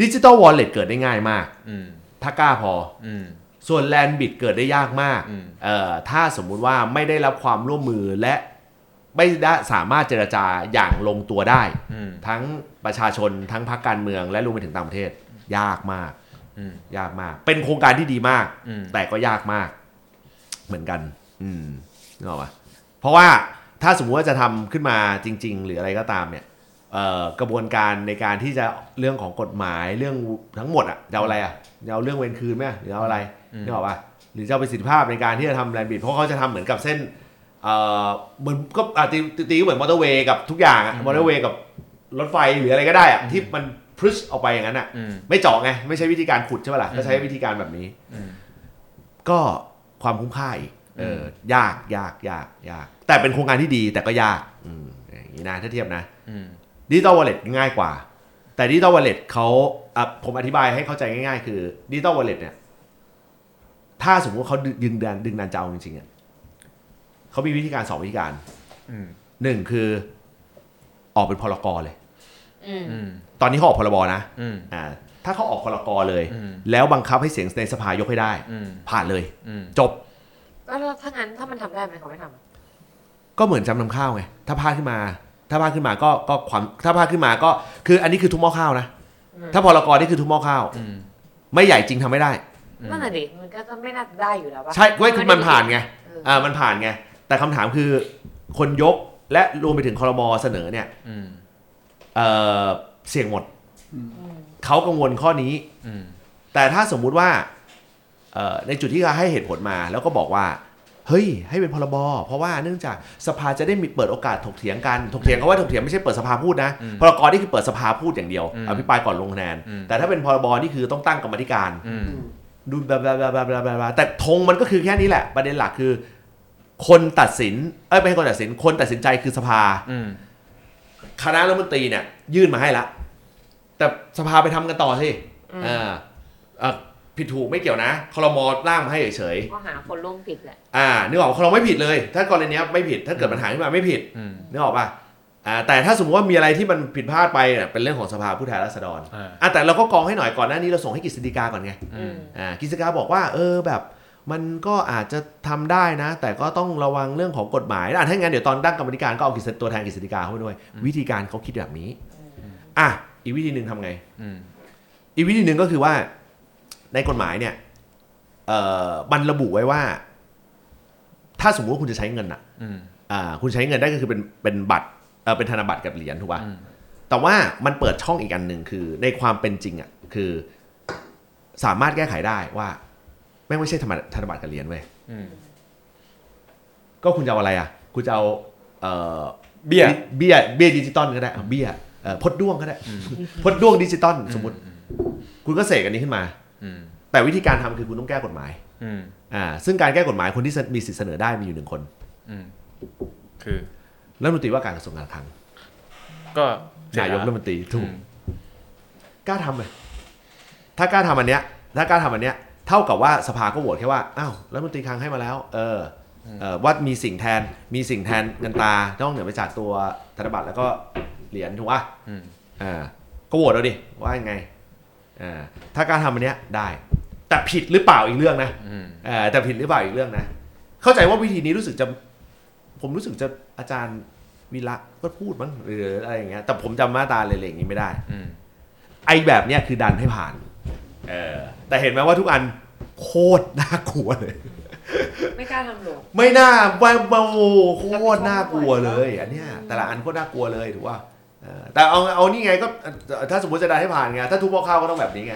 Speaker 1: ดิจิตอลวอลเล็ตเกิดได้ง่ายมาก
Speaker 5: อืม
Speaker 1: ถ้ากล้าพอ
Speaker 5: อืม
Speaker 1: ส่วนแลนบิดเกิดได้ยากมาก
Speaker 5: อืม
Speaker 1: เอ่อถ้าสมมุติว่าไม่ได้รับความร่วมมือและ ไม่ได้สามารถเจรจาอย่างลงตัวได้
Speaker 5: อืม
Speaker 1: ทั้งประชาชนทั้งพรรคการเมืองและรวมไปถึงต่างประเทศ ยากมาก
Speaker 5: อืม
Speaker 1: ยากมาก เป็นโครงการที่ดีมาก
Speaker 5: อืม
Speaker 1: แต่ก็ยากมาก เหมือนกัน อืมนึกออกปะเพราะว่าถ้าสมมติว่าจะทำขึ้นมาจริง ๆ หรืออะไรก็ตามเนี่ยเอ่อกระบวนการในการที่จะเรื่องของกฎหมายเรื่องทั้งหมดอะจะเอาอะไรอะจะเอาเรื่องเวรคืนไหมหรือเอาอะไรนึกออกปะหรือจะเอาประสิทธิภาพในการที่จะทำแลนด์บิดเพราะเขาจะทำเหมือนกับเส้นเอ่อเหมือนก็อ่ะตีตีเหมือนมอเตอร์เวย์กับทุกอย่างอะมอเตอร์เวย์กับรถไฟหรืออะไรก็ได้อะที่มันพุชออกไปอย่างนั้นอะ
Speaker 5: อืม
Speaker 1: ไม่เจาะไง ไม่ใช้วิธีการขุดใช่ปะล่ะก็ใช้วิธีการแบบนี้
Speaker 5: อืม
Speaker 1: ก็ความคุ้มค่าอีกเออยากยากยากยาก แต่เป็นโครงการที่ดีแต่ก็ยากอืมอย่างนี้นะถ้าเทียบนะ
Speaker 5: อืม
Speaker 1: ดิจิตอลวอลเล็ตง่ายกว่า แต่ดิจิตอลวอลเล็ตเขาอ่ะผมอธิบายให้เข้าใจง่ายๆ คือดิจิตอลวอลเล็ตเนี่ย ถ้าสมมติว่าเขาดึงดันดึงดันจะเอาจริงๆอ่ะเขามีวิธีการสองวิธีการ
Speaker 5: อืม
Speaker 1: หนึ่งคือออกเป็นพรกรเลย
Speaker 6: อืม
Speaker 5: อืม
Speaker 1: ตอนนี้เขาออกพรบนะ
Speaker 5: อืม
Speaker 1: อ่าถ้าเขาออกพรกรเลย
Speaker 5: อืม
Speaker 1: แล้วบังคับให้เสียงในสภายกให้ได้
Speaker 5: อืม
Speaker 1: ผ่านเลย
Speaker 5: อืม
Speaker 1: จบ
Speaker 6: แล้วถ้างั้นถ้ามันทำได้ไหมเขาไม่ทำอะ
Speaker 1: ก็เหมือนจำนำข้าวไงถ้าพลาดขึ้นมา ถ้าพลาดขึ้นมาก็ก็ความถ้าพลาดขึ้นมาก็คืออันนี้คือทุกหม้อข้าวนะ ถ้าพรกรนี่คือทุกหม้อข้าว
Speaker 5: อืม
Speaker 1: ไม่ใหญ่จริงทำไม่ได้
Speaker 6: นั่นแหะดิมันก็ไม่น่าจะได้อยู่แล้วปะ
Speaker 1: ใช่เว้ยคือมันผ่านไง
Speaker 6: เออ
Speaker 1: อ่ามันผ่านไง แต่คำถามคือคนยกและรวมไปถึงคอรมอเสนอเนี่ย
Speaker 5: อืม
Speaker 1: เอ่อเสี่ยงหมด
Speaker 6: อืม
Speaker 1: เขากังวลข้อนี้
Speaker 5: อืม
Speaker 1: แต่ถ้าสมมุติว่าเอ่อในจุดที่เขาให้เหตุผลมาแล้วก็บอกว่า เฮ้ย ให้เป็นพรบเพราะว่าเนื่องจากสภาจะได้มีเปิดโอกาสถกเถียงกันถกเถียงเขาว่าถกเถียงไม่ใช่เปิดสภาพูดนะพรกนี่คือเปิดสภาพูดอย่างเดียวอภิปรายก่อนลงคะแนนแต่ถ้าเป็นพรบนี่คือต้องตั้งกรรมธิการ
Speaker 5: อืม
Speaker 1: ดูบลาบลาบลาบลาบลาบลาแต่ธงมันก็คือแค่นี้แหละ ประเด็นหลักคือ คนตัดสินเอ้ยไม่ใช่คนตัดสินคนตัดสินใจคือสภา
Speaker 5: อืม
Speaker 1: คณะรัฐมนตรีเนี่ย ยื่นมาให้ละ แต่สภาไปทำกันต่อสิเอ่าเอ่อผิดถูกไม่เกี่ยวนะคอรมอร่างมาให้เฉย
Speaker 6: ก็หาคนร่วมผิดแหละ
Speaker 1: ๆอ่านึกออกคอรมอไม่ผิดเลย ถ้ากรณีเนี้ยไม่ผิดถ้าเกิดปัญหาขึ้นมาไม่ผิด
Speaker 5: อืม
Speaker 1: นึกออกป่ะอ่าแต่ถ้าสมมติว่ามีอะไรที่มันผิดพลาดไปเนี่ยเป็นเรื่องของสภาผู้แทนราษฎร
Speaker 5: อ่า
Speaker 1: อ่าแต่เราก็กรองให้หน่อยก่อนหน้านี้เราส่งให้กฤษฎีกาก่อนไง
Speaker 5: อืม
Speaker 1: อ่ากิสกาบอกว่า เออแบบ มันก็อาจจะทำได้นะ แต่ก็ต้องระวังเรื่องของกฎหมายอ่ะถ้างั้นเดี๋ยวตอนตั้งกรรมธิการก็เอากิจตัวแทนกิจสิกาเข้าไปด้วย วิธีการเขาคิดแบบนี้อ่ะอีกวิธีหนึ่งทำไง
Speaker 5: อืม
Speaker 1: อีกวิธีหนึ่งก็คือว่าในกฎหมายเนี่ยเอ่อมันระบุไว้ว่า ถ้าสมมุติว่าคุณจะใช้เงินอ่ะ
Speaker 5: อืม
Speaker 1: อ่าคุณใช้เงินได้ก็คือเป็นเป็นบัตรเออเป็นธนบัตรกับเหรียญถูกป่ะ
Speaker 5: อืม
Speaker 1: แต่ว่ามันเปิดช่องอีกอันหนึ่งคือ ในความเป็นจริงอ่ะคือ สามารถแก้ไขได้ว่าแม่งไม่ใช่ธนบัตรธนบัตรกับเหรียญเว้ย
Speaker 5: อืม
Speaker 1: ก็คุณจะเอาอะไรอ่ะ คุณจะเอาเอ่อ
Speaker 5: เบี้ย
Speaker 1: เบี้ยเบี้ยดิจิตอลก็ได้เอาเบี้ยเอ่อพดด้วงก็ได้ พดด้วงดิจิตอลสมมติ คุณก็เสกอันนี้ขึ้นมา
Speaker 5: อืม
Speaker 1: แต่วิธีการทำคือคุณต้องแก้กฎหมาย
Speaker 5: อืม
Speaker 1: อ่าซึ่งการแก้กฎหมายคนที่มีสิทธิ์เสนอได้มีอยู่หนึ่งคน
Speaker 5: อืม คือ
Speaker 1: รัฐมนตรีว่าการกระทรวงการคลัง
Speaker 5: ก็
Speaker 1: นายกรัฐมนตรีถูก
Speaker 5: อืม
Speaker 1: กล้าทำไหมถ้ากล้าทำอันเนี้ยถ้ากล้าทำอันเนี้ยเท่ากับว่าสภาก็โหวตแค่ว่าอ้าวรัฐมนตรีคลังให้มาแล้ว เออเออว่ามีสิ่งแทนมีสิ่งแทนเงินตราต้องเหนือไปจากตัวธนบัตรแล้วก็เหรียญถูกป่ะ
Speaker 5: อืม
Speaker 1: อ่าก็โหวตเอาดิว่ายังไงอ่าถ้ากล้ารทำอันเนี้ยได้ แต่ผิดหรือเปล่าอีกเรื่องนะ
Speaker 5: อืม
Speaker 1: เอ่อแต่ผิดหรือเปล่าอีกเรื่องนะ เข้าใจว่าวิธีนี้รู้สึกจะ ผมรู้สึกจะอาจารย์วีระก็พูดมั้งหรืออะไรอย่างเงี้ยแต่ผมจำมาตราเลยอะไรอย่างงี้ไม่ได้
Speaker 5: อืม
Speaker 1: ไอ้แบบเนี้ยคือดันให้ผ่านเออแต่เห็นไหมว่าทุกอันโคตรน่ากลัวเลย
Speaker 6: ไม่กล้าทำหลวง
Speaker 1: ไม่น่าว่าโอ้โหโคตรน่ากลัวเลยอันเนี้ยแต่ละอันโคตรน่ากลัวเลยถูกป่ะเออแต่เอาเอานี่ไงก็ถ้าสมมติจะได้ให้ผ่านไงถ้าทุบหม้อข้าวก็ต้องแบบนี้ไง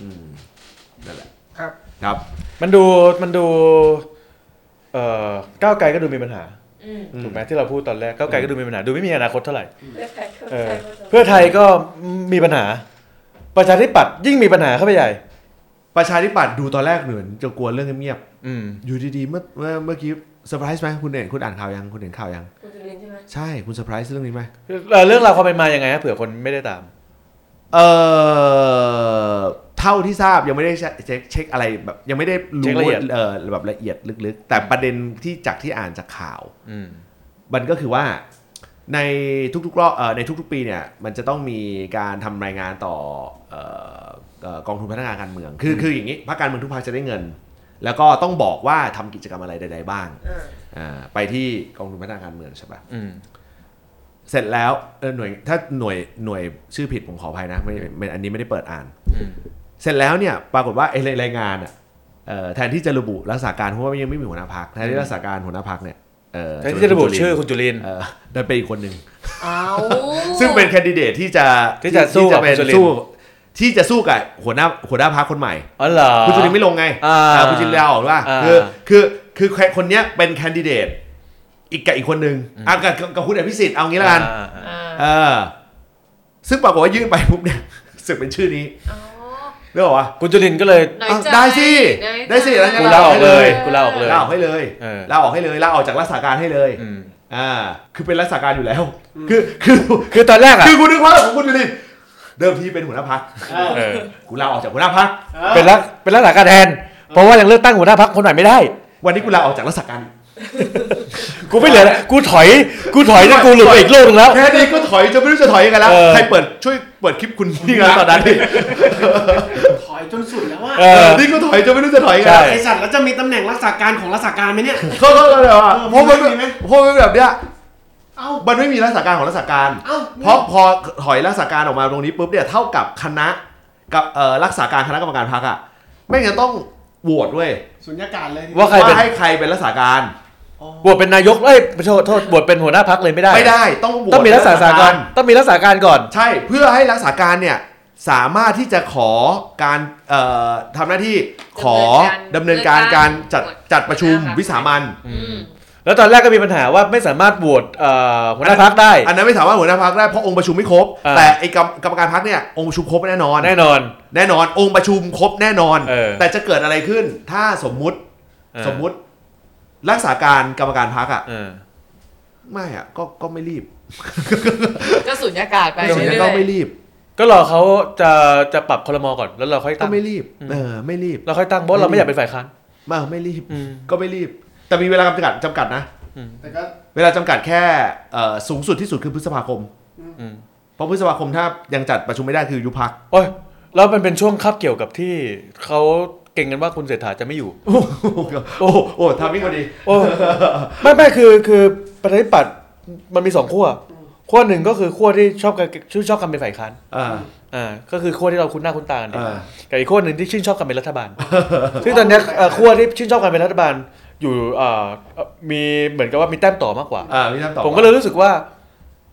Speaker 1: อืมนั่นแหละ
Speaker 3: ครับ
Speaker 1: ครับ
Speaker 5: มันดู มันดู เอ่อ ก้าวไกลก็ดูมีปัญหา
Speaker 6: อืม
Speaker 1: อืม
Speaker 5: ถูกไหมที่เราพูดตอนแรก ก้าวไกลก็ดูมีปัญหา ดูไม่มีอนาคตเท่าไหร่
Speaker 6: เพื่อไทยก็
Speaker 5: เออ
Speaker 6: ใช่ว่าจะ
Speaker 5: เพื่อไทยก็มีปัญหา ประชาธิปัตย์ยิ่งมีปัญหาเข้าไปใหญ่
Speaker 1: ประชาธิปัตย์ดูตอนแรกเหมือนจะกลัวเรื่องเงียบ
Speaker 5: อืม
Speaker 1: ๆอยู่ดีๆเมื่อเมื่อเมื่อกี้เซอร์ไพรส์ไหมคุณเห็นคุณอ่านข่าวยังคุณเห็นข่าวยัง
Speaker 6: คุณจุลินใช่ไหม
Speaker 1: ใช่คุณเซอร์ไพรส์เรื่องนี้ไหม
Speaker 5: เอ่อเรื่องราวความเป็นมายังไงฮะเผื่อคนไม่ได้ตาม
Speaker 1: เออเท่าที่ทราบยังไม่ได้เช็คเช็คเช็คอะไรแบบยังไม่ได้
Speaker 5: เช็
Speaker 1: รู้
Speaker 5: คละเอียด
Speaker 1: เออแบบละเอียดลึกๆ แต่ประเด็นที่จากที่อ่านจากข่าว
Speaker 5: อืม
Speaker 1: มันก็คือว่าในทุกๆรอบเอ่อในทุกๆปีเนี่ยมันจะต้องมีการทำรายงานต่อเอ่อเอ่อกองทุนพัฒนาการเมือง คือคืออย่างนี้พรรคการเมืองทุกพรรคจะได้เงิน แล้วก็ต้องบอกว่าทำกิจกรรมอะไรใดๆบ้าง
Speaker 2: เออ
Speaker 1: อ่าไปที่กองทุนพัฒนาการเมืองใช่ปะ
Speaker 5: อืม
Speaker 1: เสร็จแล้วเออหน่วยถ้าหน่วยหน่วยชื่อผิดผมขออภัยนะไม่ไม่อันนี้ไม่ได้เปิดอ่าน
Speaker 5: อืม
Speaker 1: เสร็จแล้วเนี่ยปรากฏว่าไอ้รายงานอ่ะเอ่อแทนที่จะระบุรักษาการเพราะว่ายังไม่มีหัวหน้าพักแทนที่รักษาการหัวหน้าพักเนี่ยเอ่อ
Speaker 5: แทนที่จะระบุชื่อคุณจุลิน
Speaker 1: เอ่อดันไปนอีกคนหนึ่ง
Speaker 6: เอา
Speaker 1: ซึ่งเป็นแคนดิเดตที่จะ
Speaker 5: ที่จะสู้กับ
Speaker 1: ที่เป็น
Speaker 5: คุณจุลิน
Speaker 1: สู้ที่จะสู้กับหัวหน้าหัวหน้าพักคนใหม่
Speaker 5: อ๋อเหรอ
Speaker 1: คุณจุลินไม่ลงไง
Speaker 5: อ่า
Speaker 1: อ่าคุณจุลินลาออกว่า
Speaker 5: อ่า
Speaker 1: คือคือคือแค่คนเนี้ยเป็นแคนดิเดตอีกกับอีกคนหนึ่ง
Speaker 5: อืม
Speaker 1: อ่ะกับกับกับคุณอภิสิทธิ์เอางี้ละกัน
Speaker 5: อ่าอ่าอ่า
Speaker 1: เออซึ่งปรากฏว่ายื่นไปปุ๊บเนี่ย รู้สึกเป็นชื่อนี้
Speaker 6: อ๋อ
Speaker 1: เรื่องวะ
Speaker 5: คุณจุลินก็เลย
Speaker 6: น้อยใจ
Speaker 1: ได้สิ
Speaker 6: น้อยใจ
Speaker 1: ได้สิแล้ว
Speaker 5: กูลาออกเลยกูลาออกเลย
Speaker 1: ลาออกให้เลย
Speaker 5: เออ
Speaker 1: ลาออกให้เลยลาออกจากรักษาการให้เลย
Speaker 5: อืม
Speaker 1: อ่า คือเป็นรักษาการอยู่แล้ว คือคือ
Speaker 5: คือตอนแรกอ่ะ
Speaker 1: คือคุณนึกภาพของคุณดูดิเดิมทีเป็นหัวหน้าพัก
Speaker 5: เออ
Speaker 1: กูลาออกจากหัวหน้าพัก
Speaker 5: เป็นรักเป็นรักษาการแทน เพราะว่ายังเลือกตั้งหัวหน้าพักคนใหม่ไม่ได้
Speaker 1: วันนี้กูลาออกจากรักษาการ
Speaker 5: กูไม่เหลือแล้วกูถอยกูถอยนะกูหลุดไปอีกโลกหนึงแล้ว
Speaker 1: แค่นี้ก็ถอยจะไม่รู้จะถอยยังไงแล้ว
Speaker 5: เออ
Speaker 1: ใครเปิดช่วยเปิดคลิปคุณนี่งานตอนนั้นดิ
Speaker 3: ถอยจนสุดแล้วว่า
Speaker 5: เออ
Speaker 1: นี่ก็ถอยจะไม่รู้จะถอยยังไงแล้
Speaker 5: ใช่
Speaker 1: ว
Speaker 3: ไอสัตว์แล้วจะมีตำแหน่งรักษาการของรักษาการไหมเนี่ย
Speaker 1: เขาเขาเขาแบบว่า
Speaker 3: เออ
Speaker 1: เพราะมัน
Speaker 3: มีไหม
Speaker 1: เพราะมันแบบเนี้ย
Speaker 3: เอ้า
Speaker 1: มันไม่มีรักษาการของรักษาการ
Speaker 3: เอ้า
Speaker 1: เพราะพอถอยรักษาการออกมาตรงนี้ปุ๊บเนี่ยเท่ากับคณะกับเอ่อรักษาการคณะกรรมการพักอ่ะไม่งั้นต้องโหวตเว้ย
Speaker 3: สุญญากาศเลย
Speaker 5: ว่าใครเป็น
Speaker 1: ว่าให้ใครเป็นรักษาการ
Speaker 3: อ๋อบ
Speaker 5: วชเป็นนายกเอ้ยโทษโทษบวชเป็นหัวหน้าพักเลยไม่ได้
Speaker 1: ไม่ได้ต้องโหวต
Speaker 5: ต้องมีรักษาการก่อนต้องมีรักษาการก่อน
Speaker 1: ใช่เพื่อให้รักษาการเนี่ยสามารถที่จะขอการเอ่อทำหน้าที่ขอดำ
Speaker 6: ดำเนิ
Speaker 1: เนิน
Speaker 6: น
Speaker 1: กา
Speaker 6: การ ร
Speaker 1: การจัด
Speaker 6: โหวต
Speaker 1: จัดประชุมวิสามัน
Speaker 6: อืม
Speaker 5: แล้วตอนแรกก็มีปัญหาว่าไม่สามารถโหวตเอ่อหัวหน้าพักได้
Speaker 1: อันนั้นไม่สามารถหัวหน้าพักได้เพราะองค์ประชุมไม่ครบ
Speaker 5: อ่า
Speaker 1: แต่ไอ้กรรมกรรมการพักเนี่ยองค์ประชุมครบแน่นอน
Speaker 5: แน่นอน
Speaker 1: แน่นอนองค์ประชุมครบแน่นอน
Speaker 5: เออ
Speaker 1: แต่จะเกิดอะไรขึ้น ถ้าสมมุติ
Speaker 5: เออ
Speaker 1: สมมุติ รักษาการกรรมการพักอ่ะ
Speaker 5: เออ
Speaker 1: ไม่อ่ะก็ก็ไม่รีบ
Speaker 6: ก็สุญญากาศไป
Speaker 1: ไม่สน
Speaker 6: เรื่
Speaker 1: ใจ
Speaker 6: อย
Speaker 1: ก็
Speaker 6: ๆ
Speaker 1: ไม่รีบ
Speaker 5: ก็รอเขาจะจะปรับคลมอก่อนแล้วเราค่อย
Speaker 1: ก็
Speaker 5: ตั้ง
Speaker 1: ไม่รีบ
Speaker 5: อืม
Speaker 1: เออ ไม่รีบ
Speaker 5: เราค่อยตั้งเพราะเราไม่อยากเป็นฝ่ายค้าน
Speaker 1: มาไม่รีบ
Speaker 5: อืม
Speaker 1: ก็ไม่รีบ แต่มีเวลาจำกัดจำกัดนะ
Speaker 3: แต่ก็
Speaker 1: เวลาจำกัดแค่เอ่อสูงสุดที่สุดคือพฤษภาคม
Speaker 5: อืม
Speaker 1: เพราะพฤษภาคมถ้ายังจัดประชุมไม่ได้คือยุบ พัก
Speaker 5: โอ้ยแล้วมันเป็นช่วงคาบเกี่ยวกับที่เขาเก่งกันว่าคุณเศรษฐาจะไม่อยู่
Speaker 1: โอ้โหโอ้ทำมิ่งพอดี
Speaker 5: โอ้ไม่ไม่คือคือประชาธิปัตย์มันมีสองขั้วขั้วหนึ่งก็คือขั้วที่ชอบกันชื่นชอบกันเป็นฝ่ายค้าน
Speaker 1: อ่า
Speaker 5: อ่าก็คือขั้วที่เราคุ้นหน้าคุ้นตากันดี
Speaker 1: อ่า
Speaker 5: กับอีกขั้วหนึ่งที่ชื่นชอบกันเป็นรัฐบาล ซึ่งตอนเนี้ยเอ่อขั้วที่ชื่นชอบกันเป็นรัฐบาลอยู่เอ่อเอ่อมีเหมือนกับว่ามีแต้มต่อมากกว่า
Speaker 1: อ่ามีคำตอบ
Speaker 5: ผมก็เลยรู้สึกว่า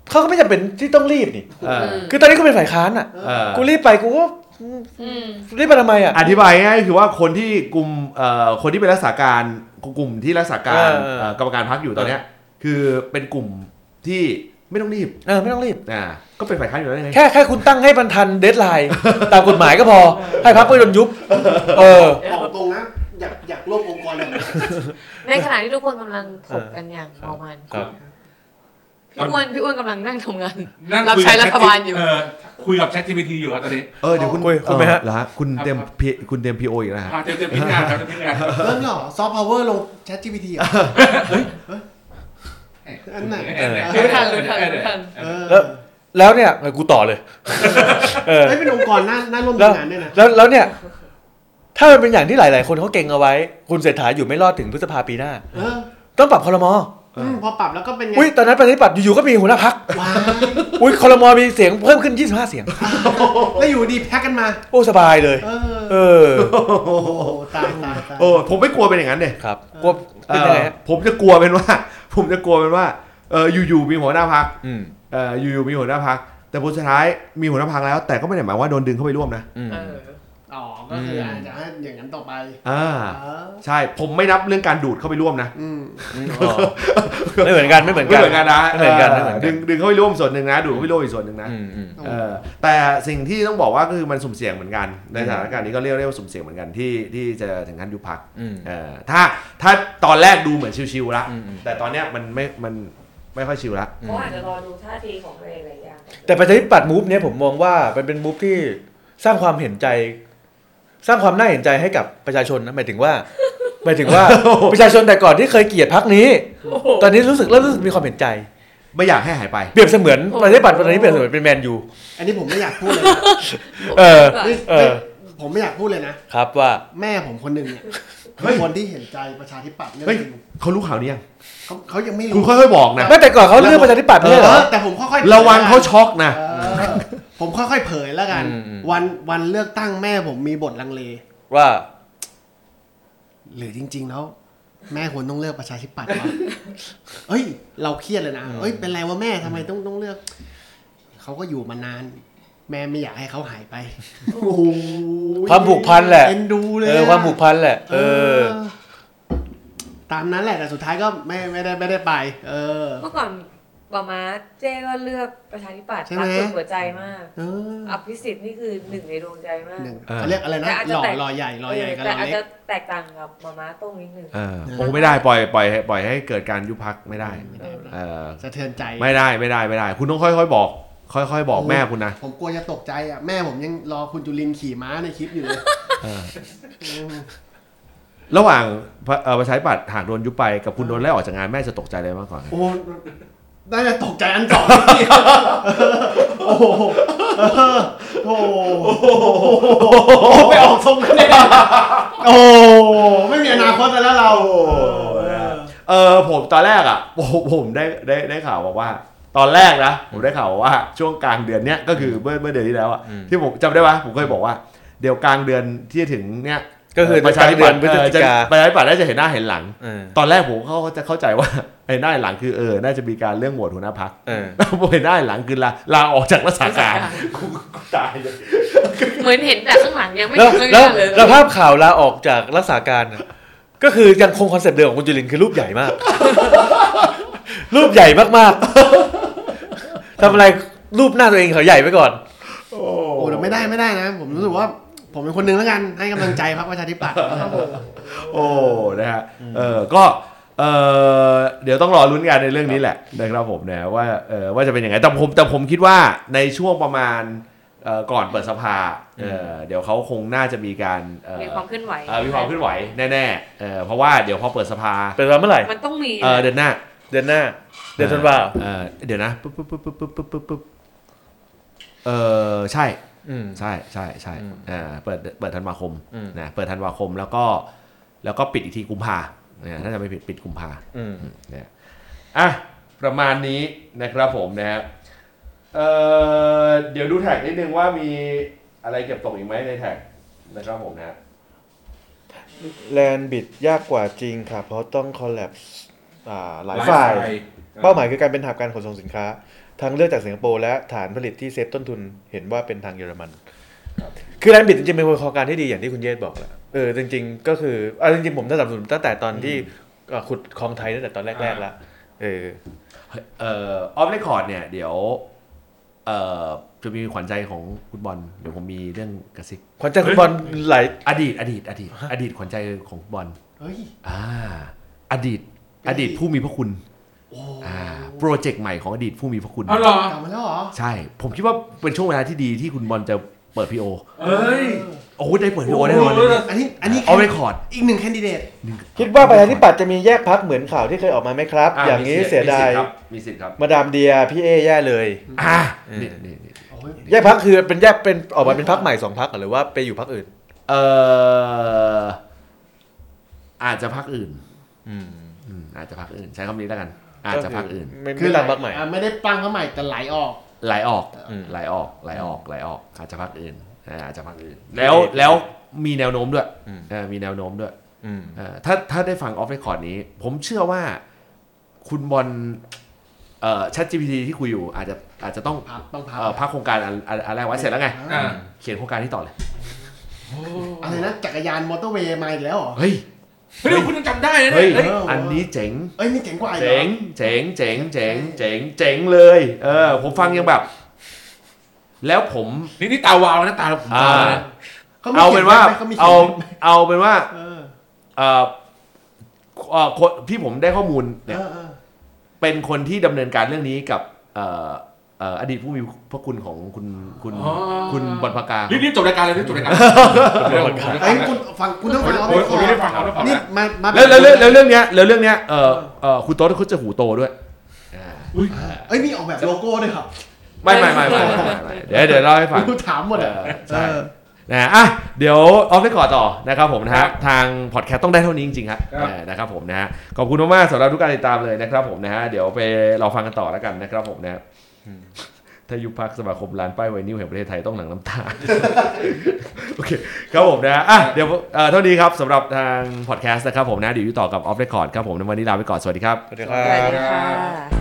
Speaker 5: เขาก็ไม่จำเป็นที่ต้องรีบนี่
Speaker 1: เออ
Speaker 5: คือตอนนี้ก็เป็นฝ่ายค้านอ่ะ
Speaker 1: เออ
Speaker 5: กูรีบไปกูก็รีบไปทำไมอ่ะ
Speaker 1: อธิบายง่ายๆคือว่าคนที่กลุ่มเอ่อคนที่เป็นรักษาการกลุ่มที่รักษาการ
Speaker 5: เออ
Speaker 1: เอ่อกรรมการพักอยู่ตอนเนี้ยคือเป็นกลุ่มที่ไม่ต้องรีบ
Speaker 5: เออไม่ต้องรีบ
Speaker 1: อ่าก็เป็นฝ่ายค้านอยู่แล้วไง
Speaker 5: แค่แค่คุณตั้งให้บรรทันเดทไลน์ ตามกฎหมายก็พอ ให้พักไปโดนยุบ เออ
Speaker 3: บอกตรงนะอยากอยากร่วมองค์กรแบบนั้น
Speaker 6: ในขณะที่ทุกคนกำลังถกกันอย่างเมามัน
Speaker 5: ครับ
Speaker 6: พี่อ้วนพี่อ้วนกำลังนั่งทำงาน
Speaker 4: นั่ง
Speaker 6: รับ
Speaker 4: คุย
Speaker 6: ใช้
Speaker 4: กั
Speaker 6: รัฐบาลอยู่
Speaker 4: ChatGPT เออคุยกับ ChatGPT อยู่ครับตอนนี้
Speaker 1: เออเดี๋ยวคุณ
Speaker 5: คุยคุยไหมฮะ
Speaker 1: เออเหรอฮะคุณเตรียม
Speaker 4: ครับ
Speaker 1: พีคุณเตรียมพีโออีกนะฮะ
Speaker 4: อ่ะเดี๋ยวจะพิจารณาครับจะพิจารณาครับ
Speaker 3: เริ่มเหรอซอฟต์พาวเวอร์ลง Chat GPT เหรออันไหน
Speaker 6: รู้ทันรู้ทันรู้ทัน
Speaker 3: เอ
Speaker 5: แล้
Speaker 3: อ
Speaker 5: วแล้วเนี่ยเออกู ต่อเลย เออ
Speaker 3: เฮ้ยเป็นองค์กรน่าน่าร่วม
Speaker 5: แล้ว
Speaker 3: ทำงานด้วยนะ
Speaker 5: แล้วแล้วเนี่ย ถ้ามันเป็นอย่างที่หลาย ๆ คนเขาเก่งเอาไว้ คุณเศรษฐาอยู่ไม่รอดถึงพฤษภาปีหน้า
Speaker 3: เออ
Speaker 5: ต้องปรับคอรมอ
Speaker 3: อืมพอปรับแล้วก็เป็นไง
Speaker 5: อุ้ยตอนนั้นประชาธิปัตย์อยู่ ๆ ก็มีหัวหน้าพัก
Speaker 3: ว้าย
Speaker 5: อุ้ยคอรมอมีเสียงเพิ่มขึ้น 25 เสียง
Speaker 3: แล้วอยู่ดีแพ็กกันมา
Speaker 5: โอ้สบายเลย
Speaker 3: เอ
Speaker 5: เอ
Speaker 3: อ
Speaker 5: อ
Speaker 3: โอ้โหตายตายตาย
Speaker 1: โอ้ผมไม่กลัวเป็นอย่างนั้นเลย
Speaker 5: ครับกลัวเป็นยังไงฮะ
Speaker 1: ผมจะกลัวเป็นว่า ผมจะกลัวเป็นว่าเอออยู่ๆมีหัวหน้าพัก
Speaker 5: อืม
Speaker 1: เอออยู่ๆมีหัวหน้าพักแต่ผลสุดท้ายมีหัวหน้าพักแล้ว แต่ก็ไม่ได้หมายว่าโดนดึงเข้าไปร่วมนะ
Speaker 5: อืม
Speaker 6: เออ
Speaker 3: อ๋อ ก็คืออาจจะให้อย่างนั้นต่อไป
Speaker 1: อ่า
Speaker 3: เออ
Speaker 1: ใช่ผมไม่นับเรื่องการดูดเข้าไปร่วมนะ
Speaker 3: อืม
Speaker 5: อ๋อไม่เหมือนกันไม่เหมือน
Speaker 1: ไม่
Speaker 5: กัน
Speaker 1: เหมือนกันนะ
Speaker 5: ไม่เหมือนกัน
Speaker 1: เอ
Speaker 5: ไม่เหมื
Speaker 1: อ
Speaker 5: อนกัน
Speaker 1: ดึงดึงเข้าไปร่วมส่วนหนึ่งนะ ดูดเข้าไปร่วมอีกส่วนหนึ่งนะ
Speaker 5: อืมอืม
Speaker 1: เออแต่สิ่งที่ต้องบอกว่าก็คือมันสุ่มเสี่ยงเหมือนกัน ในสถานการณ์นี้ก็เรียกเรียกว่าสุ่มเสี่ยงเหมือนกันที่ที่จะถึงขั้นยุบพัก
Speaker 5: อืม
Speaker 1: เออถ้าถ้าตอนแรกดูเหมือนชิวๆละ
Speaker 5: อืมอืม
Speaker 1: แต่ตอนเนี้ยมันไม่มันไม่ค่อยชิวละ
Speaker 2: เขาอาจจะรอดูท่าทีของตัวเองหลายอย่าง
Speaker 5: แต่ประชาธิปัตย์มูฟเนี้ยผมมองว่ามันเป็นมูฟที่สร้างความเห็นใจ สร้างความน่าเห็นใจให้กับประชาชนนะหมายถึง ว่าหมายถึงว่า ประชาชนแต่ก่อนที่เคยเกลียดพักนี้ ตอนนี้รู้สึกเริ่มรู้สึกมีความเห็นใจ
Speaker 1: ไม่อยากให้หายไป
Speaker 5: เปรียบเสมือน
Speaker 6: โอ้
Speaker 5: ป
Speaker 6: โห
Speaker 5: ระชาธิปัตย์ตอนนี้เปรียบเสมือนเป็นแมนยู
Speaker 3: อันนี้ผมไม่อยากพูดเลย
Speaker 5: เออ
Speaker 6: แบบ
Speaker 5: เออ
Speaker 3: ผมไม่อยากพูดเลยนะ
Speaker 5: ครับว่า
Speaker 3: แม่ผมคนหนึ่งเนี่ย
Speaker 1: เฮ้ย
Speaker 3: คนที่เห็นใจประชาธิปัตย์เรื่อง
Speaker 1: เฮ้ย
Speaker 3: จริง
Speaker 1: เขารู้ข่าวนี้ยัง
Speaker 3: เขาเขายังไม่
Speaker 1: คุณ
Speaker 3: รู้
Speaker 1: ค่อยๆบอกนะ
Speaker 5: ไม่แต่ก่อนเขาเลือกประชาธิปัตย์ไม่ใช่เหรอ
Speaker 3: แต่ผมค่อยๆ
Speaker 1: ระวังเขาช็อกนะ
Speaker 3: เออผมค่อยๆเผยแล้วกัน
Speaker 5: อืมอืม
Speaker 3: วันวันเลือกตั้งแม่ผมมีบทลังเล
Speaker 5: ว่า
Speaker 3: หรือจริง ๆ แล้ว แม่ควรต้องเลือกประชาธิปัตย์วะเอ้ย เราเครียดเลยนะเอ้ยเป็นไรวะแม่ทำไมต้องต้องเลือกเขาก็อยู่มานาน แม่ไม่อยากให้เขาหายไปโอ้โห
Speaker 5: ความผูกพันแหละ
Speaker 3: เอ็นดูเลย
Speaker 5: เออ
Speaker 3: อะ
Speaker 5: ความผูกพันแหละ เออ
Speaker 3: ตามนั้นแหละแต่สุดท้ายก็ไม่ไม่ได้ไม่ได้ไป เออ
Speaker 2: เมื่อก่อนบอมาเจ้ก็เลือกประชาธิปัตย์
Speaker 3: ใช่ไหม
Speaker 2: รักสุดหัวใจมาก
Speaker 3: เออ
Speaker 2: อภิสิทธิ์นี่คือหนึ่งในดวงใจมาก
Speaker 3: หนึ่ง
Speaker 1: อ่า
Speaker 3: เขาเรียกอะไรนะ
Speaker 2: แต่อาจ
Speaker 3: ห
Speaker 2: จะ
Speaker 3: ล่อ
Speaker 2: แตก
Speaker 3: หล่อใหญ่หล่อใหญ่กับห
Speaker 2: แต่
Speaker 3: ล่อ
Speaker 2: อาจ
Speaker 3: เล็ก
Speaker 2: จะแตกต่างกับมาม้าโต้งนิดนึง
Speaker 1: เออคงไม่ได้ปล่อยปล่อยให้ปล่อยให้เกิดการยุบพักไม่ได้
Speaker 3: ไม่ได้ไม่ได้
Speaker 1: เออ
Speaker 3: สะเทือนใจ
Speaker 1: ไม่ได้ไม่ได้ไม่ได้ คุณต้องค่อยๆบอก ค่อยๆ บอก
Speaker 3: โอ้
Speaker 1: แม่คุณนะ
Speaker 3: ผมกลัวจะตกใจอ่ะ แม่ผมยังรอคุณจุลินทร์ขี่ม้าในคลิปอยู่เลย
Speaker 1: ระหว่างพระเอ่อประชาธิปัตย์หากโดนยุบไปกับคุณโดนไล่ออกจากงานแม่จะตกใจอะไรมากกว่ากัน
Speaker 3: โอ้น่าจะตกใจอันสองโอ้โหโอ้โหไม่ออกทรงกันเลยโอ้ไม่มีอนาคตแล้วเรา
Speaker 1: เออผมตอนแรกอ่ะ ผมผมได้ได้ได้ข่าวบอกว่า ตอนแรกนะผมได้ข่าวว่าช่วงกลางเดือนเนี้ยก็คือเมื่อเมื่อเดือนที่แล้วอ่ะ
Speaker 5: อืม
Speaker 1: ที่ผมจำได้ปะผมเคยบอกว่า เดี๋ยวกลางเดือนที่จะถึงเนี้ย
Speaker 5: ก็คือ
Speaker 1: ประชาธิปัตย์
Speaker 5: เดือนพฤศจิกา
Speaker 1: เออจะประชาธิปัตย์น่าจะเห็นหน้าเห็นหลัง
Speaker 5: เออ
Speaker 1: ตอนแรกผมเขาจะเข้าใจว่า ไอ้หน้าหลังคือเออ น่าจะมีการเรื่องโหวตหัวหน้าพัก
Speaker 5: เออ
Speaker 1: พอเห็นหน้าหลังคือลาลาออกจากรักษาการกูกูตายเลย
Speaker 2: เหมือนเห็นแต่ข้างหลังยังไม่
Speaker 5: แล้ว
Speaker 2: เห็นข้างหน้าเล
Speaker 5: แล้ว
Speaker 2: ย
Speaker 5: แล้วภาพข่าวลาออกจากรักษาการน่ะก็คือยังคงคอนเซ็ปต์เดิมของคุณจุลินทร์คือรูปใหญ่มาก รูปใหญ่มากๆทำอะไรรูปหน้าตัวเองเขาใหญ่ไว้ก่อน
Speaker 1: โอ้
Speaker 3: โอ้เดี๋ยวไม่ได้ไม่ได้นะ ผมรู้สึกว่า ผมเป็นคนหนึ่งแล้วกัน ให้กำลังใจพรรคประชาธิปัตย์
Speaker 1: โอ้นะฮะเออก็เออเดี๋ยวต้องรอลุ้นกันในเรื่องนี้แหละนะครับผมนะว่าเออว่าจะเป็นยังไงแต่ผมแต่ผมคิดว่าในช่วงประมาณเอ่อก่อนเปิดสภาเออเดี๋ยวเขาคงน่าจะมีการเอ่อ
Speaker 2: มีความเคลื่อนไหว
Speaker 1: เอ่อมีความเคลื่อนไหวแน่ๆเออเพราะว่าเดี๋ยวพอเปิดสภา
Speaker 5: เป็นวันเมื่อไหร่
Speaker 2: มันต้องมี
Speaker 1: เออเดือนหน้า
Speaker 5: เดือนหน้า เดือนธันวา
Speaker 1: เออเดี๋ยวนะปุ๊บปุ๊บปุ๊บปุ๊บปุ๊บปุ๊บปุ๊บเออใช่
Speaker 5: อืม
Speaker 1: ใช่ใช่ใช่
Speaker 5: อืม
Speaker 1: อ่าเปิดเปิดธันวาคม
Speaker 5: อืม
Speaker 1: นะเปิดธันวาคมแล้วก็แล้วก็ปิดอีกทีกุมภาเนี่ยถ้าจะไม่ผิดปิดกุมภา
Speaker 5: อืม
Speaker 1: เนี่ยอ่ะประมาณนี้นะครับผมนะครับเออเดี๋ยวดูแท็กนิดนึงว่ามีอะไรเก็บตกอีกไหมในแท็กนะครับผมนะ
Speaker 5: แลนบิดยากกว่าจริงค่ะ เพราะต้องคอลแลบหลายฝ่าย เป้าหมายคือการเป็นหับการขนส่งสินค้า ทางเลือกจากสิงคโปร์และฐานผลิตที่เซฟต้นทุนเห็นว่าเป็นทางเยอรมัน คือแลนบิดจริงๆเป็นโครงการที่ดีอย่างที่คุณเยศบอกแหละเออจริง ๆ ก็คือเอาจริงๆผมสนับสนุนตั้งแต่ตอนที่เอ่อขุดคลองไทยตั้งแต่ตอนแรกๆแล้วเออ
Speaker 1: เอ่อออฟเรคคอร์ดเนี่ย เดี๋ยวเอ่อจะมีขวัญใจของคุณบอลเดี๋ยวผมมีเรื่องกระซิบ
Speaker 5: ขวัญใจคุณบอลหลาย
Speaker 1: อดีตอดีตอดีตอดีตขวัญใจของบอล
Speaker 3: เฮ้ย
Speaker 1: อ่าอดีต
Speaker 3: เป็น
Speaker 1: อ
Speaker 3: อดี
Speaker 1: ดี
Speaker 3: ต
Speaker 1: ตผู้มีพระคุณ
Speaker 3: โอ้
Speaker 1: อ่าโปรเจกต์ใหม่ของอดีตผู้มีพระคุณ
Speaker 4: เอาเหรอก
Speaker 3: ลับมาแล้วเหรอ
Speaker 1: ใช่ ผมคิดว่าเป็นช่วงเวลาที่ดีที่คุณบอลจะเปิดพีโอ
Speaker 4: เอ้ย
Speaker 1: โอ้ได้เปิดพีโอแน่นอนเลย
Speaker 3: อันนี้อันนี้
Speaker 1: เอาเรคคอร์ด
Speaker 3: อีกหนึ่งแคนดิเดต
Speaker 5: คิดว่าประชาธิปัตย์จะมีแยกพักเหมือนข่าวที่เคยออกมาไหมครับ อย่างนี้เสียดาย
Speaker 1: มีสิทธิ์ครับ
Speaker 5: มาดามเดียพี่เอแย่เลย
Speaker 1: อ่า
Speaker 5: เออ
Speaker 1: นี่นี่นี่
Speaker 3: โอ้ย
Speaker 5: แยกพักคือเป็นแยกเป็นออกมาเป็นพักใหม่สองพักหรือว่าไปอยู่พักอื่น
Speaker 1: เอ่ออาจจะพักอื่น
Speaker 5: อืม
Speaker 1: อืมอาจจะพักอื่น ใช้คำนี้แล้วกัน อาจจะพักอื่น
Speaker 5: ไม่ไม่ตามพักใหม่
Speaker 3: ะไม่ได้ตั้งพักใหม่แต่ไหลออก
Speaker 1: ไหลออก
Speaker 5: อืม
Speaker 1: ไหลออกไหลออกไหลออกอาจจะพักอื่นอ่าอาจจะพักอื่น แล้วแล้วมีแนวโน้มด้วย
Speaker 5: อืม
Speaker 1: เออมีแนวโน้มด้วย
Speaker 5: อืม
Speaker 1: เออถ้าถ้าได้ฟังออฟเรคคอร์ดนี้ ผมเชื่อว่าคุณบอลเอ่อ ChatGPT ที่คุยอยู่ อาจจะอาจจะต้อง
Speaker 3: พับต้องพับ
Speaker 1: เอ่อพักโครงการอนอันอันแรกไว้เสร็จแล้วไง
Speaker 4: อ่ะ
Speaker 1: เขียนโครงการที่ต่อเลย
Speaker 3: อะไรนะ จักรยานมอเตอร์เวย์มาอีกแล้วเหรอ
Speaker 1: เฮ้ย
Speaker 4: เฮ้ยคุณยังจำได้นะ
Speaker 1: เฮ้ย
Speaker 4: เนี่ยเฮ้ย
Speaker 3: ออ
Speaker 1: อันนี้เจ๋ง
Speaker 3: เอ้ยนี่เจ๋งกว่าอีกเหร
Speaker 1: เจ๋
Speaker 3: อง
Speaker 1: เจ๋งเจ๋งเจ๋งเจ๋งเจ๋งเลย เออ ผมฟังยังแบบ แล้วผม
Speaker 4: นี่นี่ตาวาวนะตาผมตา
Speaker 1: อ่า
Speaker 4: วาวนะ
Speaker 1: เอา
Speaker 3: มี
Speaker 1: เป็นว่า
Speaker 3: ขียไขมีขียน
Speaker 1: เอา
Speaker 3: ไว้
Speaker 1: เอาเป็นว่า
Speaker 3: เออ
Speaker 1: เอ่อเอ่อคนที่ผมได้ข้อมูล
Speaker 3: เอ
Speaker 1: เนี่ย
Speaker 3: อเออ
Speaker 1: เป็นคนที่ดำเนินการเรื่องนี้กับเอ่อเอ่ออดีตผู้มีพระคุณของคุณคุณ
Speaker 4: อ๋อ
Speaker 1: คุณบรรพกา
Speaker 4: รีบๆจบรายการเลยรีบๆจบรายการเดี๋ยวผมจะ
Speaker 3: ไอ้ยคุณฟังคุณต้องฟังเอา
Speaker 4: โอ้
Speaker 3: ไปก่อ
Speaker 4: ยผมไม่ได้
Speaker 3: น
Speaker 4: ฟังเขาแล้วฟัง
Speaker 3: นี่
Speaker 4: นะ
Speaker 3: มามา
Speaker 1: แล้วแล้วแล้วแล้วเรื่องเนี้ยแล้วเรื่องเนี้ยเอ่อเอ่อคุณโต๊ดเขาจะหูโตด้วย
Speaker 4: อุ้ย
Speaker 3: เอ้ยมีออกแบบโลโก้ด้วยครับ
Speaker 1: ไม่ไม่ไม่ไม่ไม่ไม่ไม่เดี๋ยวเดี๋ยวเล่าให้ฟัง
Speaker 3: กูถามหมด
Speaker 1: เออ
Speaker 3: อ่ะ
Speaker 1: ใช่
Speaker 3: เออ
Speaker 1: นะฮะอ่ะเดี๋ยวออฟได้ก่อนต่อนะครับผมนะ
Speaker 4: ครั
Speaker 1: ฮะ
Speaker 4: บ
Speaker 1: ทางพอดแคสต์ต้องได้เท่านี้จริงๆครับ
Speaker 4: ครับ
Speaker 1: เออนะครับผมนะฮะขอบคุณมากๆสำหรับทุกการติดตามเลยนะครับผมนะฮะเดี๋ยวไปเราฟังกันต่อแล้วกันนะครับผมนะฮะถ้ายุบพักสมาคมร้านป้ายไวนิวแห่งประเทศไทยต้องหนังน้ำ ตา โอเคครับผมนะฮะอ่ะเดี๋ยวเอ่อเท่านี้ครับสำหรับทางพอดแคสต์นะครับผมนะเดี๋ยวอยู่ต่อกับออฟได้ก่อนครับผมในวันนี้ลาไปก่อนสวัสดีครับ
Speaker 5: สวัสดีครั
Speaker 2: สวัส
Speaker 5: บ
Speaker 2: ดีค่ะ